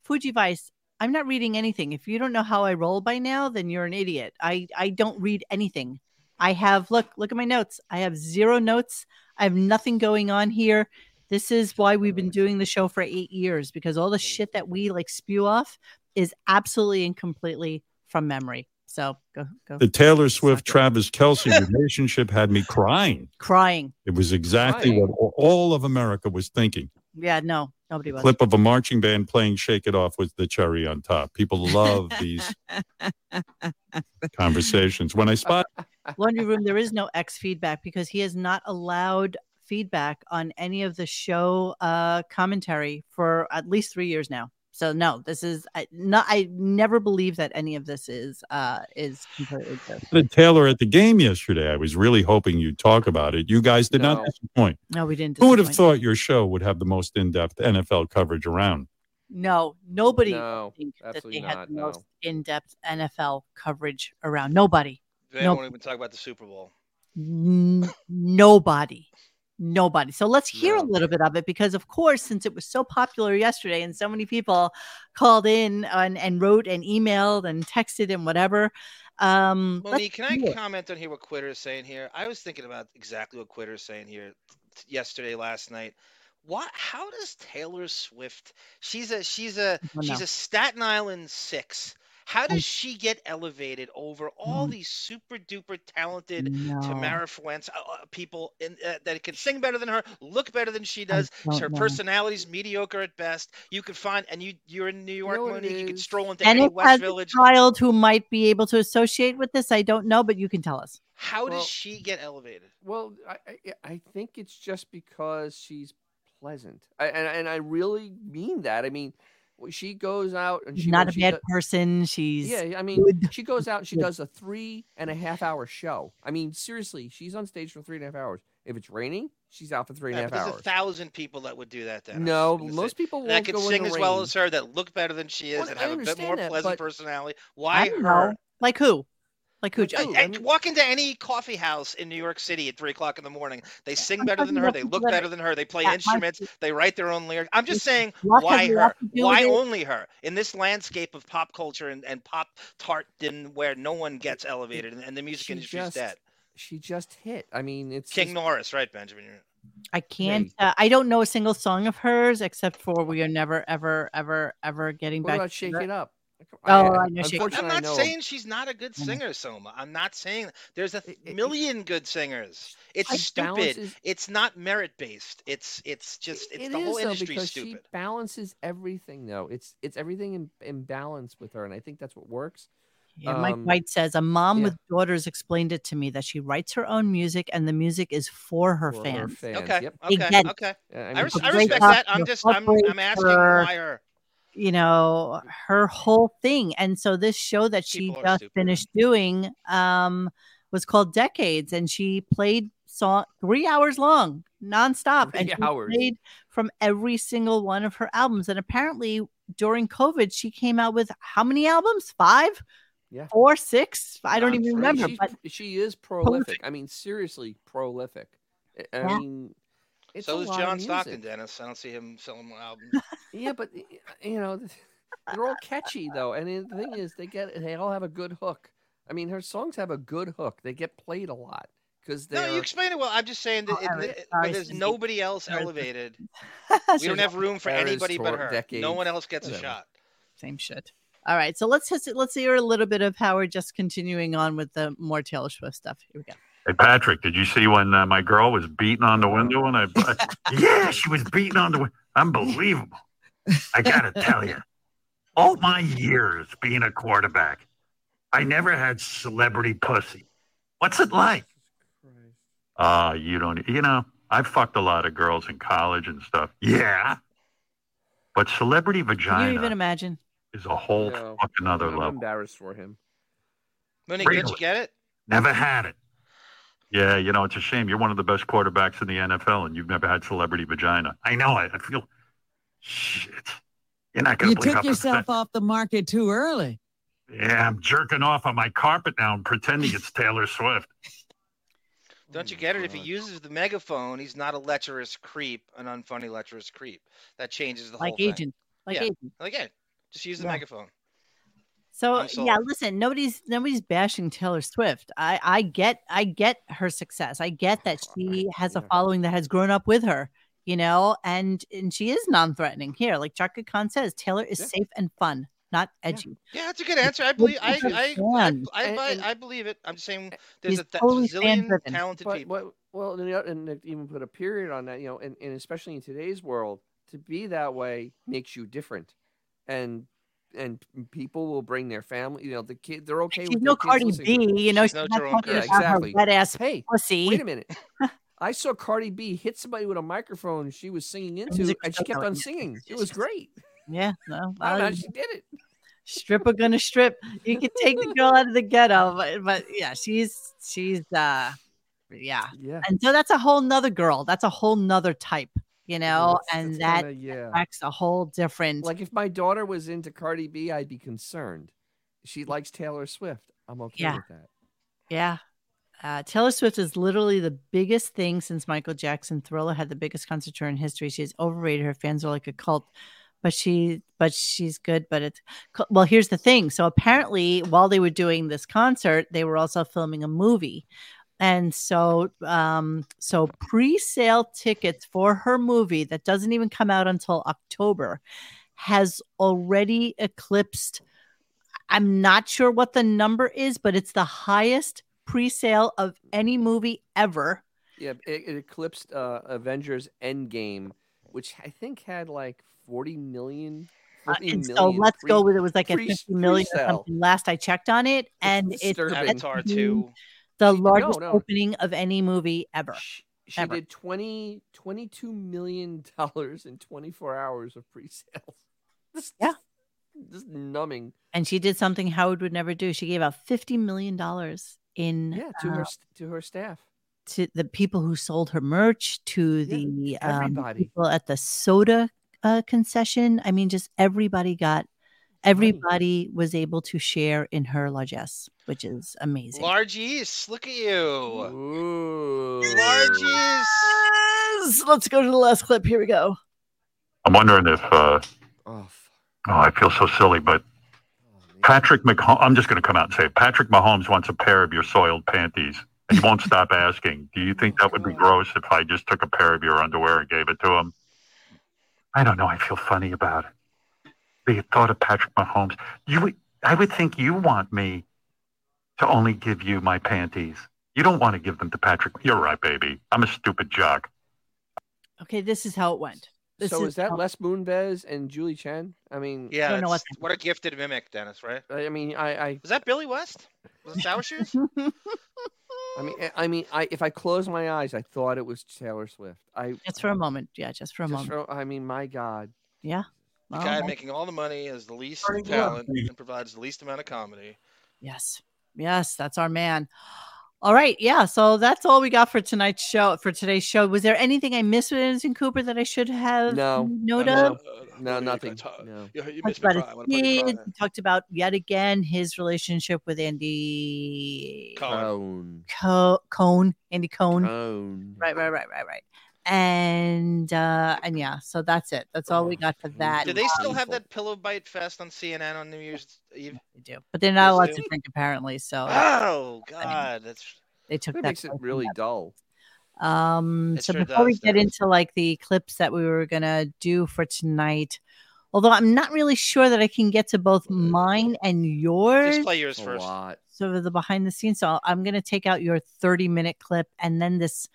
Speaker 3: Fuji Vice, I'm not reading anything. If you don't know how I roll by now, then you're an idiot. I, I don't read anything. I have look, look at my notes. I have zero notes. I have nothing going on here. This is why we've been doing the show for eight years because all the shit that we like spew off is absolutely and completely from memory. So go go
Speaker 6: the Taylor Swift
Speaker 3: Suck it.
Speaker 6: Travis Kelsey relationship had me crying.
Speaker 3: crying.
Speaker 6: It was exactly
Speaker 4: Crying.
Speaker 6: what a- all of America was thinking.
Speaker 3: Yeah, no, nobody was.
Speaker 6: Clip of a marching band playing "Shake It Off" was the cherry on top. People love these conversations. When I spot
Speaker 3: laundry room there is no x feedback because he has not allowed feedback on any of the show uh commentary for at least three years now so no this is I, not i never believe that any of this is uh is completely true
Speaker 6: the Taylor at the game yesterday, I was really hoping you'd talk about it. You guys did
Speaker 4: No.
Speaker 6: not disappoint.
Speaker 3: no we didn't
Speaker 6: Who would have
Speaker 3: disappoint.
Speaker 6: thought your show would have the most in-depth NFL coverage around?
Speaker 3: no nobody
Speaker 4: No,
Speaker 3: think that
Speaker 4: absolutely
Speaker 3: they had
Speaker 4: not,
Speaker 3: the
Speaker 4: no.
Speaker 3: most in-depth nfl coverage around nobody
Speaker 2: They
Speaker 3: Nope.
Speaker 2: won't even talk about the Super Bowl.
Speaker 3: N- nobody nobody so let's hear a
Speaker 4: No.
Speaker 3: little bit of it because of course since it was so popular yesterday and so many people called in and, and wrote and emailed and texted and whatever um let's
Speaker 2: Monique, can I
Speaker 3: do it.
Speaker 2: comment on here what Quitter is saying here? I was thinking about exactly what Quitter is saying here t- yesterday, last night. What? How does Taylor Swift? She's a she's a
Speaker 3: I don't
Speaker 2: she's
Speaker 3: know.
Speaker 2: a Staten Island six. How
Speaker 3: I-
Speaker 2: does she get elevated over all
Speaker 3: Mm.
Speaker 2: these super duper talented
Speaker 3: No,
Speaker 2: Tamara Fuentes uh, uh, people in, uh, that can sing better than her, look better than she
Speaker 3: I
Speaker 2: does.
Speaker 3: don't
Speaker 2: Her
Speaker 3: know.
Speaker 2: personality's mediocre at best. You could find, and you you're in New York,
Speaker 4: know what it
Speaker 2: Monique. You could
Speaker 4: is?
Speaker 2: stroll into
Speaker 3: and
Speaker 2: any
Speaker 3: if
Speaker 2: West
Speaker 3: has
Speaker 2: Village.
Speaker 3: a child who might be able to associate with this i don't know but you can tell us
Speaker 2: How
Speaker 4: Well-
Speaker 2: does she get elevated?
Speaker 4: Well, I, I I think it's just because she's pleasant, I, and and I really mean that. I mean, w- she goes out and
Speaker 3: she's
Speaker 4: she
Speaker 3: not a
Speaker 4: she
Speaker 3: bad
Speaker 4: do-
Speaker 3: person she's
Speaker 4: yeah, I mean,
Speaker 3: good.
Speaker 4: she goes out and she
Speaker 3: Yeah.
Speaker 4: does a three and a half hour show. I mean, seriously, she's on stage for three and a half hours. If it's raining, she's out for three and a
Speaker 2: Yeah,
Speaker 4: half
Speaker 2: but there's a
Speaker 4: hours.
Speaker 2: thousand people that would do that. Then I'm
Speaker 4: No,
Speaker 2: just gonna say.
Speaker 4: most people
Speaker 2: that
Speaker 4: won't
Speaker 2: could
Speaker 4: go in
Speaker 2: sing
Speaker 4: the
Speaker 2: as well
Speaker 4: rain.
Speaker 2: as her, that look better than she is,
Speaker 4: Well,
Speaker 2: and
Speaker 4: I
Speaker 2: have a bit more
Speaker 4: understand that,
Speaker 2: pleasant
Speaker 4: but
Speaker 2: personality. Why
Speaker 3: don't
Speaker 2: her?
Speaker 3: know. like who like who
Speaker 4: Like
Speaker 3: Joe?
Speaker 4: who?
Speaker 2: I- I-
Speaker 4: I mean-
Speaker 2: walk into any coffee house in New York City at three o'clock in the morning. They sing
Speaker 3: I'm
Speaker 2: better
Speaker 3: talking
Speaker 2: than her.
Speaker 3: about
Speaker 2: They
Speaker 3: people
Speaker 2: look
Speaker 3: that
Speaker 2: better than her. They play
Speaker 3: that might
Speaker 2: instruments.
Speaker 3: be-
Speaker 2: They write their own lyrics. I'm just
Speaker 3: Listen,
Speaker 2: saying,
Speaker 3: luck has
Speaker 2: why
Speaker 3: a lot
Speaker 2: her?
Speaker 3: to do with
Speaker 2: Why
Speaker 3: it.
Speaker 2: only her? In this landscape of pop culture and, and pop tart, then where no one gets elevated and, and the music
Speaker 4: she
Speaker 2: industry's
Speaker 4: just-
Speaker 2: dead.
Speaker 4: she just hit. I mean, it's
Speaker 2: King
Speaker 4: just-
Speaker 2: Norris, right, Benjamin? You're-
Speaker 3: I can't. Uh, I don't know a single song of hers except for "We Are Never, Ever, Ever, Ever Getting
Speaker 4: What
Speaker 3: Back."
Speaker 4: about shake
Speaker 3: Together.
Speaker 4: it up?
Speaker 3: Oh, I know Shake It Up.
Speaker 2: I'm
Speaker 4: uh, unfortunately, I
Speaker 2: not
Speaker 4: know Mm.
Speaker 2: saying she's not a good singer, Soma. I'm not saying there's a th-
Speaker 4: It- it- it-
Speaker 2: million good singers. It's
Speaker 4: she
Speaker 2: stupid.
Speaker 4: balances-
Speaker 2: It's not merit based. It's it's just it's
Speaker 4: It
Speaker 2: the
Speaker 4: is,
Speaker 2: whole
Speaker 4: though,
Speaker 2: industry's
Speaker 4: because
Speaker 2: stupid.
Speaker 4: She balances everything though. It's it's everything in, in balance with her, and I think that's what works.
Speaker 3: Yeah, Mike
Speaker 4: Um,
Speaker 3: White says a mom
Speaker 4: yeah.
Speaker 3: with daughters explained it to me that she writes her own music and the music is for her
Speaker 4: for
Speaker 3: fans.
Speaker 2: Okay.
Speaker 4: Yep.
Speaker 2: Okay.
Speaker 3: Again,
Speaker 2: Okay.
Speaker 4: Uh, I
Speaker 2: I,
Speaker 4: mean,
Speaker 2: res-
Speaker 4: she
Speaker 2: I
Speaker 3: break
Speaker 4: just-
Speaker 2: respect
Speaker 3: up,
Speaker 2: that. I'm
Speaker 3: you
Speaker 2: just I'm
Speaker 3: separate
Speaker 2: I'm asking
Speaker 3: her.
Speaker 2: why her.
Speaker 3: You know, her whole thing. And so this show that she
Speaker 2: People are
Speaker 3: just
Speaker 2: stupid.
Speaker 3: finished doing um, was called Decades, and she played song three hours long, nonstop, and
Speaker 4: Three
Speaker 3: she
Speaker 4: hours.
Speaker 3: played from every single one of her albums. And apparently, during COVID, she came out with how many albums? Five,
Speaker 4: Yeah.
Speaker 3: four, six. I don't
Speaker 2: I'm
Speaker 3: even
Speaker 2: free.
Speaker 3: remember.
Speaker 4: She's-
Speaker 3: But
Speaker 4: she is prolific. I mean, seriously prolific. I- I
Speaker 3: Yeah.
Speaker 4: mean, it's
Speaker 2: so
Speaker 4: a
Speaker 2: is
Speaker 4: lot of
Speaker 2: John Stockton,
Speaker 4: music.
Speaker 2: Dennis. I don't see him selling more albums.
Speaker 4: Yeah, but y- you know, they're all catchy though, and then the thing is, they get they all have a good hook. I mean, her songs have a good hook. They get played a lot because
Speaker 2: no,
Speaker 4: they're.
Speaker 2: you explain it well. I'm just saying that
Speaker 3: Oh, Eric,
Speaker 2: it, it,
Speaker 3: sorry,
Speaker 2: when there's
Speaker 3: Cindy.
Speaker 2: nobody else
Speaker 3: Sorry.
Speaker 2: elevated. We
Speaker 3: She's
Speaker 2: don't have room for
Speaker 4: Eras,
Speaker 2: anybody but
Speaker 4: tour-
Speaker 2: her. No
Speaker 4: decades,
Speaker 2: one else gets a
Speaker 4: whatever.
Speaker 2: shot.
Speaker 3: same shit. All right, so let's his- let's hear a little bit of Howard just continuing on with the more Taylor Swift stuff. Here we go.
Speaker 6: Hey Patrick, did you see when uh, my girl was beating on the window? And I, yeah, she was beating on the window. Unbelievable! I gotta tell you, all my years being a quarterback, I never had celebrity pussy. What's it like? Ah, you don't. You know, I fucked a lot of girls in college and stuff. Yeah, but celebrity
Speaker 3: Can you even
Speaker 6: vagina
Speaker 3: imagine?
Speaker 6: is a whole
Speaker 4: No.
Speaker 6: fucking other
Speaker 4: I'm
Speaker 6: level.
Speaker 4: embarrassed for him.
Speaker 2: Monique, did
Speaker 6: Really?
Speaker 2: you get it?
Speaker 6: Never had it. Yeah, you know, it's a shame. You're one of the best quarterbacks in the NFL and you've never had celebrity vagina. I know. I, I feel shit. You're not going
Speaker 7: You
Speaker 6: to believe how
Speaker 7: took
Speaker 6: upset.
Speaker 7: yourself off the market too early.
Speaker 6: Yeah, I'm jerking off on my carpet now and pretending it's Taylor Swift.
Speaker 2: Don't you
Speaker 4: my
Speaker 2: get it? If he
Speaker 4: God.
Speaker 2: uses the megaphone, he's not a lecherous creep, an unfunny lecherous creep. That changes the
Speaker 3: Like
Speaker 2: whole thing.
Speaker 3: agent, like
Speaker 2: Yeah.
Speaker 3: agent.
Speaker 2: Like agent. Just use the
Speaker 3: Yeah.
Speaker 2: megaphone.
Speaker 3: So
Speaker 2: I'm
Speaker 3: yeah,
Speaker 2: sold.
Speaker 3: listen, nobody's nobody's bashing Taylor Swift. I I get I get her success. I get that she has a
Speaker 4: yeah.
Speaker 3: following that has grown up with her, you know, and and she is non-threatening here. Like Chaka Khan says, Taylor is
Speaker 4: Yeah.
Speaker 3: safe and fun, not edgy.
Speaker 2: Yeah, that's a good answer. I believe. I
Speaker 3: it's a
Speaker 2: I, I,
Speaker 3: fan.
Speaker 2: I,
Speaker 4: And-
Speaker 2: buy-
Speaker 4: and-
Speaker 2: I believe it. I'm just saying there's
Speaker 3: He's
Speaker 2: a th-
Speaker 3: totally
Speaker 2: bazillion
Speaker 3: fan-driven.
Speaker 2: talented
Speaker 4: But
Speaker 2: people.
Speaker 4: what, well, and, you know, and they even put a period on that, you know, and, and especially in today's world, to be that way makes you different, and and people will bring their family, you know, the kid, they're okay
Speaker 3: She's
Speaker 4: with
Speaker 3: no
Speaker 4: their kids
Speaker 3: Cardi
Speaker 4: listening to
Speaker 3: B, you know.
Speaker 2: She's
Speaker 3: She's,
Speaker 2: no
Speaker 3: not
Speaker 2: Jerome
Speaker 3: talking
Speaker 2: Kurt.
Speaker 3: about
Speaker 4: Exactly.
Speaker 3: her wet ass
Speaker 4: it. Hey,
Speaker 3: pussy.
Speaker 4: wait a minute. I saw Cardi B hit somebody with a microphone she was singing into,
Speaker 3: music was
Speaker 4: and she
Speaker 3: so
Speaker 4: kept on
Speaker 3: elegant.
Speaker 4: singing. It
Speaker 3: It's
Speaker 4: was
Speaker 3: just-
Speaker 4: great.
Speaker 3: Yeah, no,
Speaker 4: I don't know
Speaker 3: I-
Speaker 4: how she did it.
Speaker 3: stripper gonna strip. You can take the girl out of the ghetto, but, but yeah, she's she's uh yeah.
Speaker 4: Yeah.
Speaker 3: And so that's a whole nother girl. That's a whole nother type, you know,
Speaker 4: that's-
Speaker 3: and
Speaker 4: that's
Speaker 3: that
Speaker 4: kinda- yeah.
Speaker 3: attracts a whole different
Speaker 4: Like if my daughter was into Cardi B, I'd be concerned. She likes Taylor Swift. I'm okay
Speaker 3: Yeah.
Speaker 4: with that.
Speaker 3: yeah. Uh, Taylor Swift is literally the biggest thing since Michael Jackson. Thriller had the biggest concert tour in history. She's overrated. Her fans are like a cult, but she, but she's good. But it's co- well. Here's the thing. So apparently, while they were doing this concert, they were also filming a movie, and so um, so pre-sale tickets for her movie that doesn't even come out until October has already eclipsed. I'm not sure what the number is, but it's the highest pre-sale of any movie ever.
Speaker 4: Yeah, it, it eclipsed uh, Avengers Endgame, which I think had like 40 million.
Speaker 3: Uh,
Speaker 4: 40
Speaker 3: and so
Speaker 4: million
Speaker 3: let's
Speaker 4: pre-
Speaker 3: go with it was like
Speaker 4: pre-
Speaker 3: at 50 million or
Speaker 4: pre-sale.
Speaker 3: something last I checked on it, and it's
Speaker 4: disturbing.
Speaker 2: Avatar
Speaker 3: Mhm.
Speaker 2: two.
Speaker 3: the
Speaker 4: She- no,
Speaker 3: largest
Speaker 4: no.
Speaker 3: opening of any movie ever.
Speaker 4: She, she
Speaker 3: Ever.
Speaker 4: did 20, 22 million dollars in 24 hours of pre-sales. This-
Speaker 3: Yeah.
Speaker 4: This is numbing.
Speaker 3: And she did something Howard would never do. She gave out 50 million dollars in
Speaker 4: Yeah, to
Speaker 3: uh,
Speaker 4: her st- to her staff.
Speaker 3: to the people who sold her merch, to the um,
Speaker 4: everybody.
Speaker 3: people at the soda uh, concession. I mean, just everybody got, everybody was able to share in her largesse, which is amazing.
Speaker 2: Large East. Look at you.
Speaker 4: Ooh.
Speaker 2: Large East.
Speaker 3: Yes! Let's go to the last clip. Here we go.
Speaker 6: I'm wondering if, uh,
Speaker 4: Oh, fuck.
Speaker 6: oh, I feel so silly, but
Speaker 4: Oh, man.
Speaker 6: Patrick McHol I'm just going to come out and say it. Patrick Mahomes wants a pair of your soiled panties.
Speaker 10: He won't stop asking. Do you think that would be gross if I just took a pair of your underwear and gave it to him? I don't know. I feel funny about it. The thought of Patrick Mahomes. You, would- I would think you want me to only give you my panties. You don't want to give them to Patrick. You're right, baby. I'm a stupid jock.
Speaker 3: Okay, this is how it went. This
Speaker 4: so is, that
Speaker 3: how-
Speaker 4: Les Moonves and Julie Chen? I mean,
Speaker 2: Yeah,
Speaker 3: don't know what
Speaker 2: it's- what a gifted mimic, Dennis. Right?
Speaker 4: I I mean, I, I,
Speaker 2: Was that Billy West? Was it Sour Shoes?
Speaker 4: I mean, I- I mean, I if I closed my eyes, I thought it was Taylor Swift. I
Speaker 3: just for a moment? Yeah, just for a
Speaker 4: just,
Speaker 3: moment.
Speaker 4: wrote- I mean, my God,
Speaker 2: The
Speaker 3: Well,
Speaker 2: guy
Speaker 3: that-
Speaker 2: making all the money has the least
Speaker 6: Starting to look.
Speaker 2: talent and provides the least amount of comedy.
Speaker 3: Yes. Yes, that's our man. All right. Yeah. So that's all we got for tonight's show. For today's show, was there anything I missed with Anderson Cooper that I should have
Speaker 4: No.
Speaker 3: made note
Speaker 2: Uh,
Speaker 4: No.
Speaker 3: of?
Speaker 4: no, nothing.
Speaker 2: You,
Speaker 4: No.
Speaker 2: you
Speaker 3: Talked
Speaker 2: missed me cry.
Speaker 3: about
Speaker 2: I
Speaker 3: his
Speaker 2: wanna put you
Speaker 3: kids.
Speaker 2: cry.
Speaker 3: He talked about yet again his relationship with Andy
Speaker 2: Cohen.
Speaker 4: Cone.
Speaker 3: Co- Cone. Andy Cone.
Speaker 4: Cone.
Speaker 3: Right. Right. Right. Right. Right. And uh and yeah. So that's it. That's all we got for that.
Speaker 2: Do they still have
Speaker 4: Painful.
Speaker 2: that pillow bite fest on CNN on New Year's Eve?
Speaker 3: They do, but they're not allowed
Speaker 2: Yes,
Speaker 3: to
Speaker 2: they-
Speaker 3: drink apparently. So
Speaker 2: Oh God, that's
Speaker 3: they took
Speaker 4: That
Speaker 3: that
Speaker 4: makes it
Speaker 3: away from
Speaker 4: really
Speaker 3: them.
Speaker 4: dull.
Speaker 3: Um,
Speaker 2: It
Speaker 3: so
Speaker 2: sure
Speaker 3: before we
Speaker 2: does,
Speaker 3: get
Speaker 2: does.
Speaker 3: into like the clips that we were gonna do for tonight, although I'm not really sure that I can get to both mine and yours
Speaker 2: just play yours
Speaker 4: A
Speaker 2: first.
Speaker 4: lot.
Speaker 3: sort of the behind the scenes. So I'm gonna take out your 30 minute clip and then this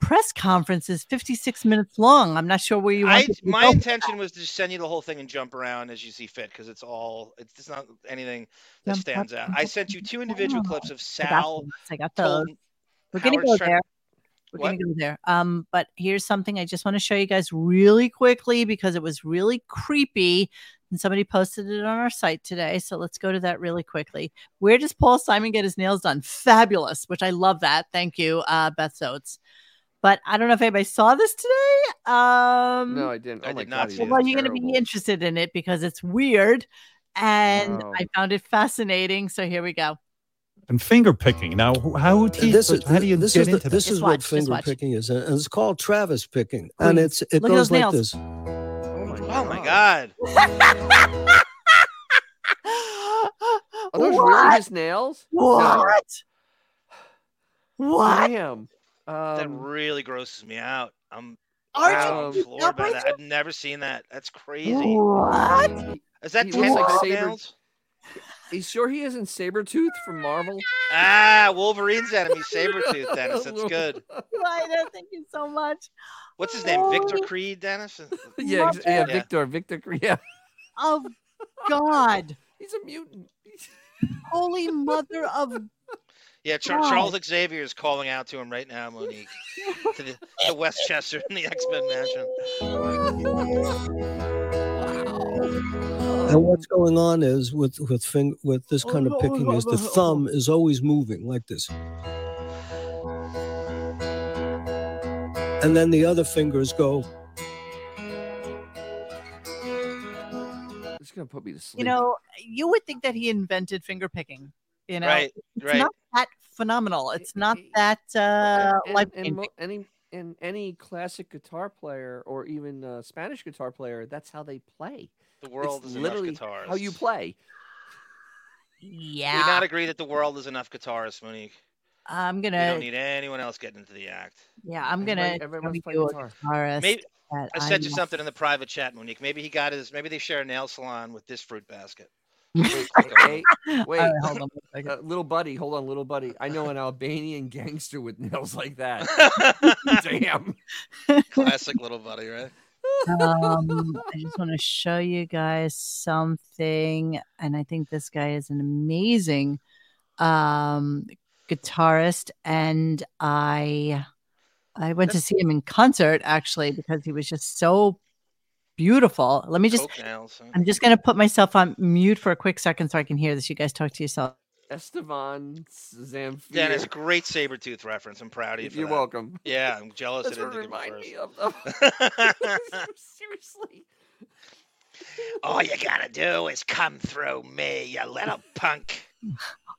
Speaker 3: press conference is 56 minutes long. I'm not sure where you want
Speaker 2: I,
Speaker 3: to go.
Speaker 2: my intention was to just send you the whole thing and jump around as you see fit because it's all it's, it's not anything that
Speaker 3: Jump up,
Speaker 2: stands out.
Speaker 3: jump
Speaker 2: I
Speaker 3: up,
Speaker 2: sent you
Speaker 3: jump
Speaker 2: two
Speaker 3: down.
Speaker 2: individual clips
Speaker 3: I
Speaker 2: of
Speaker 3: got
Speaker 2: Sal.
Speaker 3: those. I got those.
Speaker 2: told
Speaker 3: We're gonna
Speaker 2: Howard
Speaker 3: go
Speaker 2: Stern-
Speaker 3: there. We're going to go there. Um, but here's something I just want to show you guys really quickly because it was really creepy. And somebody posted it on our site today. So let's go to that really quickly. Where does Paul Simon get his nails done? Fabulous, which I love that. Thank you, uh, Beth Soates. But I don't know if anybody saw this today. Um,
Speaker 4: No, I didn't.
Speaker 2: I
Speaker 4: oh my
Speaker 2: did not
Speaker 4: God,
Speaker 2: see
Speaker 4: it
Speaker 2: it.
Speaker 4: is
Speaker 3: well, you're going to
Speaker 4: terrible.
Speaker 3: be interested in it because it's weird. And
Speaker 4: Wow.
Speaker 3: I found it fascinating. So here we go.
Speaker 6: And finger picking. Now, who- how do you,
Speaker 11: this is
Speaker 6: how do you
Speaker 11: this
Speaker 6: get
Speaker 11: is the-
Speaker 6: into
Speaker 11: this
Speaker 3: Just
Speaker 11: is
Speaker 3: watch,
Speaker 11: what
Speaker 3: just
Speaker 11: finger
Speaker 3: watch.
Speaker 11: picking is, and it's called Travis picking, and it's
Speaker 3: Please,
Speaker 11: it
Speaker 3: look at
Speaker 11: goes
Speaker 3: those
Speaker 11: like
Speaker 3: nails.
Speaker 11: this.
Speaker 4: Oh my God.
Speaker 2: Oh my God!
Speaker 4: Are those really his nails?
Speaker 3: What? What?
Speaker 4: Damn.
Speaker 2: that
Speaker 4: Um,
Speaker 2: really grosses me out. I'm
Speaker 4: Wow.
Speaker 2: I'm
Speaker 3: Aren't you
Speaker 2: floored by that.
Speaker 3: that?
Speaker 2: I've never seen that. That's crazy.
Speaker 3: What?
Speaker 2: Is that
Speaker 4: He
Speaker 2: ten
Speaker 4: looks like
Speaker 2: like
Speaker 4: Saber-
Speaker 2: nails?
Speaker 4: you sure he isn't Sabretooth from Marvel?
Speaker 2: Ah, Wolverine's enemy, Sabretooth, Dennis. That's good.
Speaker 3: I know. Thank you so much.
Speaker 2: What's his name? Victor
Speaker 3: Oh.
Speaker 2: Creed, Dennis?
Speaker 4: yeah, ex- yeah,
Speaker 2: Yeah.
Speaker 4: Victor, Victor. Yeah,
Speaker 3: Oh, God.
Speaker 4: he's a mutant.
Speaker 3: Holy mother of
Speaker 2: Yeah, Char-
Speaker 3: God.
Speaker 2: Charles Xavier is calling out to him right now, Monique, to the, to Westchester in the X Men mansion.
Speaker 11: And what's going on is with with finger with this kind of picking is the thumb is always moving like this, and then the other fingers go.
Speaker 4: It's gonna put me to sleep.
Speaker 3: You know, you would think that he invented finger picking. You know,
Speaker 2: Right,
Speaker 3: it's
Speaker 2: right.
Speaker 3: not that phenomenal. It's not
Speaker 4: Y-
Speaker 3: that uh,
Speaker 4: and,
Speaker 3: life
Speaker 4: and mo- any and any classic guitar player or even uh, Spanish guitar player, that's how they play.
Speaker 2: The world
Speaker 4: it's
Speaker 2: is
Speaker 4: literally
Speaker 2: enough guitarists.
Speaker 4: how you play.
Speaker 2: Do
Speaker 3: Yeah,
Speaker 2: you not agree that the world is enough guitarists, Monique?
Speaker 3: I'm
Speaker 2: We
Speaker 3: gonna.
Speaker 2: don't need anyone else getting into the act.
Speaker 3: Yeah, I'm gonna.
Speaker 4: Everybody- everyone must
Speaker 3: show
Speaker 4: play
Speaker 3: you a
Speaker 4: guitar.
Speaker 3: guitarist
Speaker 2: Maybe
Speaker 3: that
Speaker 2: I sent you
Speaker 3: love.
Speaker 2: something in the private chat, Monique. Maybe he got his. Maybe they share a nail salon with this fruit basket. Really click on it.
Speaker 4: Hey, wait,
Speaker 3: All right, hold on. one second.
Speaker 4: uh, little buddy, hold on, little buddy. I know an Albanian gangster with nails like that. Damn.
Speaker 2: Classic little buddy, right?
Speaker 3: um, I just want to show you guys something, and I think this guy is an amazing um, guitarist, and I I went to see him in concert actually because he was just so beautiful. Let me just
Speaker 2: Coke nails. huh?
Speaker 3: I'm just gonna put myself on mute for a quick second so I can hear this. You guys talk to yourself.
Speaker 4: Estevan Zamfir.
Speaker 2: Dennis, great saber tooth reference. I'm proud of you. For
Speaker 4: You're
Speaker 2: that.
Speaker 4: welcome.
Speaker 2: Yeah, I'm jealous. I
Speaker 4: That's
Speaker 2: didn't
Speaker 4: what it
Speaker 2: think of it
Speaker 4: reminded
Speaker 2: first.
Speaker 4: me of. of- Seriously.
Speaker 2: All you gotta do is come through me, you little punk.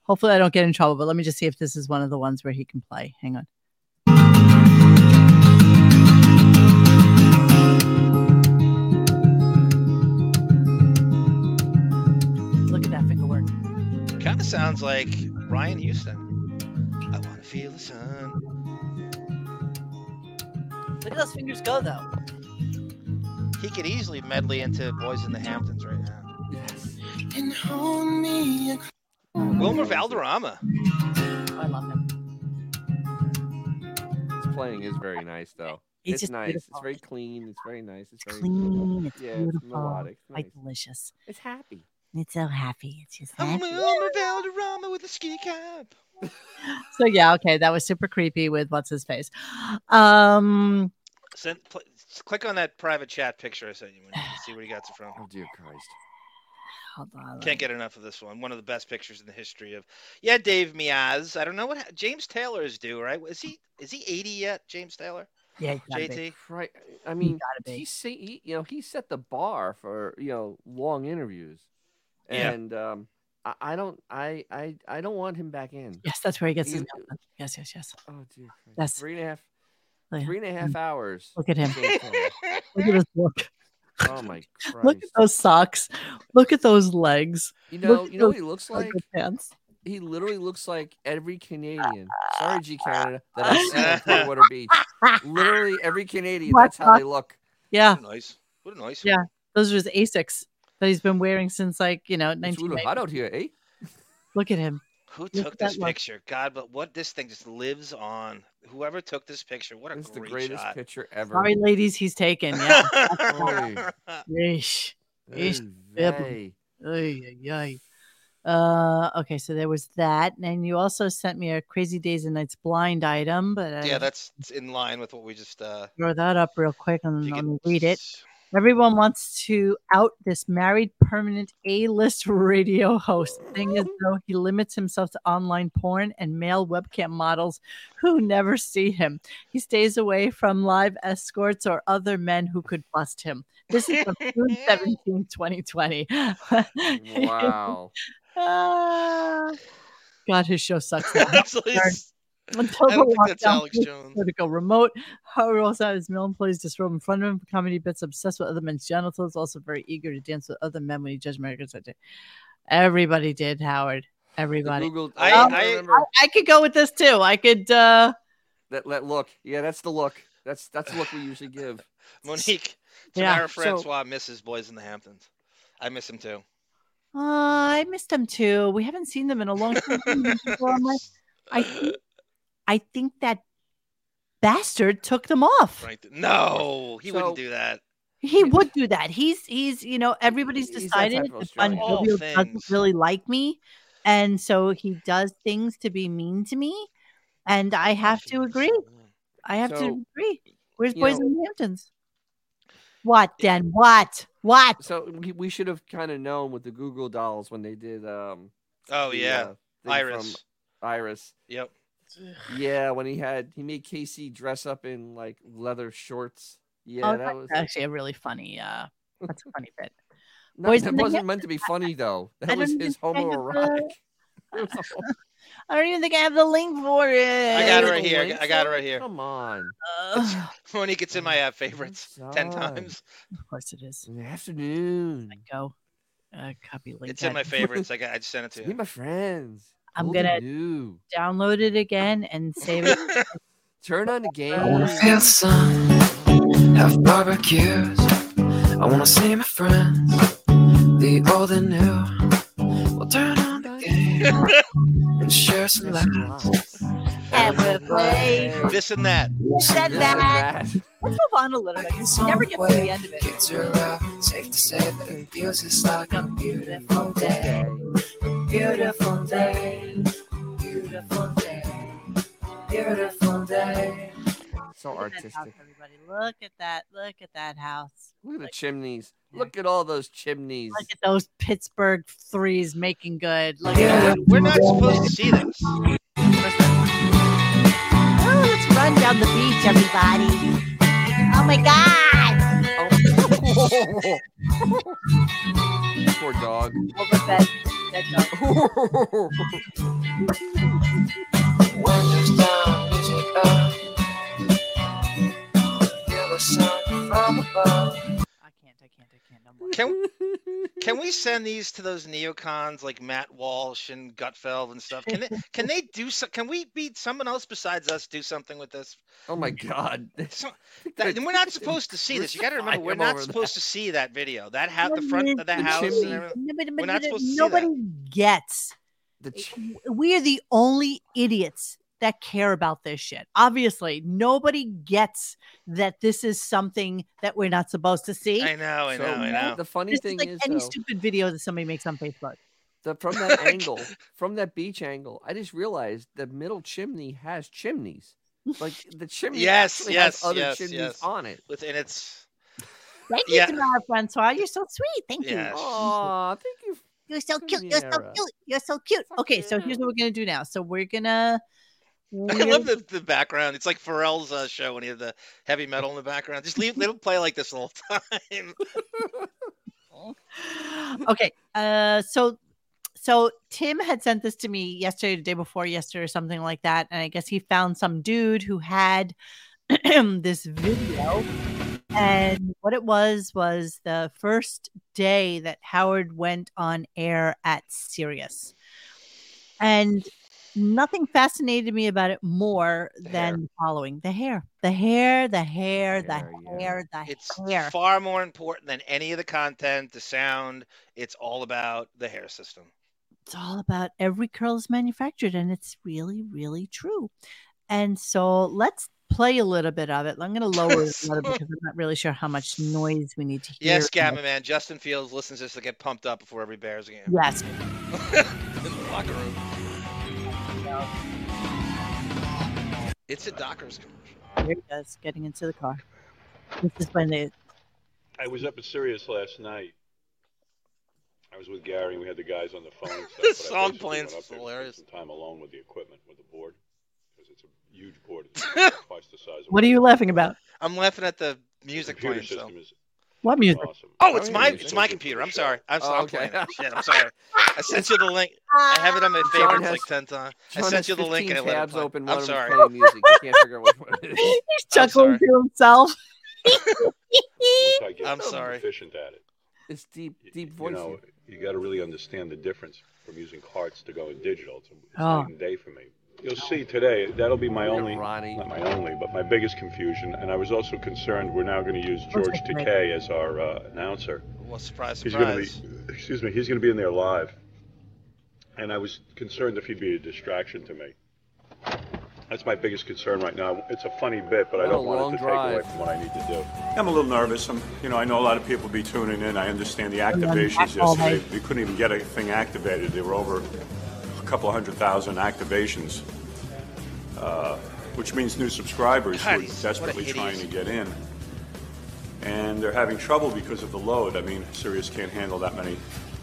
Speaker 3: Hopefully, I don't get in trouble, but let me just see if this is one of the ones where he can play. Hang on. Look at that finger work.
Speaker 2: Kind of sounds like Ryan Houston. I want to feel the sun.
Speaker 3: Look at those fingers go, though.
Speaker 2: He could easily medley into Boys in the Hamptons right now.
Speaker 12: And hold me.
Speaker 2: Wilmer Valderrama.
Speaker 3: I love him.
Speaker 4: His playing is very nice, though.
Speaker 3: It's
Speaker 4: It's,
Speaker 3: just
Speaker 4: nice.
Speaker 3: beautiful.
Speaker 4: It's very clean. It's very nice. It's very
Speaker 3: Clean. It's
Speaker 4: yeah,
Speaker 3: beautiful.
Speaker 4: it's melodic. It's nice.
Speaker 3: Like delicious.
Speaker 4: It's happy.
Speaker 3: It's so happy. It's just
Speaker 2: I'm
Speaker 3: happy.
Speaker 2: Wilmer Valderrama with a ski cap.
Speaker 3: So yeah, okay, that was super creepy with what's his face. Um,
Speaker 2: Send, pl- click on that private chat picture I sent you and you can see where he got it from.
Speaker 4: Oh dear Christ!
Speaker 3: hold on.
Speaker 2: Can't get enough of this one. One of the best pictures in the history of. Yeah, Dave Miaz. I don't know what ha- James Taylor is due, right? Is he is he 80 yet, James Taylor?
Speaker 3: Yeah, he's gotta be.
Speaker 2: JT.
Speaker 4: Right. I mean,
Speaker 3: gotta be.
Speaker 4: he, say, he you know he set the bar for you know long interviews,
Speaker 2: Yeah.
Speaker 4: and um, I, I don't I, I I don't want him back in.
Speaker 3: Yes, that's where he gets his.
Speaker 4: You-
Speaker 3: nail done. Yes, yes, yes.
Speaker 4: Oh dear Christ!
Speaker 3: That's-
Speaker 4: three and a half
Speaker 3: Yeah. Mm.
Speaker 4: three and a half hours.
Speaker 3: Look at him.
Speaker 4: so far.
Speaker 3: Look at his look.
Speaker 4: Oh my Christ!
Speaker 3: Look at those socks. Look at those legs.
Speaker 4: you
Speaker 3: look
Speaker 4: know
Speaker 3: at
Speaker 4: you know
Speaker 3: those
Speaker 4: what he looks
Speaker 3: Look
Speaker 4: like.
Speaker 3: at the pants.
Speaker 4: He literally looks like every Canadian. Sorry, G Canada, that I've seen on Clearwater Beach. Literally every Canadian.
Speaker 3: What
Speaker 4: That's how they look.
Speaker 3: Yeah,
Speaker 2: What a noise. What a noise.
Speaker 3: Yeah. those are his Asics that he's been wearing since like you know
Speaker 4: It's
Speaker 3: nineteen.
Speaker 4: really hot out here, eh?
Speaker 3: Look at him.
Speaker 2: Who
Speaker 3: at
Speaker 2: took
Speaker 3: that
Speaker 2: this
Speaker 3: look.
Speaker 2: picture? God, but what this thing just lives on. Whoever took this picture, what a
Speaker 4: It's the
Speaker 2: great
Speaker 4: greatest
Speaker 2: shot.
Speaker 4: picture ever.
Speaker 3: Sorry, ladies, he's taken. Yeah. Yeesh. Ish, bibbum.
Speaker 4: Hey,
Speaker 3: Ay, ay, ay. Uh, okay, so there was that, and you also sent me a Crazy Days and Nights blind item, but I
Speaker 2: yeah, that's in line with what we just. uh
Speaker 3: throw that up real quick and
Speaker 2: if you
Speaker 3: let
Speaker 2: could
Speaker 3: me read it.
Speaker 2: s-
Speaker 3: Everyone wants to out this married permanent A-list radio host. The thing is, though, he limits himself to online porn and male webcam models who never see him. He stays away from live escorts or other men who could bust him. This is from June 17, 2020.
Speaker 4: Wow.
Speaker 3: Ah. God, his show sucks. now.
Speaker 2: That's at least-
Speaker 3: Until
Speaker 2: I don't
Speaker 3: the
Speaker 2: think that's
Speaker 3: lockdown,
Speaker 2: Alex
Speaker 3: he
Speaker 2: Jones.
Speaker 3: had to go remote. Howard also has male employees disrobe in front of him for comedy bits, obsessed with other men's genitals, also very eager to dance with other men when he judged Americans. Everybody did, Howard.
Speaker 4: The
Speaker 3: Everybody.
Speaker 4: Google,
Speaker 2: I-
Speaker 4: I,
Speaker 2: I-
Speaker 4: remember
Speaker 3: I, I could go with this too. I could. uh
Speaker 4: that, that look. Yeah, that's the look. That's that's the look we usually give.
Speaker 2: Monique,
Speaker 3: Yeah,
Speaker 2: Tamara
Speaker 4: so-
Speaker 2: Francois misses Boys in the Hamptons. I miss him too.
Speaker 3: uh, I missed them too. We haven't seen them in a long time. I think, I think that bastard took them off.
Speaker 2: Right. th- No, he wouldn't
Speaker 4: So-
Speaker 2: do that.
Speaker 3: He would do that. He's he's you know everybody's
Speaker 4: he's that
Speaker 3: decided
Speaker 4: type of
Speaker 3: that Bon
Speaker 4: Australian.
Speaker 2: All
Speaker 3: Jovi doesn't
Speaker 2: things.
Speaker 3: really like me, and so he does things to be mean to me, and I have to agree. I have to
Speaker 4: So,
Speaker 3: agree. Where's
Speaker 4: you
Speaker 3: Boys
Speaker 4: know-
Speaker 3: in the Hamptons? What then? What? What?
Speaker 4: So we, we should have kind of known with the Google dolls when they did. um
Speaker 2: Oh
Speaker 4: the,
Speaker 2: yeah,
Speaker 4: uh, thing
Speaker 2: Iris.
Speaker 4: From Iris.
Speaker 2: Yep.
Speaker 4: Yeah, when he had he made Casey dress up in like leather shorts. Yeah,
Speaker 3: oh,
Speaker 4: that
Speaker 3: that's
Speaker 4: was
Speaker 3: actually a really funny. Uh, that's a funny bit.
Speaker 4: no,
Speaker 3: Boys in
Speaker 4: that
Speaker 3: the
Speaker 4: wasn't meant to be funny though.
Speaker 3: I
Speaker 4: That was
Speaker 3: don't
Speaker 4: his
Speaker 3: even think of
Speaker 4: homoerotic.
Speaker 3: the- I don't even think I have the link for it.
Speaker 2: I got it right here. I got- I got it right here.
Speaker 4: Come on.
Speaker 3: Ugh,
Speaker 2: Monique, it's in my uh, favorites ten
Speaker 4: Sorry.
Speaker 2: times.
Speaker 3: of course it is.
Speaker 4: In the afternoon.
Speaker 3: Go. Uh, copy link.
Speaker 2: It's in
Speaker 3: that.
Speaker 2: my favorites. I got. I just sent it to
Speaker 4: Meet my friends.
Speaker 3: I'm
Speaker 4: Old
Speaker 3: gonna-
Speaker 4: and new.
Speaker 3: Download it again and save it.
Speaker 2: you.
Speaker 4: turn on the game.
Speaker 3: I
Speaker 12: I wanna feel the sun, have barbecues. I wanna see my friends, the old and new. We'll turn on the game and share some laughs.
Speaker 3: And we'll play.
Speaker 2: this and that.
Speaker 3: Said that. Let's move on a little bit.
Speaker 12: Like it's
Speaker 3: You
Speaker 12: on
Speaker 3: never
Speaker 12: the
Speaker 3: get to the
Speaker 12: way,
Speaker 3: end of it.
Speaker 12: kids are out. Safe to say that it feels just like a beautiful day. Beautiful day, beautiful day, beautiful day.
Speaker 4: So
Speaker 3: Look at that house,
Speaker 4: artistic.
Speaker 3: everybody. Look at that. Look at that house.
Speaker 4: Look at the chimneys. Look at all those chimneys.
Speaker 3: Look at those Pittsburgh threes making good. Look
Speaker 12: Yeah.
Speaker 3: at that.
Speaker 2: We're not supposed to see this.
Speaker 3: Oh, let's run down the beach, everybody. Oh my God.
Speaker 4: Oh. Poor dog.
Speaker 3: Over that, that dog.
Speaker 12: Windows down, music up. Feel the sun from above.
Speaker 3: I can't. I can't. I can't. No more.
Speaker 2: Can Can we send these to those neocons like Matt Walsh and Gutfeld and stuff? Can they can they do so? Can we be someone else besides us do something with this?
Speaker 4: Oh my God!
Speaker 2: So, that, and we're not supposed to see this. You got to remember, we're
Speaker 4: I'm
Speaker 2: not
Speaker 4: over
Speaker 2: supposed to see that video. That had the
Speaker 3: Nobody-
Speaker 2: front of the house. And everything.
Speaker 3: Nobody,
Speaker 2: We're not supposed to see that.
Speaker 3: nobody gets. we are the only idiots that care about this shit. Obviously, nobody gets that this is something that we're not supposed to see.
Speaker 2: I know, I
Speaker 4: So,
Speaker 2: know, I know.
Speaker 4: The funny
Speaker 3: This
Speaker 4: thing
Speaker 3: is like
Speaker 4: is,
Speaker 3: any
Speaker 4: though,
Speaker 3: stupid video that somebody makes on Facebook.
Speaker 4: the, from that angle, from that beach angle, I just realized the middle chimney has chimneys. Like the chimney
Speaker 2: Yes,
Speaker 4: actually
Speaker 2: yes,
Speaker 4: has other
Speaker 2: yes,
Speaker 4: chimneys
Speaker 2: yes.
Speaker 4: on it.
Speaker 2: Within its
Speaker 3: Thank
Speaker 2: Yeah.
Speaker 3: you, Tamara Francois. You're so sweet. Thank
Speaker 2: Yes.
Speaker 3: you.
Speaker 4: Aw, thank you.
Speaker 3: You're so cute. You're so
Speaker 4: Tamara.
Speaker 3: cute. You're so cute. Okay, so here's what we're gonna do now. So we're gonna.
Speaker 2: I love the, the background. It's like Pharrell's uh, show when he had the heavy metal in the background. Just leave, let him play like this the whole time.
Speaker 3: okay. Uh, so so Tim had sent this to me yesterday, the day before yesterday, or something like that, and I guess he found some dude who had this video. And what it was was the first day that Howard went on air at Sirius. And nothing fascinated me about it more than the following the hair, the hair, the hair, the hair, the
Speaker 2: It's
Speaker 3: hair.
Speaker 2: far more important than any of the content, the sound. It's all about the hair system.
Speaker 3: it's all about every curl is manufactured and it's really really true and so let's play a little bit of it i'm going to lower it a little bit because i'm not really sure how much noise we need to hear
Speaker 2: Yes, Gamma Man. Justin Fields listens to this to get pumped up before every Bears game.
Speaker 3: yes
Speaker 2: In the locker room. It's a Dockers commercial.
Speaker 3: there he goes getting into the car this is when they
Speaker 13: I was up at Sirius last night. I was with Gary, and we had the guys on the phone. And stuff,
Speaker 2: This
Speaker 13: but I
Speaker 2: song
Speaker 13: basically
Speaker 2: playing
Speaker 13: went up
Speaker 2: is
Speaker 13: there to spend
Speaker 2: hilarious.
Speaker 13: Some time alone with the equipment, with the board, because it's a huge board. It's twice the size. Of
Speaker 3: what are you laughing about
Speaker 2: I'm laughing at the music playing. So.
Speaker 3: what music
Speaker 2: Oh, it's
Speaker 3: Oh,
Speaker 2: my
Speaker 3: yeah,
Speaker 2: it's my computer. I'm sorry. I'm, sorry.
Speaker 4: Oh,
Speaker 2: I'm
Speaker 4: okay.
Speaker 2: playing it. Shit, I'm sorry. I sent you the link. I have it on my
Speaker 4: John
Speaker 2: favorites
Speaker 4: has-
Speaker 2: like ten times. I
Speaker 4: John
Speaker 2: sent
Speaker 4: has
Speaker 2: you the link
Speaker 4: 15
Speaker 2: and I let it
Speaker 4: tabs
Speaker 2: play.
Speaker 4: open. One
Speaker 2: I'm
Speaker 4: of them's
Speaker 2: sorry.
Speaker 4: playing music. You can't figure out which one it is.
Speaker 3: he's chuckling to himself
Speaker 2: I'm sorry.
Speaker 13: Efficient at it.
Speaker 4: It's deep, deep
Speaker 13: You
Speaker 4: voice.
Speaker 13: know, you got to really understand the difference from using carts to going digital. It's, it's
Speaker 4: Oh.
Speaker 13: night and day for me. You'll see today. That'll be my only, not my only, but my biggest confusion. And I was also concerned we're now going to use George
Speaker 2: take a break.
Speaker 13: Takei as our uh, announcer.
Speaker 2: Well, surprise,
Speaker 13: He's going
Speaker 2: surprise.
Speaker 13: to be, excuse me, he's going to be in there live. And I was concerned if he'd be a distraction to me. That's my biggest concern right now. It's a funny bit, but I
Speaker 14: What
Speaker 13: don't
Speaker 14: a
Speaker 13: want
Speaker 14: long
Speaker 13: it to take
Speaker 14: drive.
Speaker 13: away from what I need to do. I'm a little nervous. I'm, you know, I know a lot of people will be tuning in. I understand the
Speaker 14: on
Speaker 13: activations
Speaker 14: back all
Speaker 13: yesterday. We couldn't even get a thing activated. There were over a couple hundred thousand activations, uh, which means new subscribers
Speaker 14: God,
Speaker 13: who are
Speaker 14: he's- what a
Speaker 13: desperately
Speaker 14: idiot.
Speaker 13: trying to get in. And they're having trouble because of the load. I mean, Sirius can't handle that many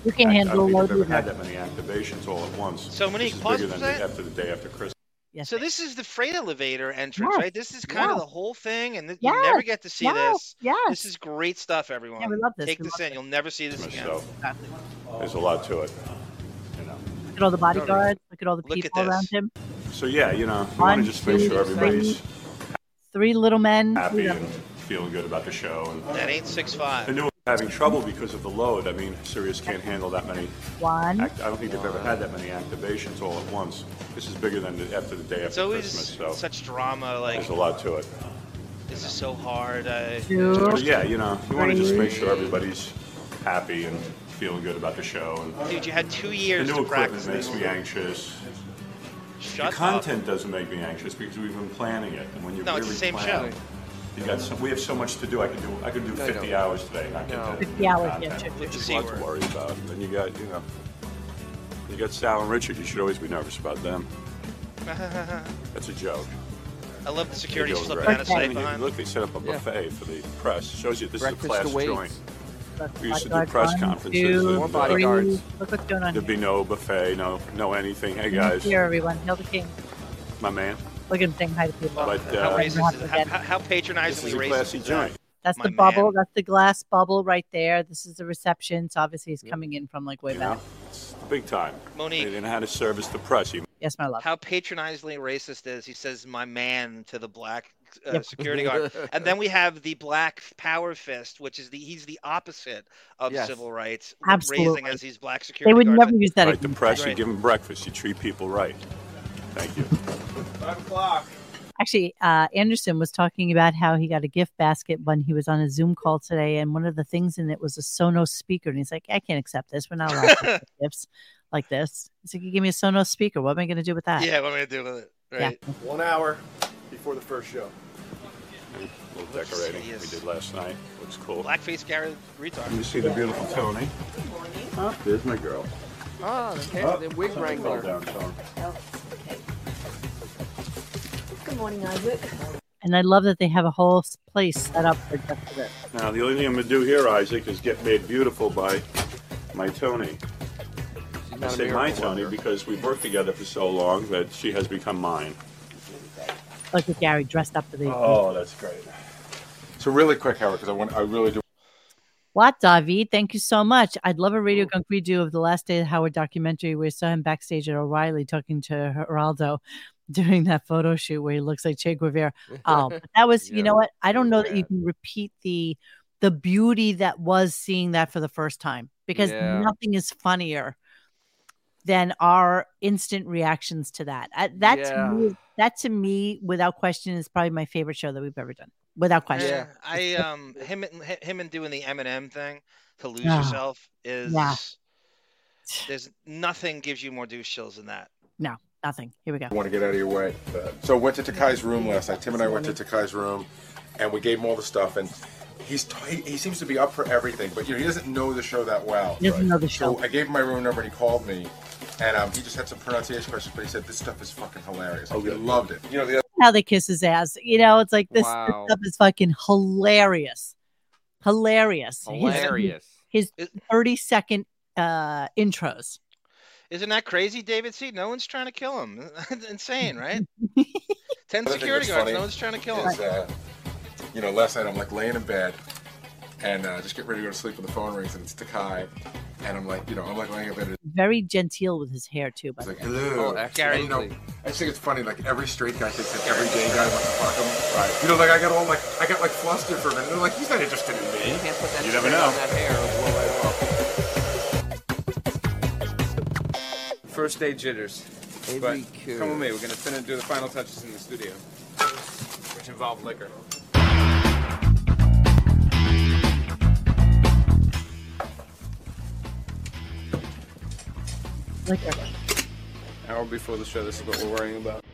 Speaker 3: you can
Speaker 13: I-
Speaker 3: handle a
Speaker 13: I don't
Speaker 3: load
Speaker 13: think we've ever had
Speaker 3: either.
Speaker 13: that many activations all at once.
Speaker 2: So many
Speaker 13: This is
Speaker 2: pause
Speaker 13: bigger than
Speaker 2: for that?
Speaker 13: the, after the day after Christmas.
Speaker 2: so this is the freight elevator entrance,
Speaker 3: Yes,
Speaker 2: right? This is kind of
Speaker 3: yes.
Speaker 2: the whole thing, and th-
Speaker 3: Yes,
Speaker 2: you never get to see
Speaker 3: yes,
Speaker 2: this.
Speaker 3: yes.
Speaker 2: This is great stuff, everyone.
Speaker 3: Yeah, we love this,
Speaker 2: Take
Speaker 3: we
Speaker 2: this
Speaker 3: love
Speaker 2: in. You'll never see this again.
Speaker 13: So there's a lot to it.
Speaker 3: look at all the bodyguards look at all the people around him
Speaker 13: So yeah, you know, we want
Speaker 3: One,
Speaker 13: to Uh, just make
Speaker 3: two,
Speaker 13: sure everybody's
Speaker 3: three little men
Speaker 13: happy
Speaker 3: you know,
Speaker 13: and feeling good about the show. And
Speaker 2: that ain't six five.
Speaker 13: And they were having trouble because of the load. I mean, Sirius can't handle that many.
Speaker 3: one
Speaker 13: Act- I don't think they've ever had that many activations all at once. This is bigger than the, after the day
Speaker 2: It's
Speaker 13: after
Speaker 2: always
Speaker 13: Christmas. So
Speaker 2: such drama. Like
Speaker 13: there's a lot to it.
Speaker 2: this is so hard. I,
Speaker 13: So, yeah, you know, we want to just
Speaker 2: Three.
Speaker 13: make sure everybody's happy and feeling good about the show. And
Speaker 2: Dude, you had two years
Speaker 13: the
Speaker 2: to
Speaker 13: new
Speaker 2: practice
Speaker 13: equipment makes
Speaker 2: this.
Speaker 13: me anxious.
Speaker 2: Shut
Speaker 13: the content doesn't make me anxious because we've been planning it, and when you
Speaker 2: No,
Speaker 13: really
Speaker 2: it's the same
Speaker 13: plan,
Speaker 2: show.
Speaker 13: you got so, we have so much to do. I could do I could do
Speaker 2: I
Speaker 13: 50
Speaker 2: know.
Speaker 13: hours today. Not get to
Speaker 3: 50 hours, yeah,
Speaker 13: content,
Speaker 3: sure,
Speaker 13: which
Speaker 2: sure,
Speaker 13: is
Speaker 2: sure.
Speaker 13: a lot to worry about. And then you got you know you got Sal and Richard. You should always be nervous about them.
Speaker 2: I
Speaker 13: That's a joke.
Speaker 2: love the security
Speaker 13: They're doing
Speaker 2: slipping
Speaker 13: great.
Speaker 2: out of sight
Speaker 13: I mean, you-
Speaker 2: behind.
Speaker 13: Look, they set up a
Speaker 2: Yeah.
Speaker 13: buffet for the press. Shows you this is
Speaker 2: Breakfast
Speaker 13: a class
Speaker 2: awaits.
Speaker 13: joint. We used to do
Speaker 3: Bodyguard
Speaker 13: press
Speaker 3: one,
Speaker 13: conferences.
Speaker 3: two,
Speaker 13: and,
Speaker 3: three.
Speaker 13: uh,
Speaker 3: Look what's going on.
Speaker 13: There'd be no buffet, no no anything. Hey guys,
Speaker 3: Here, everyone. Hail the king.
Speaker 13: my man.
Speaker 3: Look at him saying hi to people.
Speaker 13: But, uh,
Speaker 2: how racist is
Speaker 3: Once
Speaker 2: it?
Speaker 3: again.
Speaker 2: How, how
Speaker 13: This is
Speaker 2: patronizingly
Speaker 13: a
Speaker 2: racist
Speaker 13: classy
Speaker 2: is that?
Speaker 13: joint.
Speaker 3: That's the bubble. That's the glass bubble right there. This is the reception. So obviously he's coming in from like way
Speaker 13: You
Speaker 3: back.
Speaker 13: know, it's the big time. They
Speaker 2: Monique.
Speaker 13: didn't know how to service the press. You
Speaker 3: Yes, my love.
Speaker 2: How patronizingly racist is he says "my man" to the black uh,
Speaker 3: Yep.
Speaker 2: security guard, and then we have the black power fist, which is the he's the opposite of
Speaker 13: Yes.
Speaker 2: civil rights, raising
Speaker 13: Absolutely.
Speaker 2: as he's black security.
Speaker 3: They would
Speaker 2: guards.
Speaker 3: never use that.
Speaker 13: Right, the press. You
Speaker 2: Right.
Speaker 13: give them breakfast. You treat people right. Thank you. Five o'clock.
Speaker 3: Actually, uh, Anderson was talking about how he got a gift basket when he was on a Zoom call today, and one of the things in it was a Sonos speaker. And he's like, "I can't accept this. We're not allowed to accept gifts like this." He's like, "You give me a Sonos speaker. What am I going to do with that?"
Speaker 2: Yeah, what am I gonna do with it?
Speaker 3: Yeah.
Speaker 2: Right.
Speaker 13: One hour before the first show. A little decorating we did last night. Looks cool.
Speaker 2: Blackface Garrett retard.
Speaker 13: You see the beautiful Tony. There's my girl.
Speaker 4: Oh, the, hair,
Speaker 13: Oh,
Speaker 4: the wig
Speaker 13: something
Speaker 4: wrangler.
Speaker 13: fell down, Tony.
Speaker 14: Good morning, Isaac.
Speaker 3: And I love that they have a whole s- place set up for just for this.
Speaker 13: Now, the only thing I'm going to do here, Isaac, is get made beautiful by my Tony. I
Speaker 4: not a
Speaker 13: say my
Speaker 4: miracle
Speaker 13: Tony because we've worked together for so long that she has become mine.
Speaker 3: Look at Gary dressed up for the.
Speaker 13: Oh, that's great.
Speaker 15: So really quick, Howard, because I want I really do.
Speaker 3: What, David? Thank you so much. I'd love a Radio Gunk redo of the Last Day of Howard documentary where we saw him backstage at O'Reilly talking to Geraldo during that photo shoot where he looks like Che Guevara. Oh, but that was, you know what? I don't know that you can repeat the the beauty that was seeing that for the first time because
Speaker 14: Yeah.
Speaker 3: nothing is funnier than our instant reactions to that. I, that
Speaker 14: Yeah.
Speaker 3: to me, that to me, without question, is probably my favorite show that we've ever done. Without question.
Speaker 2: Yeah, I um him and hi- him and doing the Eminem thing to lose
Speaker 3: Yeah.
Speaker 2: yourself is
Speaker 3: Yeah.
Speaker 2: there's nothing gives you more douche chills than that.
Speaker 3: No, nothing. Here we go.
Speaker 15: I want to get out of your way. So I went to Takai's room last night. Tim and I went to Takai's room, and we gave him all the stuff. And he's t- he, he seems to be up for everything, but you know he doesn't know the show that well.
Speaker 3: He doesn't know the
Speaker 15: So I gave him my room number, and he called me, and um, he just had some pronunciation questions, but he said this stuff is fucking hilarious. Oh, he loved it. You know the other.
Speaker 3: how they kiss his ass. You know, it's like this, this
Speaker 15: Wow.
Speaker 3: stuff is fucking hilarious. Hilarious. His-
Speaker 2: Hilarious.
Speaker 3: His, 30 second uh intros.
Speaker 2: Isn't that crazy, David? See, no one's trying to kill him. Insane, right? Ten
Speaker 15: Another thing
Speaker 2: security
Speaker 15: that's
Speaker 2: guards,
Speaker 15: funny
Speaker 2: no one's trying to kill
Speaker 15: is,
Speaker 2: him.
Speaker 15: uh, you know, last night I'm like laying in bed and uh, just get ready to go to sleep when the phone rings and it's Takai. And I'm like, you know, I'm like laying in bed. and
Speaker 3: Very genteel with his hair too, by the
Speaker 15: It's like,
Speaker 3: way.
Speaker 15: hello.
Speaker 4: Oh,
Speaker 15: And, you know, I just think it's funny. Like every straight guy thinks that every gay guy wants to fuck him. Right. You know, like I got all like I got like flustered for a minute. They're like, he's not interested in me. You
Speaker 4: can't put that
Speaker 15: You never
Speaker 4: straight
Speaker 15: know.
Speaker 4: on that hair. It'll blow right off.
Speaker 16: First day jitters. but
Speaker 4: cure.
Speaker 16: come with me. We're gonna finish do the final touches in the studio, which involve liquor.
Speaker 3: Like,
Speaker 16: Hour before the show. This is what we're worrying about.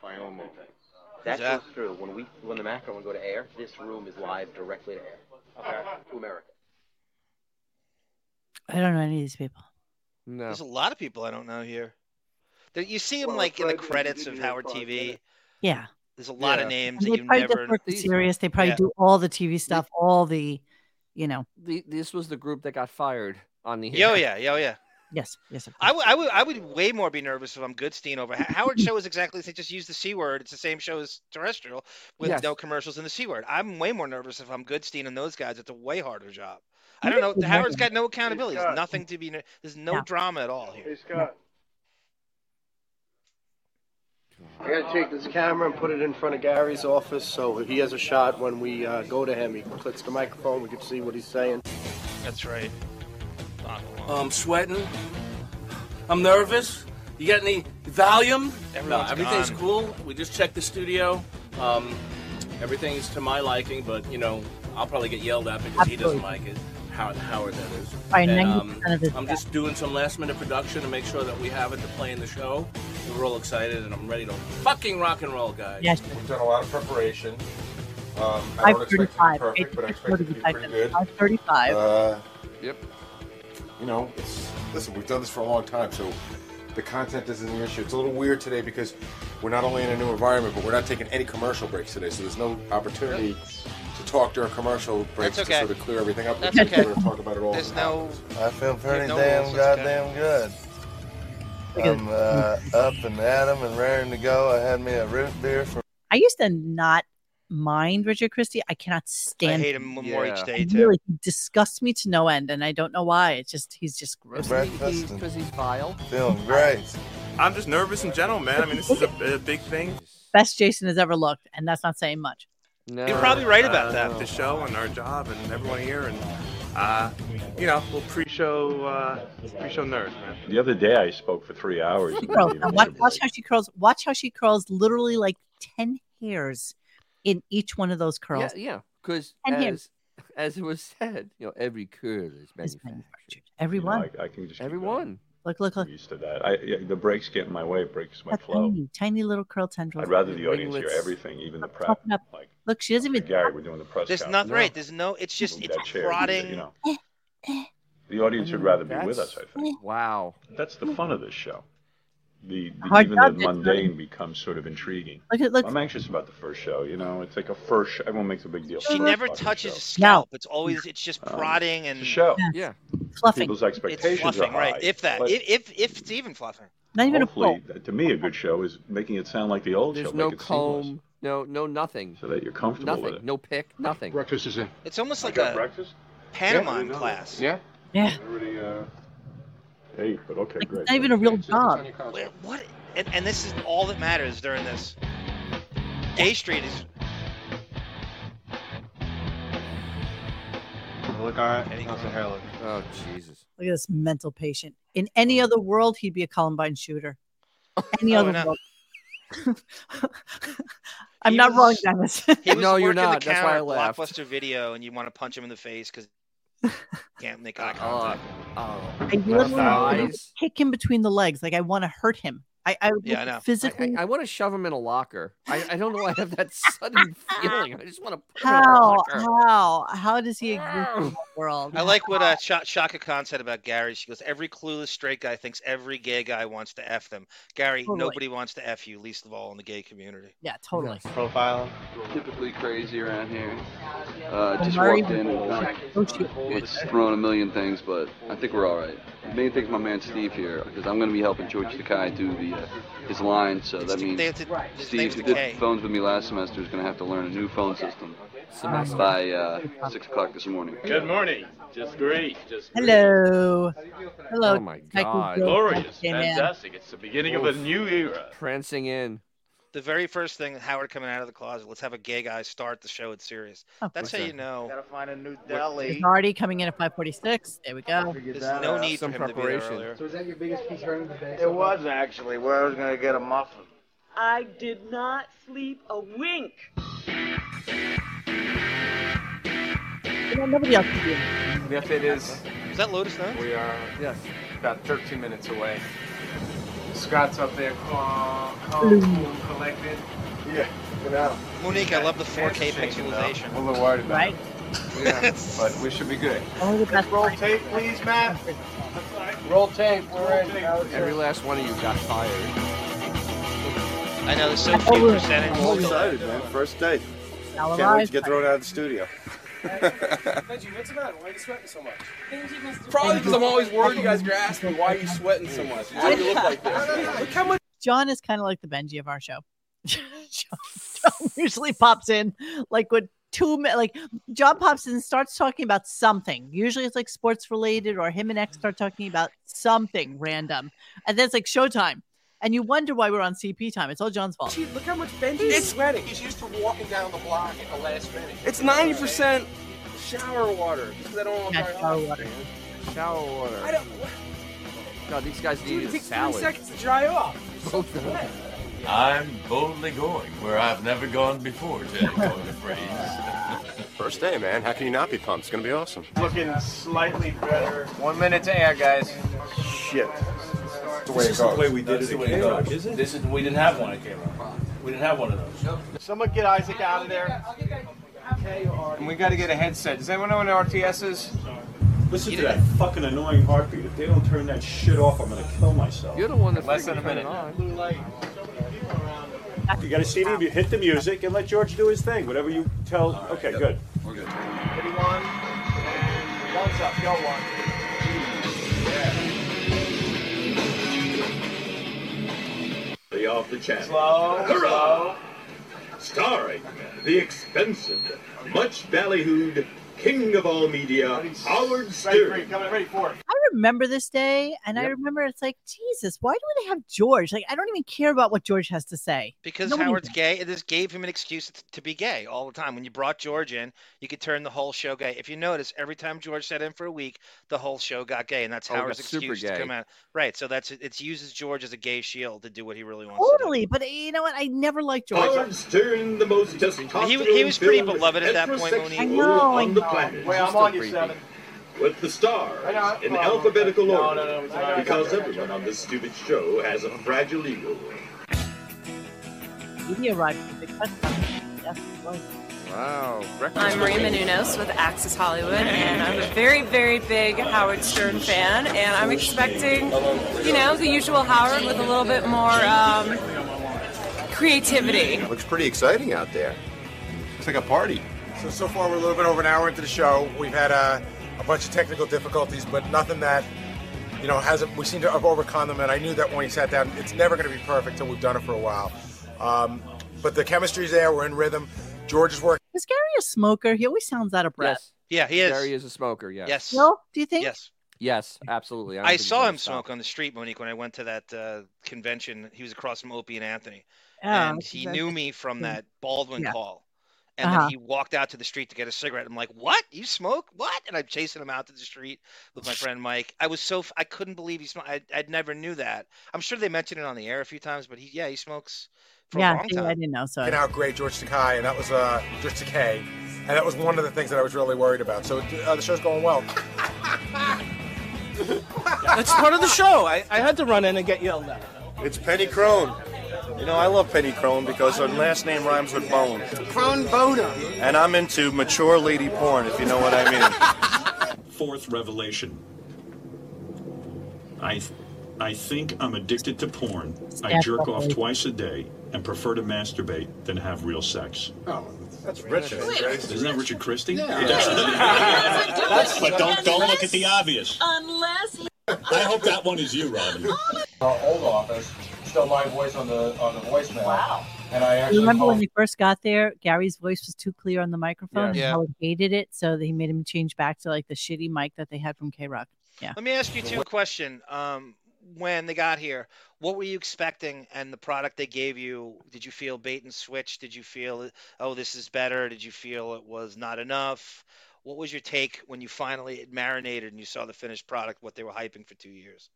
Speaker 17: Final moment. That
Speaker 2: that?
Speaker 17: goes through. When we when the macaroni go to air, this room is live directly to air. To America.
Speaker 3: I don't know any of these people.
Speaker 4: No.
Speaker 2: There's a lot of people I don't know here. There, you see them like in the credits of Howard TV.
Speaker 3: Yeah.
Speaker 2: There's a lot of
Speaker 4: Yeah.
Speaker 2: names
Speaker 3: And
Speaker 2: that
Speaker 3: they
Speaker 2: you
Speaker 3: probably
Speaker 2: never.
Speaker 3: get fucking serious. They probably do all the TV stuff, all the you know.
Speaker 4: The, this was the group that got fired on the.
Speaker 2: Yo, yeah, yo, yeah.
Speaker 3: Yes, yes. of
Speaker 2: I would, I would, I would way more be nervous if I'm Goodstein over Ho- Howard. Show is exactly they just use the c word. It's the same show as terrestrial with
Speaker 4: Yes.
Speaker 2: no commercials and the c word. I'm way more nervous if I'm Goodstein and those guys. It's a way harder job. I don't know.
Speaker 4: Maybe-
Speaker 2: Howard's got no accountability. There's nothing to be. ner- There's no
Speaker 4: No.
Speaker 2: drama at all here.
Speaker 18: I gotta take this camera and put it in front of Gary's office so he has a shot when we uh, go to him. He clicks the microphone, we can see what he's saying.
Speaker 2: That's right.
Speaker 19: I'm Um, sweating. I'm nervous. You got any Valium?
Speaker 2: Everyone's
Speaker 19: no, everything's
Speaker 2: gone.
Speaker 19: cool. We just checked the studio. Um, everything's to my liking, but you know, I'll probably get yelled at because he doesn't like it. Howard, Howard that is.
Speaker 3: Probably
Speaker 19: And,
Speaker 8: um,
Speaker 19: um,
Speaker 3: 90% of his
Speaker 19: I'm just doing some last minute production to make sure that we have it to play in the show. We're all excited, and I'm ready to fucking rock and roll, guys.
Speaker 3: Yes.
Speaker 15: We've done a lot of preparation. Um, I
Speaker 3: Five
Speaker 15: don't expect it to be
Speaker 3: thirty-five.
Speaker 15: perfect, but I expect it to be pretty good.
Speaker 3: Five thirty-five.
Speaker 15: Uh, yep. You know, it's, listen, we've done this for a long time, so the content isn't an issue. It's a little weird today because we're not only in a new environment, but we're not taking any commercial breaks today, so there's no opportunity to talk during commercial breaks
Speaker 2: That's
Speaker 15: to
Speaker 2: okay.
Speaker 15: sort of clear everything up.
Speaker 2: That's
Speaker 15: We're just
Speaker 2: okay.
Speaker 15: gonna talk about it all.
Speaker 2: There's no.
Speaker 20: I feel pretty
Speaker 2: no
Speaker 20: damn
Speaker 2: rules, it's
Speaker 20: goddamn good. I'm uh, up and at 'em and raring to go. I had me a root beer from
Speaker 3: I used to not mind Richard Christie. I cannot stand
Speaker 20: hate him more each day,
Speaker 3: I
Speaker 20: too.
Speaker 3: Really, he disgusts me to no end, and I don't know why. It's just he's just gross.
Speaker 20: breakfast and
Speaker 4: because he's vile.
Speaker 20: feeling great.
Speaker 15: I'm just nervous in general, man. I mean, this is a, a big thing.
Speaker 3: Best Jason has ever looked, and that's not saying much.
Speaker 15: You're probably right about that. Uh, The show and our job and everyone here and uh, you know, little pre-show uh, pre-show nerd, man.
Speaker 10: The other day I spoke for three hours.
Speaker 3: She curls. And watch, watch how she curls. Watch how she curls. Literally like ten hairs in each one of those
Speaker 4: Yeah,
Speaker 3: curls.
Speaker 4: yeah. Because
Speaker 3: And him.
Speaker 4: as, as it was said, you know, every curl is manufactured.
Speaker 3: Everyone.
Speaker 10: I can just
Speaker 4: Everyone.
Speaker 3: Look, look, look.
Speaker 10: used to that. I, yeah, the breaks get in my way. Breaks my
Speaker 3: How
Speaker 10: flow.
Speaker 3: Tiny, tiny little curl tendrils.
Speaker 10: I'd rather the audience hear everything, even the prep.
Speaker 3: Popping up. Look, she doesn't even.
Speaker 10: Gary, we're doing the press.
Speaker 2: There's
Speaker 10: conference.
Speaker 2: nothing right. There's no. It's just
Speaker 10: Move
Speaker 2: it's
Speaker 10: that chair, you
Speaker 2: prodding.
Speaker 10: know. The audience would rather be with us. I
Speaker 3: think.
Speaker 4: Wow.
Speaker 10: That's the fun of this show. The, the-
Speaker 3: Hard
Speaker 10: even the
Speaker 3: job, it's-
Speaker 10: mundane becomes sort of intriguing.
Speaker 3: Look at- look-
Speaker 10: I'm anxious about the first show. You know, it's like a first. Show. Everyone makes a big deal.
Speaker 2: She
Speaker 10: First
Speaker 2: never
Speaker 10: fucking show.
Speaker 2: touches
Speaker 10: Uh,
Speaker 2: his scalp. It's always it's just prodding and
Speaker 10: show.
Speaker 4: Yeah.
Speaker 3: Fluffing.
Speaker 10: People's
Speaker 2: It's
Speaker 10: expectations
Speaker 2: fluffing,
Speaker 10: are high.
Speaker 2: right? If that,
Speaker 10: but
Speaker 2: if, if if it's even fluffing.
Speaker 3: Not even a
Speaker 10: hopefully, to me, a good show is making it sound like the old
Speaker 4: There's
Speaker 10: show.
Speaker 4: no
Speaker 10: make it seamless,
Speaker 4: comb, no no nothing.
Speaker 10: so that you're comfortable
Speaker 4: nothing.
Speaker 10: with it.
Speaker 4: No pick, nothing.
Speaker 10: Breakfast is in.
Speaker 2: It's almost
Speaker 10: I
Speaker 2: like
Speaker 10: got
Speaker 2: a
Speaker 10: breakfast?
Speaker 2: pantomime
Speaker 10: Yeah, I know.
Speaker 2: class.
Speaker 10: Yeah.
Speaker 3: Yeah.
Speaker 10: Already, uh, eight, but okay, great.
Speaker 3: Not even a real job.
Speaker 2: Where, what? And, and this is all that matters during this. Gay Street is
Speaker 15: Look all right. How's the hair look?
Speaker 4: Oh Jesus.
Speaker 3: Look at this mental patient. In any other world, he'd be a Columbine shooter. Any
Speaker 2: Oh,
Speaker 3: other
Speaker 2: no.
Speaker 3: world. I'm not wrong, Dennis.
Speaker 2: He was
Speaker 4: No, you're
Speaker 2: working
Speaker 4: not.
Speaker 2: The
Speaker 4: That's
Speaker 2: counter
Speaker 4: why I
Speaker 2: at
Speaker 4: laughed.
Speaker 2: Blockbuster Video, and you want to punch him in the face because can't make eye
Speaker 4: Oh,
Speaker 2: contact.
Speaker 4: oh.
Speaker 3: I literally want to
Speaker 4: Thighs.
Speaker 3: kick him between the legs. Like I want to hurt him. I, I would
Speaker 4: Yeah, I
Speaker 3: like
Speaker 4: know.
Speaker 3: physically.
Speaker 4: I, I want to shove him in a locker. I, I don't know. why I have that sudden feeling. I just want to put him in a
Speaker 3: how?
Speaker 4: locker.
Speaker 3: How? How does he exist in that world?
Speaker 2: I like what uh, Sha- Shaka Khan said about Gary. She goes, "Every clueless straight guy thinks every gay guy wants to f them." Gary,
Speaker 3: Totally.
Speaker 2: nobody wants to f you, least of all in the gay community.
Speaker 3: Yeah, totally.
Speaker 21: Profiling. Typically crazy around here.
Speaker 3: Oh,
Speaker 21: Uh, just
Speaker 3: Murray
Speaker 21: walked in and
Speaker 3: Booker. Oh, shoot.
Speaker 21: it's throwing a million things, but I think we're all right. The main thing's my man Steve here, because I'm going to be helping George Takai do the uh, his line, so that means
Speaker 2: They have to, his
Speaker 21: Steve,
Speaker 2: name's
Speaker 21: who
Speaker 2: the
Speaker 21: did
Speaker 2: K.
Speaker 21: phones with me last semester, is going to have to learn a new phone system
Speaker 4: Semester.
Speaker 21: by uh, 6 o'clock this morning.
Speaker 9: Good morning. Just great. Just great.
Speaker 3: Hello. Hello.
Speaker 4: Oh my
Speaker 3: Michael
Speaker 4: God.
Speaker 3: Jordan.
Speaker 9: Glorious.
Speaker 3: Yeah, man.
Speaker 9: Fantastic. It's the beginning of a new era.
Speaker 4: Prancing in.
Speaker 2: The very first thing, Howard coming out of the closet. Let's have a gay guy start the show. It's serious.
Speaker 3: Of
Speaker 2: That's how
Speaker 4: course.
Speaker 2: you know. Gotta
Speaker 9: find a new
Speaker 3: It's already coming in at 546. There we go.
Speaker 2: There's no need for
Speaker 4: Some
Speaker 2: him to be there
Speaker 4: preparation.
Speaker 2: earlier.
Speaker 9: is that your biggest concern today?
Speaker 19: It was actually where I was going to get a muffin.
Speaker 7: I did not sleep a wink.
Speaker 3: You know, nobody else can do it.
Speaker 15: The update is
Speaker 2: Is that Lotus Notes?
Speaker 15: we are yes about 13 minutes away. Scott's up there, calm, calm, cool, collected.
Speaker 8: Yeah, get out.
Speaker 2: Monique, I love the 4K pixelization.
Speaker 8: I'm a little worried about
Speaker 3: Right?
Speaker 8: it. Yeah, but we should be good.
Speaker 3: Only the best.
Speaker 15: Roll tape, please, Matt.
Speaker 19: Roll tape. We're in.
Speaker 4: Every last one of you got fired.
Speaker 2: I know there's so few percentage.
Speaker 8: I'm excited, man. First day.
Speaker 3: Now
Speaker 8: Can't wait
Speaker 3: alive.
Speaker 8: to get thrown out of the studio.
Speaker 15: Benji, what's the matter? Why are you sweating so much? Probably because I'm always worried you guys are asking me why are you sweating so much. Why do you look like this?
Speaker 3: John is kind of like the Benji of our show. John, John usually pops in like with two mi- like John pops in and starts talking about something. Usually it's like sports related or him and X start talking about something random. And then it's like showtime. And you wonder why we're on CP time. It's all John's fault.
Speaker 15: look how much Benji is sweating. He's used to walking down the block at the last minute. It's 90% shower water. Just 'cause I don't want to
Speaker 3: Not shower water.
Speaker 4: Shower water.
Speaker 15: I don't.
Speaker 4: No, these guys need
Speaker 15: Dude, it
Speaker 4: a
Speaker 15: takes three
Speaker 4: salad.
Speaker 15: seconds to dry off.
Speaker 4: Both of them.
Speaker 22: I'm boldly going where I've never gone before, to coin a phrase.
Speaker 8: First day, man. How can you not be pumped? It's gonna be awesome.
Speaker 15: Looking slightly better.
Speaker 19: One minute to air, guys.
Speaker 8: Shit. The
Speaker 19: way it
Speaker 8: This is the goes. way we did That's it the at way it K-Rock, goes. is it?
Speaker 19: This is we didn't have one at K Rock. We didn't have one of those.
Speaker 15: Someone get Isaac out of there.
Speaker 19: And we got to get a headset. Does anyone know an RTS is?
Speaker 10: Listen to that fucking annoying heartbeat. If they don't turn that shit off, I'm gonna kill myself.
Speaker 4: You're the one that
Speaker 19: Less than a
Speaker 4: freaking turned it
Speaker 19: minute.
Speaker 4: on.
Speaker 10: You got to see them. You hit the music and let George do his thing. Whatever you tell. okay, good. We're good.
Speaker 15: Everyone, one's up. Y'all one.
Speaker 6: off the channel.
Speaker 19: Slow,
Speaker 6: Hurrah! Starring the expensive, much ballyhooed king of all media, Howard Stern.
Speaker 3: I remember this day, and I remember it's like, Jesus, why do they have George? Like, I don't even care about what George has to say.
Speaker 2: Because
Speaker 3: Nobody
Speaker 2: Howard's gay, and this gave him an excuse t- to be gay all the time. When you brought George in, you could turn the whole show gay. If you notice, every time George sat in for a week, the whole show got gay, and that's
Speaker 4: Oh, it got
Speaker 2: Howard's
Speaker 4: super
Speaker 2: excuse to
Speaker 4: gay.
Speaker 2: come out. Right. So that's it uses George as a gay shield to do what he really wants.
Speaker 3: Totally, but uh, you know what? I never liked George.
Speaker 6: Howard Stern, the most testosterone
Speaker 2: He- he was pretty
Speaker 6: filled
Speaker 2: beloved at that point when he-
Speaker 6: heterosexual
Speaker 2: I know, I
Speaker 6: on the
Speaker 2: know.
Speaker 6: planet.
Speaker 2: Wait, I'm
Speaker 6: Still
Speaker 2: on you,
Speaker 6: creepy.
Speaker 2: Seven.
Speaker 6: With the stars
Speaker 19: I know,
Speaker 6: in
Speaker 19: well,
Speaker 6: alphabetical
Speaker 19: no,
Speaker 6: order,
Speaker 19: no, no, it's not.
Speaker 6: because everyone on this stupid show has a fragile ego.
Speaker 3: He arrived with a big touchdown. Yes, it was.
Speaker 6: Wow.
Speaker 7: I'm Maria Menounos with Access Hollywood, and I'm a very, very big Howard Stern fan, and I'm expecting, you know, the usual Howard with a little bit more um, creativity.
Speaker 23: Looks pretty exciting out there. Looks like a party.
Speaker 15: So, so far, we're a little bit over an hour into the show. We've had uh, a bunch of technical difficulties, but nothing that, you know, hasn't. We seem to have overcome them, and I knew that when we sat down, it's never going to be perfect till we've done it for a while. Um, but the chemistry's there. We're in rhythm. George is working.
Speaker 3: Is Gary a smoker? He always sounds out of breath.
Speaker 2: Yeah, he is.
Speaker 4: Gary is a smoker. Yes.
Speaker 2: Yes.
Speaker 3: No, do you think?
Speaker 2: Yes.
Speaker 4: Yes. Absolutely. don't
Speaker 2: I
Speaker 4: think he's
Speaker 2: saw
Speaker 4: gonna
Speaker 2: him
Speaker 4: stop.
Speaker 2: smoke on the street, Monique, when I went to that uh, convention. He was across from Opie and Anthony,
Speaker 9: Oh,
Speaker 3: Oh,
Speaker 4: Yeah,
Speaker 2: and
Speaker 4: that's
Speaker 2: he
Speaker 4: exactly-
Speaker 2: knew me from that Baldwin
Speaker 4: Yeah.
Speaker 2: call. And
Speaker 4: Uh-huh.
Speaker 2: then he walked out to the street to get a cigarette. I'm like, "What? You smoke? What?" And I'm chasing him out to the street with my friend Mike. I was so f- I couldn't believe he smoked. I I never knew that. I'm sure they mentioned it on the air a few times, but he yeah he smokes for a
Speaker 15: Yeah,
Speaker 2: long
Speaker 15: see, I
Speaker 2: time.
Speaker 3: didn't know. So
Speaker 15: And how great George Takei, and that was uh, George Takei, and that was one of the things that I was really worried about. So uh, the show's going well.
Speaker 19: That's part of the show. I, I had to run in and get yelled at.
Speaker 15: It's Penny Crone.
Speaker 24: You know, I love Penny Crone because her last name rhymes with bone.
Speaker 15: Crone Boner.
Speaker 24: And I'm into mature lady porn, if you know what I mean.
Speaker 8: Fourth revelation. I, I think I'm addicted to porn. I
Speaker 15: Yeah,
Speaker 8: jerk off
Speaker 15: probably.
Speaker 8: twice a day and prefer to masturbate than have real sex.
Speaker 15: Oh, that's Richard.
Speaker 8: Isn't that Richard Christie?
Speaker 15: Yeah.
Speaker 8: That's- but don't don't look at the obvious.
Speaker 7: Unless
Speaker 8: I hope that one is you, Robin.
Speaker 15: Our old office, still my voice on the on the voicemail. Wow. And I
Speaker 3: You
Speaker 15: actually
Speaker 3: remember when
Speaker 15: called.
Speaker 3: they first got there, Gary's voice was too clear on the microphone.
Speaker 2: Yeah.
Speaker 3: and
Speaker 2: Yeah.
Speaker 3: Howard hated it, so they made him change back to like the shitty mic that they had from K Rock. Yeah.
Speaker 2: Let me ask you two a question. Um, when they got here, what were you expecting, and the product they gave you? Did you feel bait and switch? Did you feel, oh, this is better? Did you feel it was not enough? What was your take when you finally it marinated and you saw the finished product, what they were hyping for two years?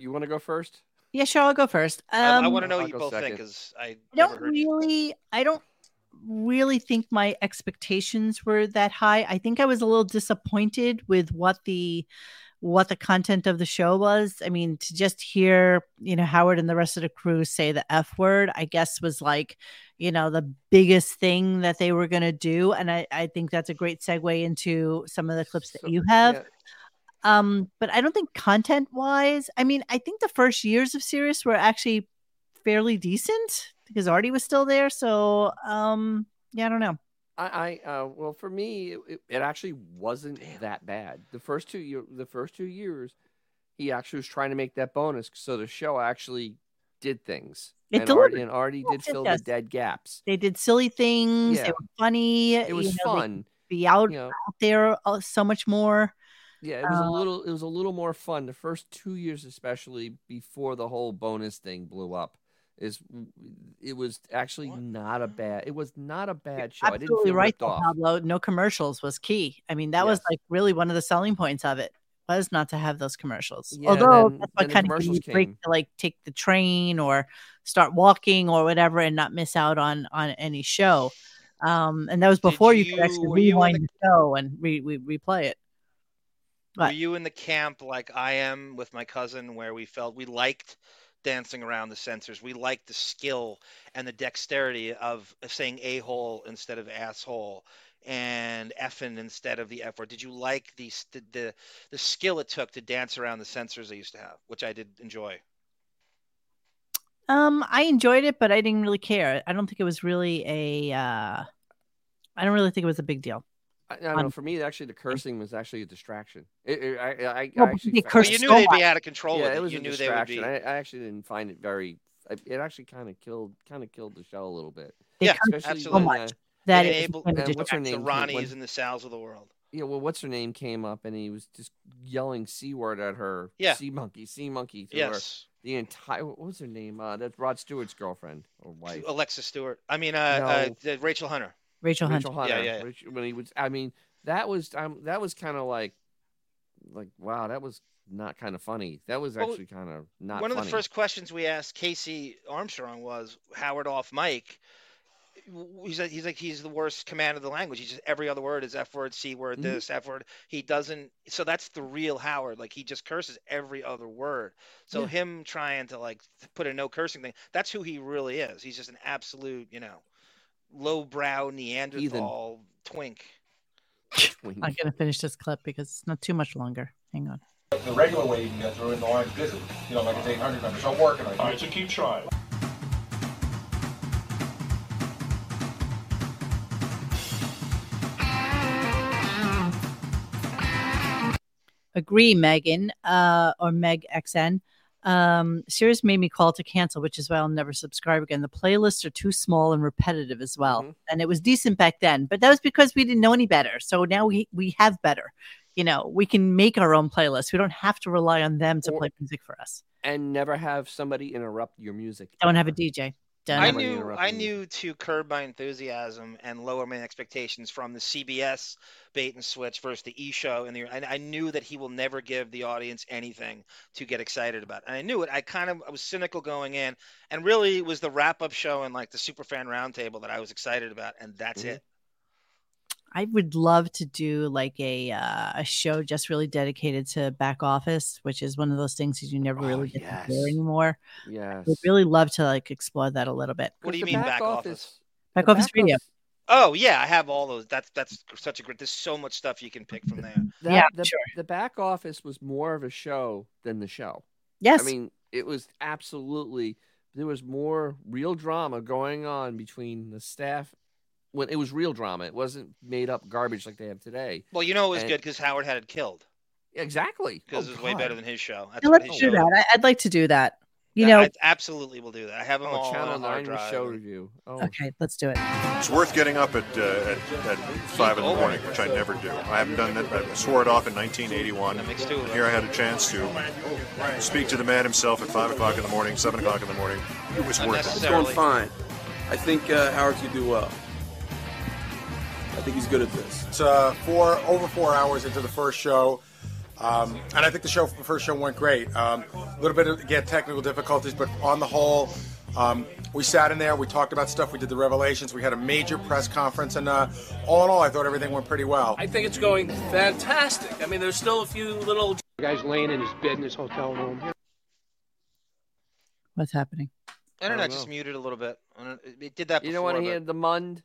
Speaker 4: You, want to go first?
Speaker 3: Yeah, sure. I'll go first. Um,
Speaker 2: I, I want to know
Speaker 4: I'll
Speaker 2: what you
Speaker 4: go
Speaker 2: both think
Speaker 4: second.
Speaker 2: because I
Speaker 3: I
Speaker 2: never
Speaker 3: don't
Speaker 2: heard you.
Speaker 3: really. I don't really think my expectations were that high. I think I was a little disappointed with what the what the content of the show was. I mean, to just hear you know Howard and the rest of the crew say the f word, I guess was like you know the biggest thing that they were going to do, and I I think that's a great segue into some of the clips that you have. Um, but I don't think content wise, I mean, I think the first years of Sirius were actually fairly decent because Artie was still there. So, um, yeah, I don't know.
Speaker 4: I, I uh, well, for me, it- it, it actually wasn't that bad. The first two year, the first two years, he actually was trying to make that bonus, so the show actually did things.
Speaker 3: It
Speaker 4: and, already
Speaker 3: delivered.
Speaker 4: and already
Speaker 3: Yes,
Speaker 4: did
Speaker 3: it
Speaker 4: fill
Speaker 3: does.
Speaker 4: the dead gaps.
Speaker 3: They did silly things.
Speaker 4: Yeah.
Speaker 3: They were funny.
Speaker 4: It was
Speaker 3: they could
Speaker 4: fun,
Speaker 3: Be out,
Speaker 4: you know.
Speaker 3: out there uh, so much more.
Speaker 4: Yeah, it was
Speaker 3: Uh,
Speaker 4: a little. It was a little more fun. The first two years, especially before the whole bonus thing blew up, is it was actually not a bad. It was not a bad show. I didn't
Speaker 3: Absolutely
Speaker 4: feel
Speaker 3: right,
Speaker 4: ripped
Speaker 3: though,
Speaker 4: off.
Speaker 3: Pablo. No commercials was key. I mean, that was like really one of the selling points of it was not to have those commercials.
Speaker 4: Yeah,
Speaker 3: Although
Speaker 4: then-
Speaker 3: that's
Speaker 4: then
Speaker 3: what
Speaker 4: the
Speaker 3: kind of gave
Speaker 4: commercials
Speaker 3: me a break
Speaker 4: came.
Speaker 3: to like take the train or start walking or whatever and not miss out on on any show. Um, and that was before you, could actually
Speaker 2: were you on
Speaker 3: rewind the show and re, re, replay it.
Speaker 2: Were you in the camp like I am with my cousin, where we felt we liked dancing around the sensors? We liked the skill and the dexterity of saying a hole instead of asshole and effing instead of the F word. Did you like the, s- the the the skill it took to dance around the sensors I used to have, which I did enjoy?
Speaker 3: Um, I enjoyed it, but I didn't really care. I don't think it was really a. Uh, I don't really think it was a big deal.
Speaker 4: I, I don't know. For me, actually, the cursing was actually a distraction. It, it- I, I, I
Speaker 3: Well, but
Speaker 4: actually
Speaker 3: they
Speaker 4: found-
Speaker 3: curse Well, you knew so they'd be much.
Speaker 2: out of control
Speaker 4: Yeah,
Speaker 2: with it.
Speaker 4: was
Speaker 2: You
Speaker 4: a
Speaker 2: knew they would
Speaker 4: distraction. I, I actually didn't find it very. I, it actually kind of killed, kind of killed the show a little bit.
Speaker 2: They Yeah, curse so
Speaker 4: especially
Speaker 2: much
Speaker 4: when, uh,
Speaker 3: that
Speaker 4: when,
Speaker 3: it
Speaker 4: Abel-
Speaker 3: became a
Speaker 4: uh, what's her
Speaker 2: The
Speaker 4: name?
Speaker 2: Ronnies
Speaker 4: when-
Speaker 2: and the Sals of the world.
Speaker 4: yeah, well, what's her name came up and he was just yelling c word at her.
Speaker 2: Yeah.
Speaker 4: sea monkey, sea monkey. To
Speaker 2: Yes.
Speaker 4: Her, the entire what was her name? Uh, that's Rod Stewart's girlfriend or wife.
Speaker 2: Alexa Stewart. I mean, uh, uh, Rachel Hunter.
Speaker 4: Rachel Hunter.
Speaker 2: Yeah, yeah, yeah.
Speaker 4: Rach- when he was, I mean, that was um, that was kind of like, like wow, that was not kind of funny. That was
Speaker 2: Well,
Speaker 4: actually kind of not.
Speaker 2: One of
Speaker 4: funny.
Speaker 2: the first questions we asked Casey Armstrong was Howard off mic. He's like, he's like he's the worst command of the language. He's just every other word is f word, c word,
Speaker 4: Mhm.
Speaker 2: this f word. He doesn't. So that's the real Howard. Like he just curses every other word. So
Speaker 4: Yeah.
Speaker 2: him trying to like th- put a no cursing thing. That's who he really is. He's just an absolute you know lowbrow Neanderthal twink.
Speaker 3: I'm not gonna finish this clip because it's not too much longer. Hang on.
Speaker 5: The regular way you can get through it, no, I'm busy. You know, like it's 800 numbers. I'm working on it.
Speaker 8: All right, so keep trying.
Speaker 3: Agree, Megan, uh, or Meg XN. Um, Sirius made me call to cancel, which is why I'll never subscribe again. The playlists are too small and repetitive as well.
Speaker 4: Mm-hmm.
Speaker 3: And it was decent back then, but that was because we didn't know any better. So now we we have better. You know, we can make our own playlists. We don't have to rely on them to play music for us.
Speaker 4: and never have somebody interrupt your music.
Speaker 3: Don't have a DJ. Don't
Speaker 2: I
Speaker 3: have a-
Speaker 2: knew I knew to curb my enthusiasm and lower my expectations from the CBS bait and switch versus the E show and the and I knew that he will never give the audience anything to get excited about. And I knew it. I kind of I was cynical going in and really it was the wrap up show and like the superfan roundtable that I was excited about and that's
Speaker 4: Mm-hmm.
Speaker 2: it.
Speaker 3: I would love to do like a uh, a show just really dedicated to back office, which is one of those things that you
Speaker 2: Oh,
Speaker 3: never really get to hear
Speaker 4: yes.
Speaker 3: anymore.
Speaker 4: Yes.
Speaker 3: I'd really love to like explore that a little bit.
Speaker 2: What do you mean back, office?
Speaker 3: Back office radio.
Speaker 2: Oh yeah, I have all those. That's that's such a great there's so much stuff you can pick from there.
Speaker 4: That, the, the back office was more of a show than the show.
Speaker 3: Yes.
Speaker 4: I mean, it was absolutely there was more real drama going on between the staff when it was real drama. It wasn't made up garbage like they have today.
Speaker 2: Well, you know it was
Speaker 4: And-
Speaker 2: good because Howard had it killed.
Speaker 4: Exactly.
Speaker 2: Because
Speaker 4: Oh,
Speaker 2: it was way
Speaker 4: God.
Speaker 2: better than his show. That's
Speaker 3: Yeah,
Speaker 2: what
Speaker 3: let's
Speaker 2: his
Speaker 3: do
Speaker 2: show-
Speaker 3: that. I, I'd like to do that. You
Speaker 2: Yeah,
Speaker 3: know,
Speaker 2: I absolutely will do that. I have them
Speaker 4: Oh,
Speaker 2: all
Speaker 4: Channel
Speaker 2: on a hard
Speaker 4: 9 was
Speaker 2: drive.
Speaker 4: show review. Oh,
Speaker 3: okay, let's do it.
Speaker 7: It's worth getting up at, uh, at, at 5 in the morning, which I never do. I haven't done that. I swore it off in 1981. And here I had a chance to speak to the man himself at 5 o'clock in the morning, 7 o'clock in the morning. It was worth
Speaker 25: It's
Speaker 7: it.
Speaker 25: going fine. I think uh, Howard could do well.
Speaker 5: I think he's good at this. It's uh, four over four hours into the first show, um, and I think the show the first show went great. Um, a little bit of again technical difficulties, but on the whole, um, we sat in there, we talked about stuff, we did the revelations, we had a major press conference, and uh, all in all, I thought everything went pretty well.
Speaker 25: I think it's going fantastic. I mean, there's still a few little
Speaker 18: Guy's laying in his bed in his hotel room.
Speaker 3: What's happening?
Speaker 2: Internet
Speaker 4: don't
Speaker 2: just
Speaker 4: know.
Speaker 2: muted a little bit. I don't- it- It did that.
Speaker 4: You
Speaker 2: before,
Speaker 4: don't want to
Speaker 2: but-
Speaker 4: hear the Mund.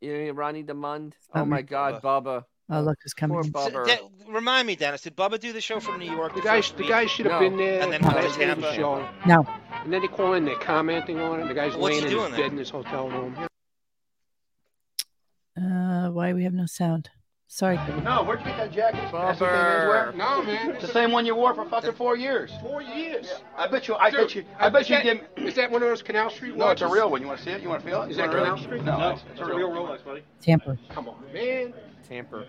Speaker 4: You know, Ronnie the Mund. Oh
Speaker 3: Um,
Speaker 4: my God, Bubba.
Speaker 3: Oh, look who's coming.
Speaker 4: Poor
Speaker 3: in.
Speaker 4: Bubba.
Speaker 2: D- remind me, Dennis. Did Bubba do the show from New York? The,
Speaker 18: guy-
Speaker 2: first
Speaker 18: the
Speaker 2: week?
Speaker 18: guy should have No. been there
Speaker 2: And then
Speaker 18: when
Speaker 2: went
Speaker 18: I
Speaker 2: to
Speaker 18: did the
Speaker 2: Tampa.
Speaker 18: show.
Speaker 3: No.
Speaker 18: And then they call in, they're commenting on it. The guy's
Speaker 2: What's
Speaker 18: laying
Speaker 2: he
Speaker 18: in his
Speaker 2: doing there?
Speaker 18: bed in his hotel room.
Speaker 3: Uh, why we have no sound? Sorry. Kevin.
Speaker 18: No, where'd you get that jacket?
Speaker 4: That's the same man's wearing?
Speaker 18: No, man. It's the same one you wore for fucking four years. Four years. I bet you. I bet you. I bet you. Give, is that one of those Canal Street? No, it's a
Speaker 6: watches?
Speaker 18: real one. You want to see it? You want to feel it? Is that
Speaker 6: Really?
Speaker 18: Canal Street?
Speaker 6: No,
Speaker 18: No,
Speaker 6: it's- it's a real Rolex, buddy.
Speaker 3: Tamper.
Speaker 18: Come on, man.
Speaker 4: Tamper.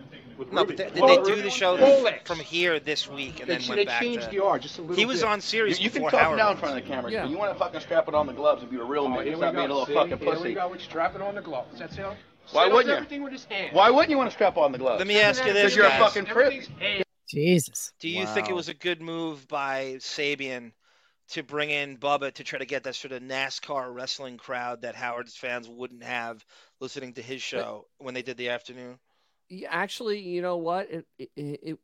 Speaker 2: No, but they, did
Speaker 18: Oh,
Speaker 2: they do
Speaker 18: really?
Speaker 2: the show
Speaker 18: Rolex.
Speaker 2: from here this week and
Speaker 18: They-
Speaker 2: then
Speaker 18: they
Speaker 2: went back?
Speaker 18: changed
Speaker 2: to-
Speaker 18: the R just a little
Speaker 2: He was
Speaker 18: bit.
Speaker 2: on series.
Speaker 6: You, you can
Speaker 2: before
Speaker 6: talk
Speaker 2: Howard
Speaker 6: down in
Speaker 2: was.
Speaker 6: front of the camera,
Speaker 2: Yeah.
Speaker 6: but you want to fucking strap it on the gloves and be a real man.
Speaker 18: Here
Speaker 6: It's
Speaker 18: we
Speaker 6: not
Speaker 18: go,
Speaker 6: being a little
Speaker 18: see? Here
Speaker 6: fucking
Speaker 18: we
Speaker 6: pussy.
Speaker 18: go. Strap it on the glove. Is that so?
Speaker 6: Why
Speaker 18: Settles
Speaker 6: wouldn't you?
Speaker 18: Everything with his hands.
Speaker 6: Why wouldn't you want to strap on the gloves?
Speaker 2: Let me ask you this,
Speaker 6: Because you're
Speaker 2: guys.
Speaker 6: a fucking crip.
Speaker 3: Jesus.
Speaker 2: Do you think it
Speaker 6: Wow.
Speaker 2: was a good move by Sabian to bring in Bubba to try to get that sort of NASCAR wrestling crowd that Howard's fans wouldn't have listening to his show when they did the afternoon?
Speaker 4: Yeah, actually, you know what? It it it,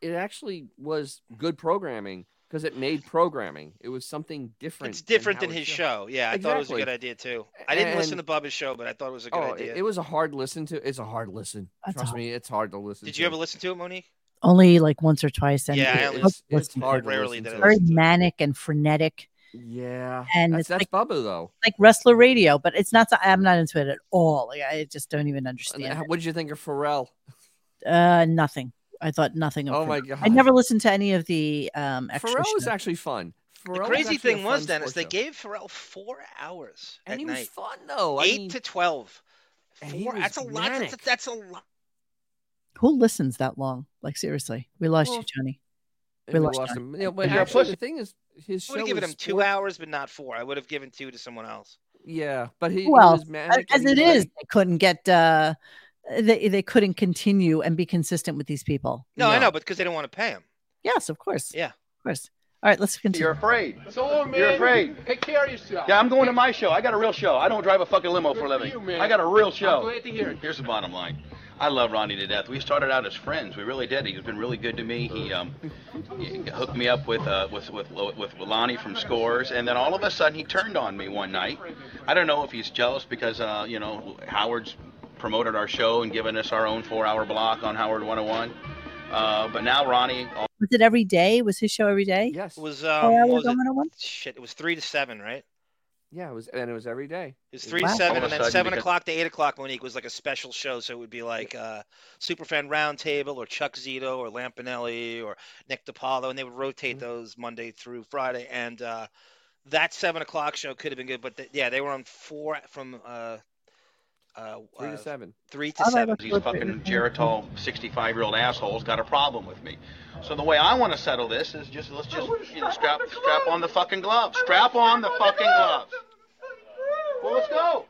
Speaker 4: it actually was good programming because it made programming. It was something different.
Speaker 2: It's different than
Speaker 4: Howard
Speaker 2: his show. Yeah, I thought it was a
Speaker 4: Exactly.
Speaker 2: good idea too. I didn't listen to
Speaker 4: And-
Speaker 2: Bubba's show, but I thought it was a good
Speaker 4: oh,
Speaker 2: idea.
Speaker 4: It, it was a hard listen to. It's a hard listen. Trust me, it's hard to listen.
Speaker 2: Did
Speaker 4: to.
Speaker 2: you ever listen to it, Monique?
Speaker 3: Only like once or twice. And
Speaker 2: Yeah, I
Speaker 3: it
Speaker 2: only-
Speaker 3: was-
Speaker 2: it's
Speaker 3: was
Speaker 2: hard to Rarely listen did to. I
Speaker 3: very
Speaker 2: listen to it.
Speaker 3: manic and frenetic.
Speaker 4: Yeah.
Speaker 3: And
Speaker 4: that's,
Speaker 3: it's
Speaker 4: that's Bubba though.
Speaker 3: Like wrestler radio, but it's not. I'm not into it at all. Like I just don't even
Speaker 4: And
Speaker 3: understand.
Speaker 4: how- What did you think of Pharrell?
Speaker 3: it. Uh, nothing. I thought nothing of.
Speaker 4: Oh
Speaker 3: Pharrell.
Speaker 4: my
Speaker 3: I
Speaker 4: God.
Speaker 3: never listened to any of the um. Extra
Speaker 4: Pharrell was
Speaker 3: show.
Speaker 4: actually fun. Pharrell
Speaker 2: the
Speaker 4: was
Speaker 2: crazy
Speaker 4: actually a
Speaker 2: thing was,
Speaker 4: fun
Speaker 2: Dennis,
Speaker 4: sports
Speaker 2: they
Speaker 4: show.
Speaker 2: gave Pharrell four hours
Speaker 4: And
Speaker 2: at
Speaker 4: he was
Speaker 2: night.
Speaker 4: fun, though. I
Speaker 2: Eight
Speaker 4: mean-
Speaker 2: to twelve.
Speaker 4: And he
Speaker 2: Four.
Speaker 4: was
Speaker 2: That's a lot. That's a,
Speaker 4: manic.
Speaker 2: that's a lot.
Speaker 3: Who listens that long? Like seriously, we lost
Speaker 2: Well,
Speaker 3: you, Johnny.
Speaker 4: And
Speaker 3: We lost, Johnny.
Speaker 4: him. Yeah, but
Speaker 2: Yeah,
Speaker 4: actually,
Speaker 2: plus-
Speaker 4: the thing is, his
Speaker 2: I would
Speaker 4: show
Speaker 2: have given
Speaker 4: was
Speaker 2: him two
Speaker 4: sport-
Speaker 2: hours, but not four. I would have given two to someone else.
Speaker 4: Yeah, but he, he
Speaker 3: well,
Speaker 4: was manic.
Speaker 3: as
Speaker 4: and he
Speaker 3: it
Speaker 4: was
Speaker 3: is,
Speaker 4: like-
Speaker 3: they couldn't get. uh they, they couldn't continue and be consistent with these people.
Speaker 2: No, I know, but because they didn't want to pay him.
Speaker 3: Yes, of course.
Speaker 2: Yeah.
Speaker 3: Of course. All right, let's continue.
Speaker 6: You're afraid.
Speaker 10: So long, man.
Speaker 6: You're afraid.
Speaker 10: Take care of yourself.
Speaker 6: Yeah, I'm going to my show. I got a real show. I don't drive a fucking limo for a living.
Speaker 10: you, man.
Speaker 6: I got a real
Speaker 10: I'm
Speaker 6: show.
Speaker 10: glad to hear it.
Speaker 6: Here's the bottom line. I love Ronnie to death. We started out as friends. We really did. He's been really good to me. He um, he hooked me up with uh, with with with Lonnie from Scores, and then all of a sudden he turned on me one night. I don't know if he's jealous because uh, you know Howard's promoted our show and given us our own four-hour block on Howard 101. Uh, but now Ronnie.
Speaker 3: Was it every day? Was his show every day?
Speaker 4: Yes.
Speaker 2: Was
Speaker 3: Four
Speaker 2: um,
Speaker 3: hours
Speaker 2: what was
Speaker 3: on 101?
Speaker 2: it? Shit, it was three to seven, right?
Speaker 4: yeah, it was, and it was every day.
Speaker 2: It was three to
Speaker 4: Wow.
Speaker 2: seven,
Speaker 6: All
Speaker 2: and
Speaker 6: of a
Speaker 2: then
Speaker 6: sudden,
Speaker 2: seven
Speaker 6: because-
Speaker 2: o'clock to eight o'clock. Monique was like a special show, so it would be like uh, Superfan Roundtable or Chuck Zito or Lampanelli or Nick DiPaolo, and they would rotate
Speaker 4: Mm-hmm.
Speaker 2: those Monday through Friday. And uh, that seven o'clock show could have been good, but th- yeah, they were on four from uh, uh,
Speaker 4: Three to
Speaker 2: uh,
Speaker 4: seven.
Speaker 2: Three
Speaker 6: All
Speaker 2: to
Speaker 6: that
Speaker 2: seven.
Speaker 6: These fucking Geritol 65 year old assholes got a problem with me. So the way I want to settle this is just let's just you know, strap strap on the fucking gloves. Strap on the fucking gloves. Well, let's go.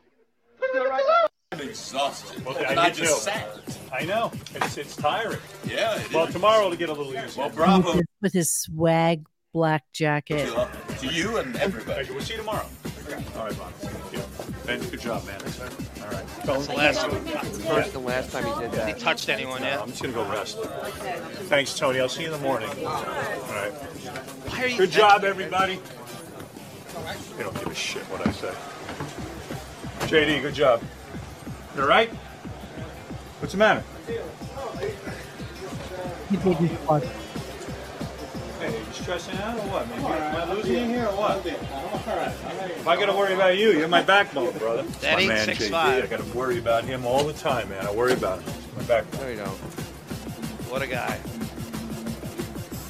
Speaker 6: Let's do it right now.
Speaker 26: I'm exhausted.
Speaker 8: Well,
Speaker 26: and
Speaker 8: I
Speaker 26: I
Speaker 8: do
Speaker 26: just
Speaker 8: too.
Speaker 26: sat.
Speaker 8: I know. It's, it's tiring.
Speaker 26: Yeah, it
Speaker 8: well,
Speaker 26: is.
Speaker 8: tomorrow it'll get a little easier. Well,
Speaker 3: With his- With his swag black jacket.
Speaker 26: To you and everybody.
Speaker 8: We'll see you tomorrow.
Speaker 7: All right, Bob. Yeah. And good job, man. All right.
Speaker 2: That's the last one.
Speaker 4: First and last time he did
Speaker 2: He
Speaker 4: that.
Speaker 2: touched anyone, yeah.
Speaker 8: I'm just gonna go rest. Thanks, Tony. I'll see you in the morning. All right.
Speaker 2: Why are you
Speaker 8: Good job, everybody. They don't give a shit what I say. JD, good job. You all right? What's the matter?
Speaker 3: He did his part.
Speaker 8: Hey, you stressing out or what, man? Am I losing you here or what? If I gotta worry about you, you're my backbone, brother.
Speaker 2: That
Speaker 8: my
Speaker 2: ain't
Speaker 8: man,
Speaker 2: 6'5".
Speaker 8: JD, I gotta worry about him all the time, man. I worry about him. He's My backbone.
Speaker 4: No, you don't.
Speaker 2: What a guy.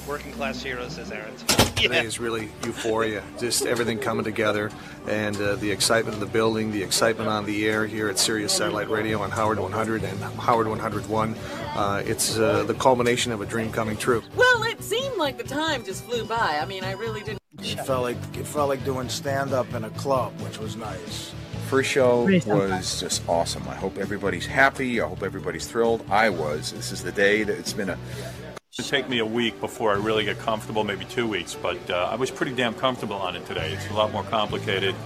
Speaker 2: Working class hero says Aaron.
Speaker 11: Today is really euphoria, just everything coming together and uh, the excitement of the building, the excitement on the air here at Sirius Satellite Radio on Howard 100 and Howard 101. Uh, it's uh, the culmination of a dream coming true.
Speaker 12: Well, it seemed like the time just flew by. I mean, I really didn't.
Speaker 14: It felt like it felt like doing stand up in a club, which was nice.
Speaker 15: First show
Speaker 14: Pretty simple.
Speaker 15: was just awesome. I hope everybody's happy. I hope everybody's thrilled. I was. This is the day that it's been a
Speaker 8: It'll take me a week before I really get comfortable, maybe two weeks, but uh, I was pretty damn comfortable on it today. It's a lot more complicated.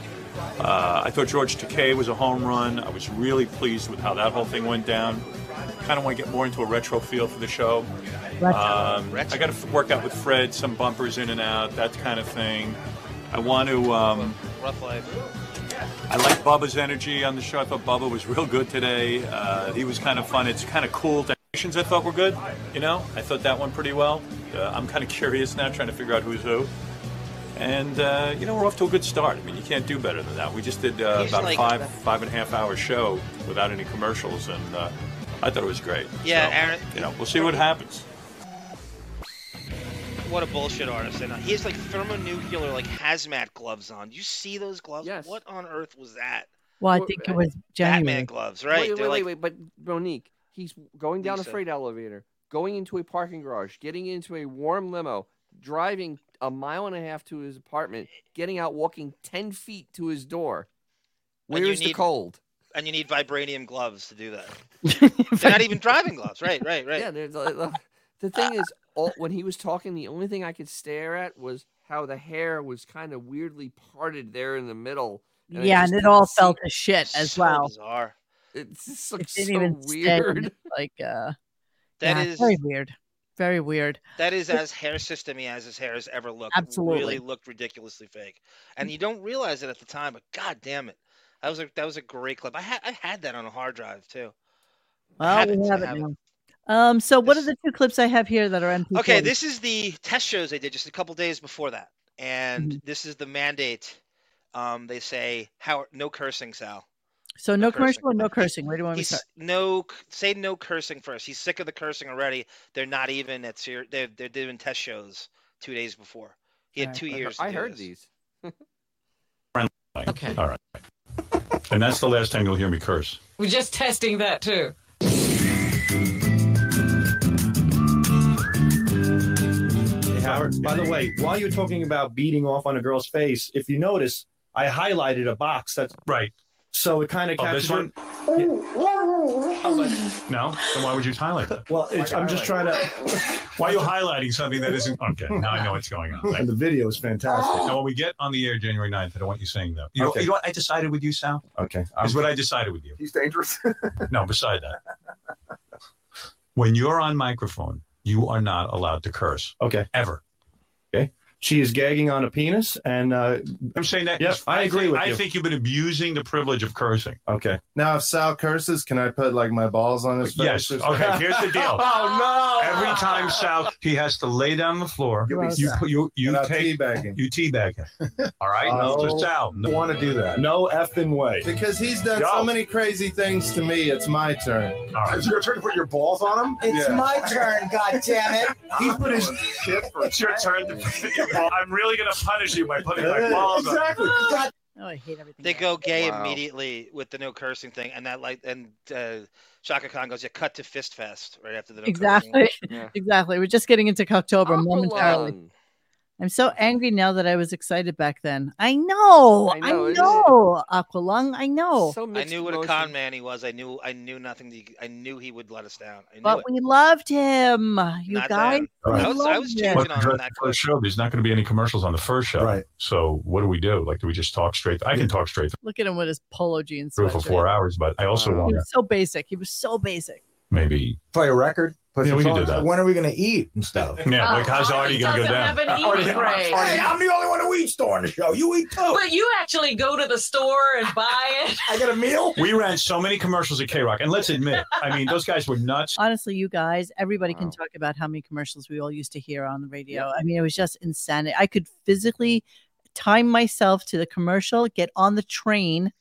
Speaker 8: Uh, I thought George Takei was a home run. I was really pleased with how that whole thing went down. Kind of want to get more into a retro feel for the show. Um, I got to work out with Fred some bumpers in and out, that kind of thing. I want to. Um,
Speaker 2: Rough life.
Speaker 8: I like Bubba's energy on the show. I thought Bubba was real good today. Uh, he was kind of fun. It's kind of cool. The actions I thought were good. You know, I thought that one pretty well. Uh, I'm kind of curious now, trying to figure out who's who. And uh, you know, we're off to a good start. I mean, you can't do better than that. We just did uh,
Speaker 2: He's
Speaker 8: about
Speaker 2: like-
Speaker 8: a five five and a half hour show without any commercials, and uh, I thought it was great.
Speaker 2: Yeah, Aaron.
Speaker 8: You know, we'll see what happens.
Speaker 2: What a bullshit artist! And uh, he has like thermonuclear, like hazmat gloves on. Do you see those gloves? What on earth was that?
Speaker 3: Well, I think it was January.
Speaker 2: Batman gloves, right?
Speaker 4: Wait,
Speaker 2: They're
Speaker 4: wait, wait,
Speaker 2: like-
Speaker 4: wait, but Monique, he's going down
Speaker 2: Lisa.
Speaker 4: a freight elevator, going into a parking garage, getting into a warm limo, driving a mile and a half to his apartment, getting out, walking ten feet to his door.
Speaker 2: And you
Speaker 4: Where's the
Speaker 2: need-
Speaker 4: cold?
Speaker 2: And you need vibranium gloves to do that. They're not even driving gloves, right? Right? Right?
Speaker 4: Yeah, there's, uh, uh, the thing is, all, when he was talking, the only thing I could stare at was how the hair was kind of weirdly parted there in the middle. I
Speaker 3: yeah, and
Speaker 4: just
Speaker 3: it
Speaker 4: didn't
Speaker 3: all
Speaker 4: see-
Speaker 3: felt to shit as well.
Speaker 2: Bizarre.
Speaker 4: It just looks
Speaker 3: didn't
Speaker 4: so
Speaker 3: even stick.
Speaker 4: weird.
Speaker 3: Like uh
Speaker 2: That
Speaker 3: yeah,
Speaker 2: is-
Speaker 3: very weird. Very weird.
Speaker 2: That is as hair systemy as his hair has ever looked. It
Speaker 3: Absolutely.
Speaker 2: really looked ridiculously fake. And you don't realize it at the time, but god damn it. That was a that was a great clip. I had I had that on a hard drive too.
Speaker 3: Well,
Speaker 2: have
Speaker 3: we
Speaker 2: it, I
Speaker 3: have it
Speaker 2: have
Speaker 3: now. Um, so what are the two clips I have here that are MP?
Speaker 2: Okay, this is the test shows they did just a couple days before that. and this is the mandate. Um, they say how no cursing, Sal.
Speaker 3: So no, commercial, no cursing. Where do you want me to
Speaker 2: He's
Speaker 3: start?
Speaker 2: no c- say no cursing first. He's sick of the cursing already. They're not even at ser- they're they're doing test shows two days before. He had
Speaker 4: Alright,
Speaker 2: two
Speaker 4: I-
Speaker 2: years.
Speaker 4: I
Speaker 2: to do
Speaker 4: heard
Speaker 2: this.
Speaker 4: these.
Speaker 8: Okay. All right. And that's the last time you'll hear me curse.
Speaker 27: We're just testing that too.
Speaker 10: Hey, Howard, by the way, while you're talking about beating off on a girl's face, if you notice, I highlighted a box that's
Speaker 8: right.
Speaker 10: So it kind of
Speaker 8: Oh,
Speaker 10: captures
Speaker 8: this one? No? Then why would you highlight that?
Speaker 10: Well, it's, I'm just trying to.
Speaker 8: Why are you highlighting something that isn't okay? Now I know what's going on.
Speaker 10: and the video is
Speaker 15: Oh.
Speaker 10: fantastic.
Speaker 8: Now, when we get on the air January 9th, I don't want you saying that. You, know,
Speaker 10: Okay.
Speaker 8: you know what I decided with you, Sal?
Speaker 10: Okay.
Speaker 8: Is what I decided with you.
Speaker 10: He's dangerous.
Speaker 8: No, beside that. When you're on microphone, you are not allowed to curse.
Speaker 10: Okay.
Speaker 8: Ever.
Speaker 10: Okay. She is gagging on a penis, and uh,
Speaker 8: I'm saying that.
Speaker 10: Yes, I agree
Speaker 8: think,
Speaker 10: with
Speaker 8: I
Speaker 10: you.
Speaker 8: think you've been abusing the privilege of cursing.
Speaker 10: Okay.
Speaker 17: Now, if Sal curses, can I put like my balls on his face?
Speaker 8: Yes.
Speaker 17: or something?
Speaker 8: Okay. Here's the deal.
Speaker 10: oh
Speaker 8: Every time Sal, he has to lay down the floor.
Speaker 17: You'll be
Speaker 8: You
Speaker 17: Sal.
Speaker 8: put you you
Speaker 17: And I'll
Speaker 8: take
Speaker 17: teabag him.
Speaker 8: you teabag him. All right.
Speaker 17: Oh,
Speaker 8: Mr. Sal,
Speaker 17: I want to do that.
Speaker 10: Uh, No effing way.
Speaker 17: Because he's done
Speaker 8: Yo.
Speaker 17: so many crazy things to me, it's my turn.
Speaker 8: Is
Speaker 17: your turn to put your balls on him?
Speaker 19: It's my turn, God damn it!
Speaker 17: He put his
Speaker 8: It's your turn. To, well, I'm really gonna punish you by putting my
Speaker 17: Yeah,
Speaker 8: balls on.
Speaker 3: God. Oh, I hate everything.
Speaker 2: They go gay
Speaker 8: Wow.
Speaker 2: immediately with the no cursing thing, and that like and uh, Shaka Khan goes, "Yeah, cut to fist fest right after the no
Speaker 3: Exactly.
Speaker 2: cursing."
Speaker 3: Exactly. We're just getting into October momentarily.
Speaker 2: along.
Speaker 3: I'm so angry now that I was excited back then. I know.
Speaker 2: I
Speaker 3: I know.
Speaker 2: know, isn't it?
Speaker 3: Aqualung, I know.
Speaker 2: I knew what a con man he was. I knew I knew nothing. that he- I knew he would let us down. I knew
Speaker 3: But
Speaker 2: it.
Speaker 3: we loved him. You
Speaker 2: Not
Speaker 3: guys.
Speaker 2: then.
Speaker 3: we
Speaker 2: I was- I
Speaker 3: loved
Speaker 2: was
Speaker 3: him.
Speaker 2: changing on him that
Speaker 8: first show, there's not going to be any commercials on the first show. Right. So what do we do? Like, do we just talk straight? I can talk straight
Speaker 3: Look at him with his polo jeans.
Speaker 8: through for
Speaker 3: sweatshirt.
Speaker 8: four hours, but I also
Speaker 2: Um,
Speaker 3: He
Speaker 8: want to
Speaker 3: was so basic. He was so basic.
Speaker 8: maybe.
Speaker 17: play a record. put
Speaker 8: Yeah,
Speaker 17: some
Speaker 8: we can do
Speaker 17: songs-
Speaker 8: that.
Speaker 17: When are we going to eat and stuff?
Speaker 8: Yeah, like how's Artie going to go down?
Speaker 19: Hey, I'm
Speaker 17: the only one who eats during the show. You eat too.
Speaker 27: But you actually go to the store and buy it.
Speaker 17: I get a meal.
Speaker 8: We ran so many commercials at K Rock, and let's admit, it, I mean, those guys were nuts.
Speaker 3: Honestly, you guys, everybody can talk about how many commercials we all used to hear on the radio. I mean, it was just insanity. I could physically time myself to the commercial, get on the train,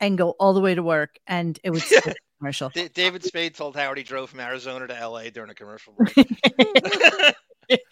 Speaker 3: and go all the way to work, and it would still be a commercial.
Speaker 2: Da- David Spade told Howard he drove from Arizona to L.A. during a commercial break.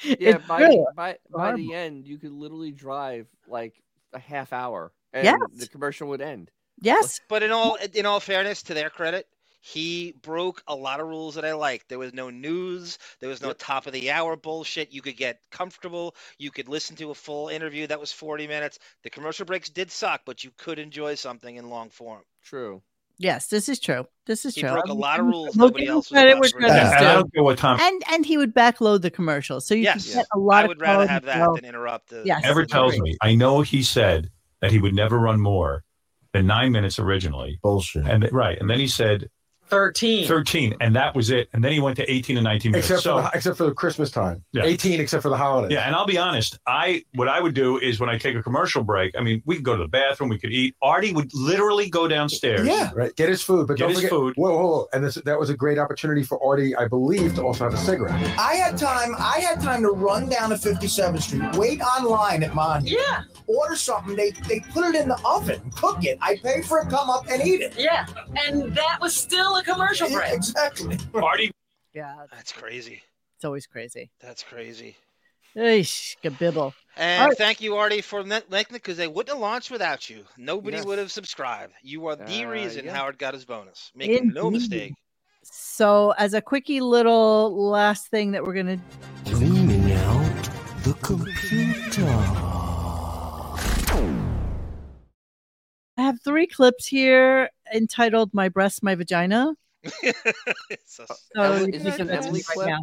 Speaker 4: Yeah,
Speaker 3: It's
Speaker 4: by,
Speaker 3: true.
Speaker 4: by, by the
Speaker 3: Horrible.
Speaker 4: end, you could literally drive like a half hour and
Speaker 2: Yes.
Speaker 4: the commercial would end.
Speaker 3: Yes.
Speaker 2: But in all in all fairness, to their credit, he broke a lot of rules that I liked. There was no news. There was no top of the hour bullshit. You could get comfortable. You could listen to a full interview that was 40 minutes. The commercial breaks did suck, but you could enjoy something in long form.
Speaker 4: True.
Speaker 3: Yes, this is true. This is
Speaker 2: He
Speaker 3: true.
Speaker 2: broke a
Speaker 3: I'm-
Speaker 2: lot of
Speaker 3: I'm-
Speaker 2: rules
Speaker 3: we'll
Speaker 2: nobody
Speaker 3: give him
Speaker 2: else was
Speaker 3: credit where
Speaker 2: allowed to break.
Speaker 3: credit's
Speaker 8: Yeah, and I
Speaker 3: due.
Speaker 8: don't care what time-
Speaker 3: And and he would backload the commercials, so you
Speaker 2: Yes.
Speaker 3: could get a lot
Speaker 2: I
Speaker 3: of.
Speaker 2: would rather
Speaker 3: quality
Speaker 2: have that
Speaker 3: show.
Speaker 2: than interrupt the-
Speaker 3: Yes.
Speaker 8: Ever tells me, I know he said that he would never run more than nine minutes originally.
Speaker 17: Bullshit.
Speaker 8: And th- right, and then he said
Speaker 27: 13.
Speaker 8: 13, and that was it. And then he went to 18 and 19 minutes.
Speaker 17: Except,
Speaker 8: so,
Speaker 17: for the, except for the Christmas time.
Speaker 8: Yeah.
Speaker 17: 18, except for the holidays.
Speaker 8: Yeah, and I'll be honest. I what I would do is when I take a commercial break. I mean, we could go to the bathroom, we could eat. Artie would literally go downstairs.
Speaker 17: Yeah, right. Get his food, but
Speaker 8: Get
Speaker 17: don't
Speaker 8: his
Speaker 17: forget
Speaker 8: food.
Speaker 17: Whoa, whoa, whoa. and this, that was a great opportunity for Artie, I believe, to also have a cigarette.
Speaker 19: I had time. I had time to run down to 57th Street, wait online at Monument.
Speaker 27: Yeah.
Speaker 19: Uh, Order something. They they put it in the oven, cook it. I pay for it, come up and eat it.
Speaker 27: Yeah. And that was still a commercial
Speaker 19: Yeah,
Speaker 27: break.
Speaker 19: Exactly.
Speaker 8: Artie.
Speaker 3: Yeah,
Speaker 2: That's crazy.
Speaker 3: it's always crazy.
Speaker 2: That's crazy.
Speaker 3: Eesh, gabibble.
Speaker 2: And
Speaker 3: All right.
Speaker 2: thank you, Artie, for making because they wouldn't have launched without you. Nobody would have subscribed. You are the
Speaker 3: Uh,
Speaker 2: reason
Speaker 3: yeah.
Speaker 2: Howard got his bonus. Making no
Speaker 3: Indeed.
Speaker 2: mistake.
Speaker 3: So, as a quickie little last thing that we're gonna
Speaker 20: Cleaning out the computer.
Speaker 3: I have three clips here entitled "My Breast, My Vagina."
Speaker 2: So-
Speaker 3: So you can look at this right now.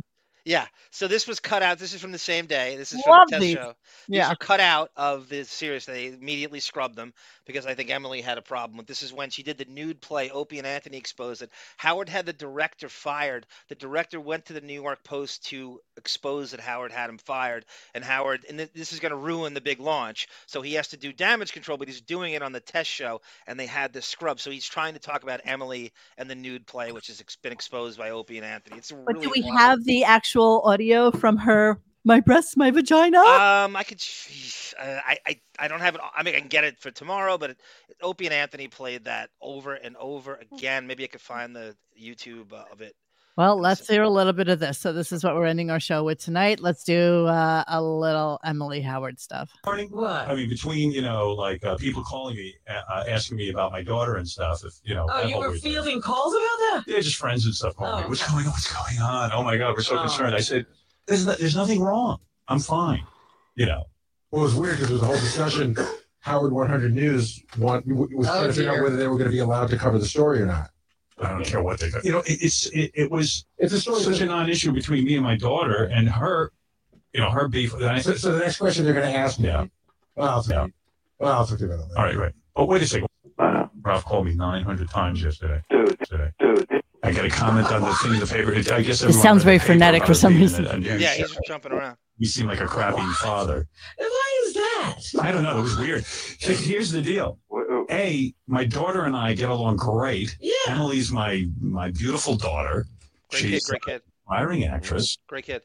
Speaker 2: Yeah. So this was cut out. This is from the same day. This is from
Speaker 3: Love
Speaker 2: the test
Speaker 3: these.
Speaker 2: show. These
Speaker 3: Yeah.
Speaker 2: are cut out of the series. They immediately scrubbed them because I think Emily had a problem with this. Is when she did the nude play. Opie and Anthony exposed it. Howard had the director fired. The director went to the New York Post to expose that Howard had him fired. And Howard, and th- this is going to ruin the big launch. So he has to do damage control, but he's doing it on the test show. And they had this scrub. So he's trying to talk about Emily and the nude play, which has ex- been exposed by Opie and Anthony. It's
Speaker 3: But
Speaker 2: really
Speaker 3: do we
Speaker 2: awful. Uh,
Speaker 3: have the actual audio from her? My breast, my vagina.
Speaker 2: Um, I could. uh, I, I I don't have it. I mean, I can get it for tomorrow, but it, Opie and Anthony played that over and over again. Maybe I could find the YouTube uh, of it.
Speaker 3: Well, let's hear a little bit of this. So this is what we're ending our show with tonight. Let's do uh, a little Emily Howard stuff.
Speaker 8: morning. I mean, between you know, like uh, people calling me, uh, uh, asking me about my daughter and stuff. If you know,
Speaker 27: Oh,
Speaker 8: I'm
Speaker 27: you were
Speaker 8: always there.
Speaker 27: fielding calls about that?
Speaker 8: Yeah, just friends and stuff calling me. What's going on? What's going on? Oh my God, we're so
Speaker 27: Oh.
Speaker 8: concerned. I said, there's, no, there's nothing wrong. I'm fine. You know.
Speaker 17: Well, it was weird because there was a whole discussion. Howard 100 News want, was
Speaker 8: Oh,
Speaker 17: trying to figure out
Speaker 8: dear.
Speaker 17: whether they were going to be allowed to cover the story or not.
Speaker 8: I don't care what they think. You know, it, it's it, it was
Speaker 17: It's a story
Speaker 8: such
Speaker 17: that-
Speaker 8: a non-issue between me and my daughter and her. You know, her beef. And I
Speaker 17: So,
Speaker 8: said,
Speaker 17: so the next question they're going to ask me.
Speaker 8: Yeah.
Speaker 17: Well, I'll tell you. Well, I'll talk to you about it.
Speaker 8: All right, right. But wait a second. Ralph called me 900 times yesterday. Dude, today. dude. I got a comment on the thing in the paper. It, I guess
Speaker 3: It
Speaker 8: everyone
Speaker 3: sounds
Speaker 8: read
Speaker 3: very
Speaker 8: the paper
Speaker 3: frenetic
Speaker 8: about
Speaker 3: for
Speaker 8: it
Speaker 3: some
Speaker 8: being
Speaker 3: reason.
Speaker 8: an abuse.
Speaker 2: Yeah, he's jumping around.
Speaker 8: You seem like a crappy father.
Speaker 27: Why is that?
Speaker 8: I don't know. It was weird. So here's the deal. A, my daughter and I get along great.
Speaker 27: Yeah.
Speaker 8: Emily's my my beautiful daughter.
Speaker 2: Great
Speaker 8: She's
Speaker 2: kid, great kid,
Speaker 8: an aspiring actress,
Speaker 2: great kid.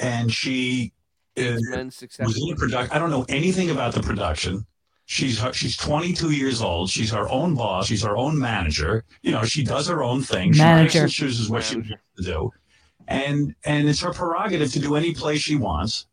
Speaker 8: and she is was in the production. I don't know anything about the production. She's her, she's 22 years old. She's her own boss. She's her own manager. You know, she does her own thing. She picks
Speaker 3: Manager.
Speaker 8: and chooses what she wants to do, and and it's her prerogative to do any play she wants.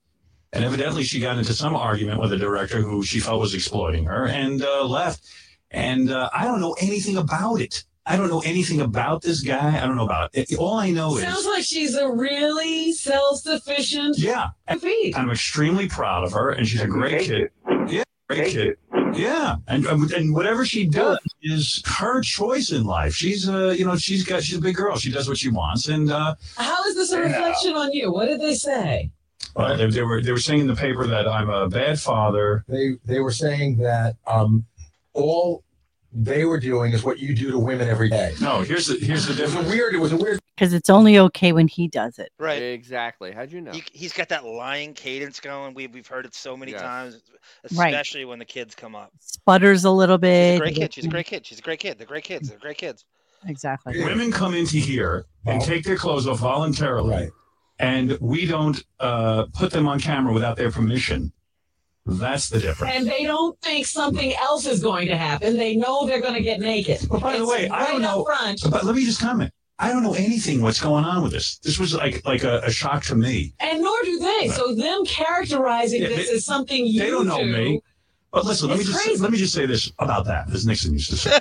Speaker 8: And evidently, she got into some argument with a director who she felt was exploiting her and uh, left. And uh, I don't know anything about it. I don't know anything about this guy. I don't know about it. All I know is
Speaker 27: Sounds like she's a really self-sufficient. E.
Speaker 8: Yeah.
Speaker 27: Feed.
Speaker 8: I'm extremely proud of her, and she's a great kid. Yeah, great kid. Yeah, and um, and whatever she does is her choice in life. She's uh, you know, she's got she's a big girl. She does what she wants, and uh,
Speaker 27: How is this a
Speaker 8: Yeah.
Speaker 27: reflection on you? What did they say?
Speaker 8: uh, they, they were they were saying in the paper that I'm a bad father.
Speaker 17: They they were saying that um, all they were doing is what you do to women every day.
Speaker 8: No, here's the here's the
Speaker 17: It was a
Speaker 8: difference.
Speaker 17: weird. It was a weird.
Speaker 3: Because it's only okay when he does it.
Speaker 2: Right.
Speaker 4: Exactly. How'd you know?
Speaker 2: He, he's got that lying cadence going. We we've heard it so many
Speaker 4: Yes.
Speaker 2: times,
Speaker 3: Right.
Speaker 2: especially when the kids come up.
Speaker 3: Sputters a little bit.
Speaker 2: She's a great kid. She's a great kid. She's a great kid. They're great kids. They're great kids.
Speaker 3: Exactly.
Speaker 8: Women come into here and take their clothes off voluntarily, and we don't uh, put them on camera without their permission. That's the difference.
Speaker 27: And they don't think something else is going to happen. They know they're going to get naked.
Speaker 8: But by the
Speaker 27: It's
Speaker 8: way, I
Speaker 27: right
Speaker 8: don't
Speaker 27: up
Speaker 8: know.
Speaker 27: front.
Speaker 8: But let me just comment. I don't know anything what's going on with this. This was like like a, a shock to me.
Speaker 27: And nor do they. So them characterizing
Speaker 8: Yeah,
Speaker 27: this
Speaker 8: they-
Speaker 27: as something you
Speaker 8: They don't know
Speaker 27: do-
Speaker 8: me. But listen, let me
Speaker 27: It's
Speaker 8: just
Speaker 27: crazy.
Speaker 8: let me just say this about that, as Nixon used to say.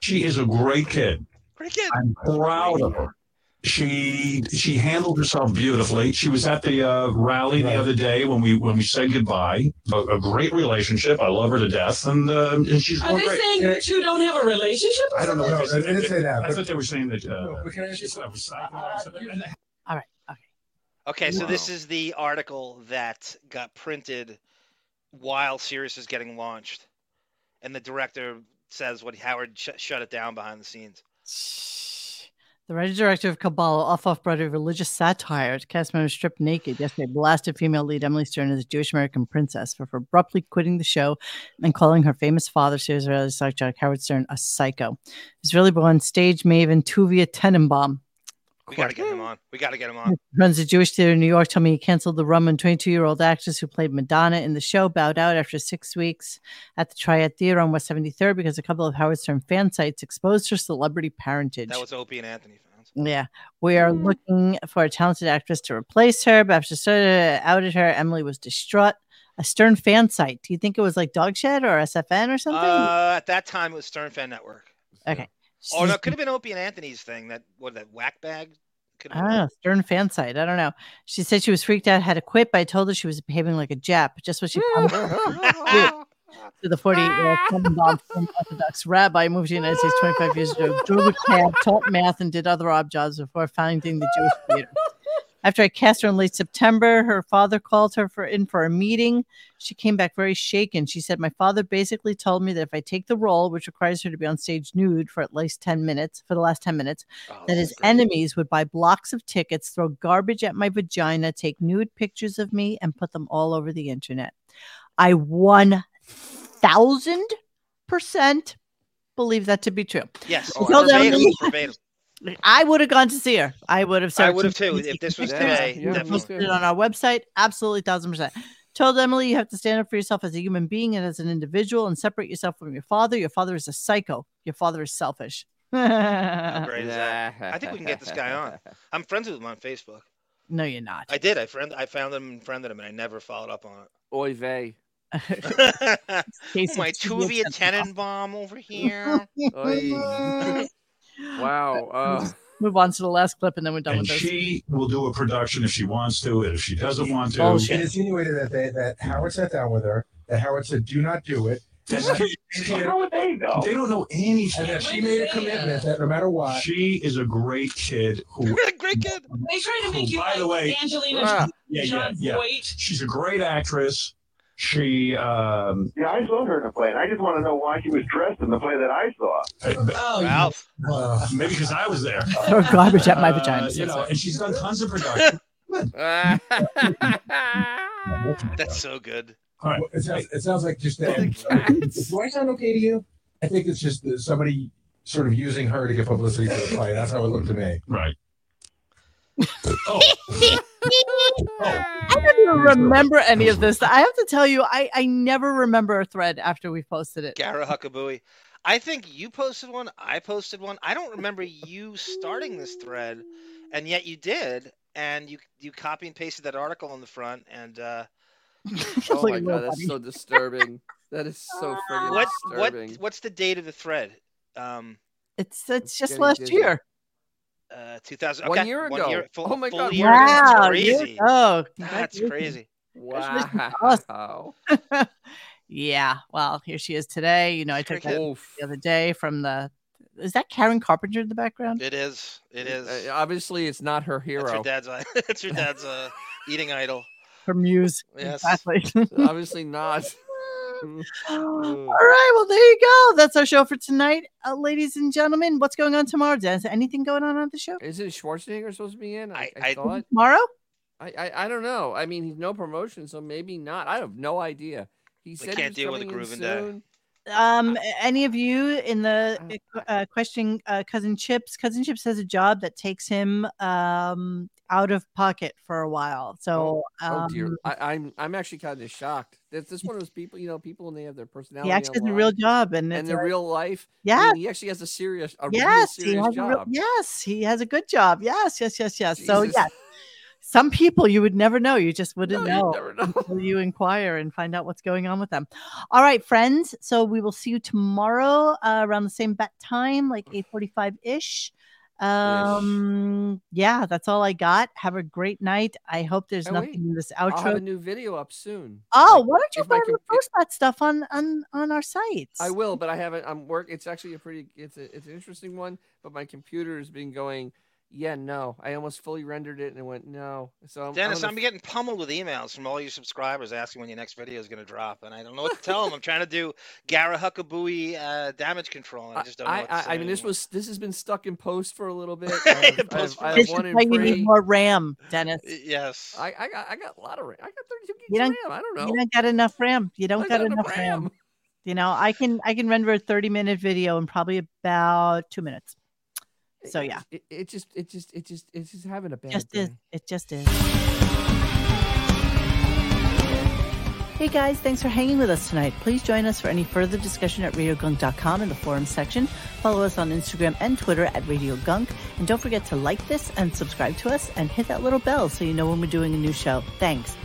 Speaker 8: she is a great kid.
Speaker 2: Great kid.
Speaker 8: I'm proud of her. She she handled herself beautifully. She was at the uh, rally the other day when we when we said goodbye. A, a great relationship. I love her to death, and uh, and she's
Speaker 27: Are
Speaker 8: doing
Speaker 27: they
Speaker 8: great.
Speaker 27: saying that you don't have a relationship?
Speaker 8: I don't know.
Speaker 17: No,
Speaker 8: if
Speaker 17: they didn't say that,
Speaker 8: I
Speaker 17: but-
Speaker 8: thought they were saying that. Uh,
Speaker 17: can I ask you
Speaker 8: I was psycho-
Speaker 3: All right.
Speaker 2: Okay, so this
Speaker 8: Wow.
Speaker 2: is the article that got printed while Sirius is getting launched, and the director says what Howard sh- shut it down behind the scenes.
Speaker 3: The writer director of Kabbalah, off off Broadway religious satire, cast members stripped naked yesterday blasted female lead Emily Stern as a Jewish American princess for, for abruptly quitting the show and calling her famous father, series reality star Jack Howard Stern, a psycho. Israeli born stage maven Tuvia Tenenbaum
Speaker 2: We got to get him on. We got to get him on.
Speaker 3: runs a Jewish theater in New York. Told me he canceled the Roman 22 year old actress who played Madonna in the show, bowed out after six weeks at the Triad Theater on West 73rd because a couple of Howard Stern fan sites exposed her celebrity parentage.
Speaker 2: That was Opie and Anthony.
Speaker 3: Yeah, we are looking for a talented actress to replace her. But after Soda outed her, Emily was distraught. A Stern fan site. Do you think it was like Dogshed or SFN or something?
Speaker 2: Uh, at that time, it was Stern Fan Network.
Speaker 3: okay.
Speaker 2: Oh no, it could have been Opie and Anthony's thing. That what that whack bag. Could
Speaker 3: I don't
Speaker 4: Ah.
Speaker 3: know, Ah, Stern fan site. I don't know. She said she was freaked out, had to quit, but I told her she was behaving like a Jap, just what she promised to do. the 48 year old Orthodox rabbi moved to the United States 25 years ago, drove a cab, taught math, and did other odd jobs before founding the Jewish Theater. After I cast her in late September, her father called her for in for a meeting. She came back very shaken. She said, "My father basically told me that if I take the role, which requires her to be on stage nude for at least ten minutes, for the last ten minutes, that his enemies would buy blocks of tickets, throw garbage at my vagina, take nude pictures of me, and put them all over the internet." I one thousand percent believe that to be true.
Speaker 2: Yes,
Speaker 3: I told them-
Speaker 2: verbatim, verbatim.
Speaker 3: I would have gone to see her. I would have.
Speaker 2: I
Speaker 3: said
Speaker 2: would have too if this was today.
Speaker 3: Posted it on our website, absolutely thousand percent. told Emily you have to stand up for yourself as a human being and as an individual and separate yourself from your father. Your father is a psycho. Your father is selfish.
Speaker 2: How great is that? I think we can get this guy on. I'm friends with him on Facebook.
Speaker 3: No, you're not.
Speaker 2: I did. I friend. I found him and friended him, and I never followed up on it.
Speaker 4: Oy vey.
Speaker 3: Case
Speaker 2: My
Speaker 3: of two
Speaker 2: Tuvia
Speaker 3: against
Speaker 2: Tenenbaum over here.
Speaker 4: Oy. wow. Uh,
Speaker 3: Move on to the last clip and then we're done
Speaker 1: and
Speaker 3: with this.
Speaker 1: she will do a production if she wants to, and if she doesn't want to,
Speaker 17: It insinuated that they, that Howard sat down with her, that Howard said, "Do not do it."
Speaker 1: That's not- How would
Speaker 17: they
Speaker 1: know? They don't know anything.
Speaker 17: And that she made a commitment that no matter what,
Speaker 1: she is a great kid who
Speaker 2: great kid.
Speaker 27: They try to make
Speaker 1: who,
Speaker 8: Oh,
Speaker 27: you
Speaker 1: by
Speaker 27: like
Speaker 1: the way,
Speaker 27: Angelina
Speaker 1: Ah.
Speaker 27: Jolie,
Speaker 1: yeah, yeah,
Speaker 27: John
Speaker 1: yeah.
Speaker 27: Voight.
Speaker 1: She's a great actress. She, um,
Speaker 13: Yeah, I saw her in a play, and I just want to know why she was dressed in the play that I saw.
Speaker 1: Oh,
Speaker 2: Ralph.
Speaker 1: maybe because I was there.
Speaker 3: Throw garbage at my
Speaker 1: Uh,
Speaker 3: vagina.
Speaker 1: you know, and she's done tons of production.
Speaker 2: That's so good.
Speaker 1: All
Speaker 17: it sounds, it sounds like just that. Do I sound okay to you? I think it's just that somebody sort of using her to get publicity for the play. That's how it looked to me.
Speaker 1: Right.
Speaker 3: I don't even remember any of this. I have to tell you, I, I never remember a thread after we posted it.
Speaker 2: Gara Huckaboo. I think you posted one. I posted one. I don't remember you starting this thread, and yet you did. And you you copy and pasted that article on the front. And uh,
Speaker 4: oh my god, that's so disturbing. That is so friggin'
Speaker 2: what what
Speaker 4: disturbing.
Speaker 2: what's the date of the thread? Um,
Speaker 3: It's it's just
Speaker 4: getting
Speaker 3: last
Speaker 4: dizzy.
Speaker 3: year.
Speaker 2: uh, 2000.
Speaker 4: One
Speaker 2: okay,
Speaker 4: year ago.
Speaker 2: full,
Speaker 4: Oh my
Speaker 2: full
Speaker 4: God,
Speaker 2: year
Speaker 4: one
Speaker 2: ago.
Speaker 4: year
Speaker 2: That's
Speaker 4: ago.
Speaker 2: crazy.
Speaker 3: Oh,
Speaker 2: That's crazy.
Speaker 4: Wow.
Speaker 3: yeah. Well, here she is today. You know, I took
Speaker 2: Cricket.
Speaker 3: that the other day from the. Is that Karen Carpenter in the background?
Speaker 2: It is. It is.
Speaker 4: Uh, obviously, it's not her hero.
Speaker 2: That's your dad's. eye- That's your dad's uh, eating idol.
Speaker 3: Her muse.
Speaker 2: Yes.
Speaker 3: Exactly.
Speaker 4: Obviously not.
Speaker 3: All right. Well, there you go. That's our show for tonight, uh, ladies and gentlemen. What's going on tomorrow, Dennis? Anything going on on the show?
Speaker 4: Isn't Schwarzenegger supposed to be in? I, I,
Speaker 3: I-
Speaker 4: thought.
Speaker 3: Tomorrow?
Speaker 4: I, I I don't know. I mean, he's no promotion, so maybe not. I have no idea. He said
Speaker 2: can't
Speaker 4: he
Speaker 2: deal
Speaker 4: was
Speaker 2: with the
Speaker 4: coming in
Speaker 2: grooving day.
Speaker 4: soon.
Speaker 3: Um,
Speaker 4: Uh,
Speaker 3: any of you in the uh, question, uh, cousin Chips? Cousin Chips has a job that takes him um out of pocket for a while. So, um,
Speaker 4: oh dear, I, I'm I'm actually kind of shocked. That's this one of those people, you know, people and they have their personality.
Speaker 3: he actually has a
Speaker 4: online
Speaker 3: real job, and,
Speaker 4: and
Speaker 3: it's
Speaker 4: their
Speaker 3: like-
Speaker 4: real life. I
Speaker 3: Yeah.
Speaker 4: mean, he actually has a serious, a
Speaker 3: yes,
Speaker 4: real
Speaker 3: he
Speaker 4: serious
Speaker 3: has a
Speaker 4: job.
Speaker 3: real- yes, he has a good job. Yes, yes, yes, yes. So
Speaker 4: Jesus.
Speaker 3: yeah, some people you would never know. You just wouldn't
Speaker 4: No, you'd
Speaker 3: know,
Speaker 4: never know.
Speaker 3: until you inquire and find out what's going on with them. All right, friends. So we will see you tomorrow uh, around the same bat time, like eight forty-five ish. Um, yeah, that's all I got. Have a great night. I hope there's
Speaker 4: Oh,
Speaker 3: nothing
Speaker 4: wait.
Speaker 3: in this
Speaker 4: I'll have a
Speaker 3: outro.
Speaker 4: new video up soon.
Speaker 3: oh,
Speaker 4: Like,
Speaker 3: why don't you
Speaker 4: if my
Speaker 3: finally
Speaker 4: com-
Speaker 3: post that stuff on on on our sites?
Speaker 4: I will, but I haven't. I'm work. It's actually a pretty. It's a, it's an interesting one. But my computer has been going. Yeah, no. I almost fully rendered it and it went no. So I'm,
Speaker 2: Dennis,
Speaker 4: I'm
Speaker 2: I'm,
Speaker 4: gonna
Speaker 2: getting pummeled with emails from all your subscribers asking when your next video is going to drop, and I don't know what to tell them. I'm trying to do Gara Huckaboo uh, damage control, and I just don't know
Speaker 4: I,
Speaker 2: what to
Speaker 4: I,
Speaker 2: say
Speaker 4: I mean, this
Speaker 2: anymore.
Speaker 4: was this has been stuck in post for a little bit. I have, I have,
Speaker 2: Post
Speaker 4: I
Speaker 2: for-
Speaker 4: have
Speaker 3: This is
Speaker 4: one in
Speaker 3: why you
Speaker 4: free.
Speaker 3: need more RAM, Dennis.
Speaker 2: Yes.
Speaker 4: I, I got I got a lot of RAM. I got 32 gigs
Speaker 3: you don't,
Speaker 4: of RAM. I don't know.
Speaker 3: You don't got enough RAM. You don't
Speaker 4: I
Speaker 3: got
Speaker 4: got enough
Speaker 3: enough RAM. You know, I can I can render a 30 minute video in probably about two minutes. So
Speaker 4: It-
Speaker 3: yeah,
Speaker 4: It, it just it just it just it's just having a bad
Speaker 3: just
Speaker 4: day.
Speaker 3: is. It just is. Hey guys, thanks for hanging with us tonight. Please join us for any further discussion at radiogunk.com in the forum section. Follow us on Instagram and Twitter at Radio Gunk. And don't forget to like this and subscribe to us and hit that little bell so you know when we're doing a new show. Thanks.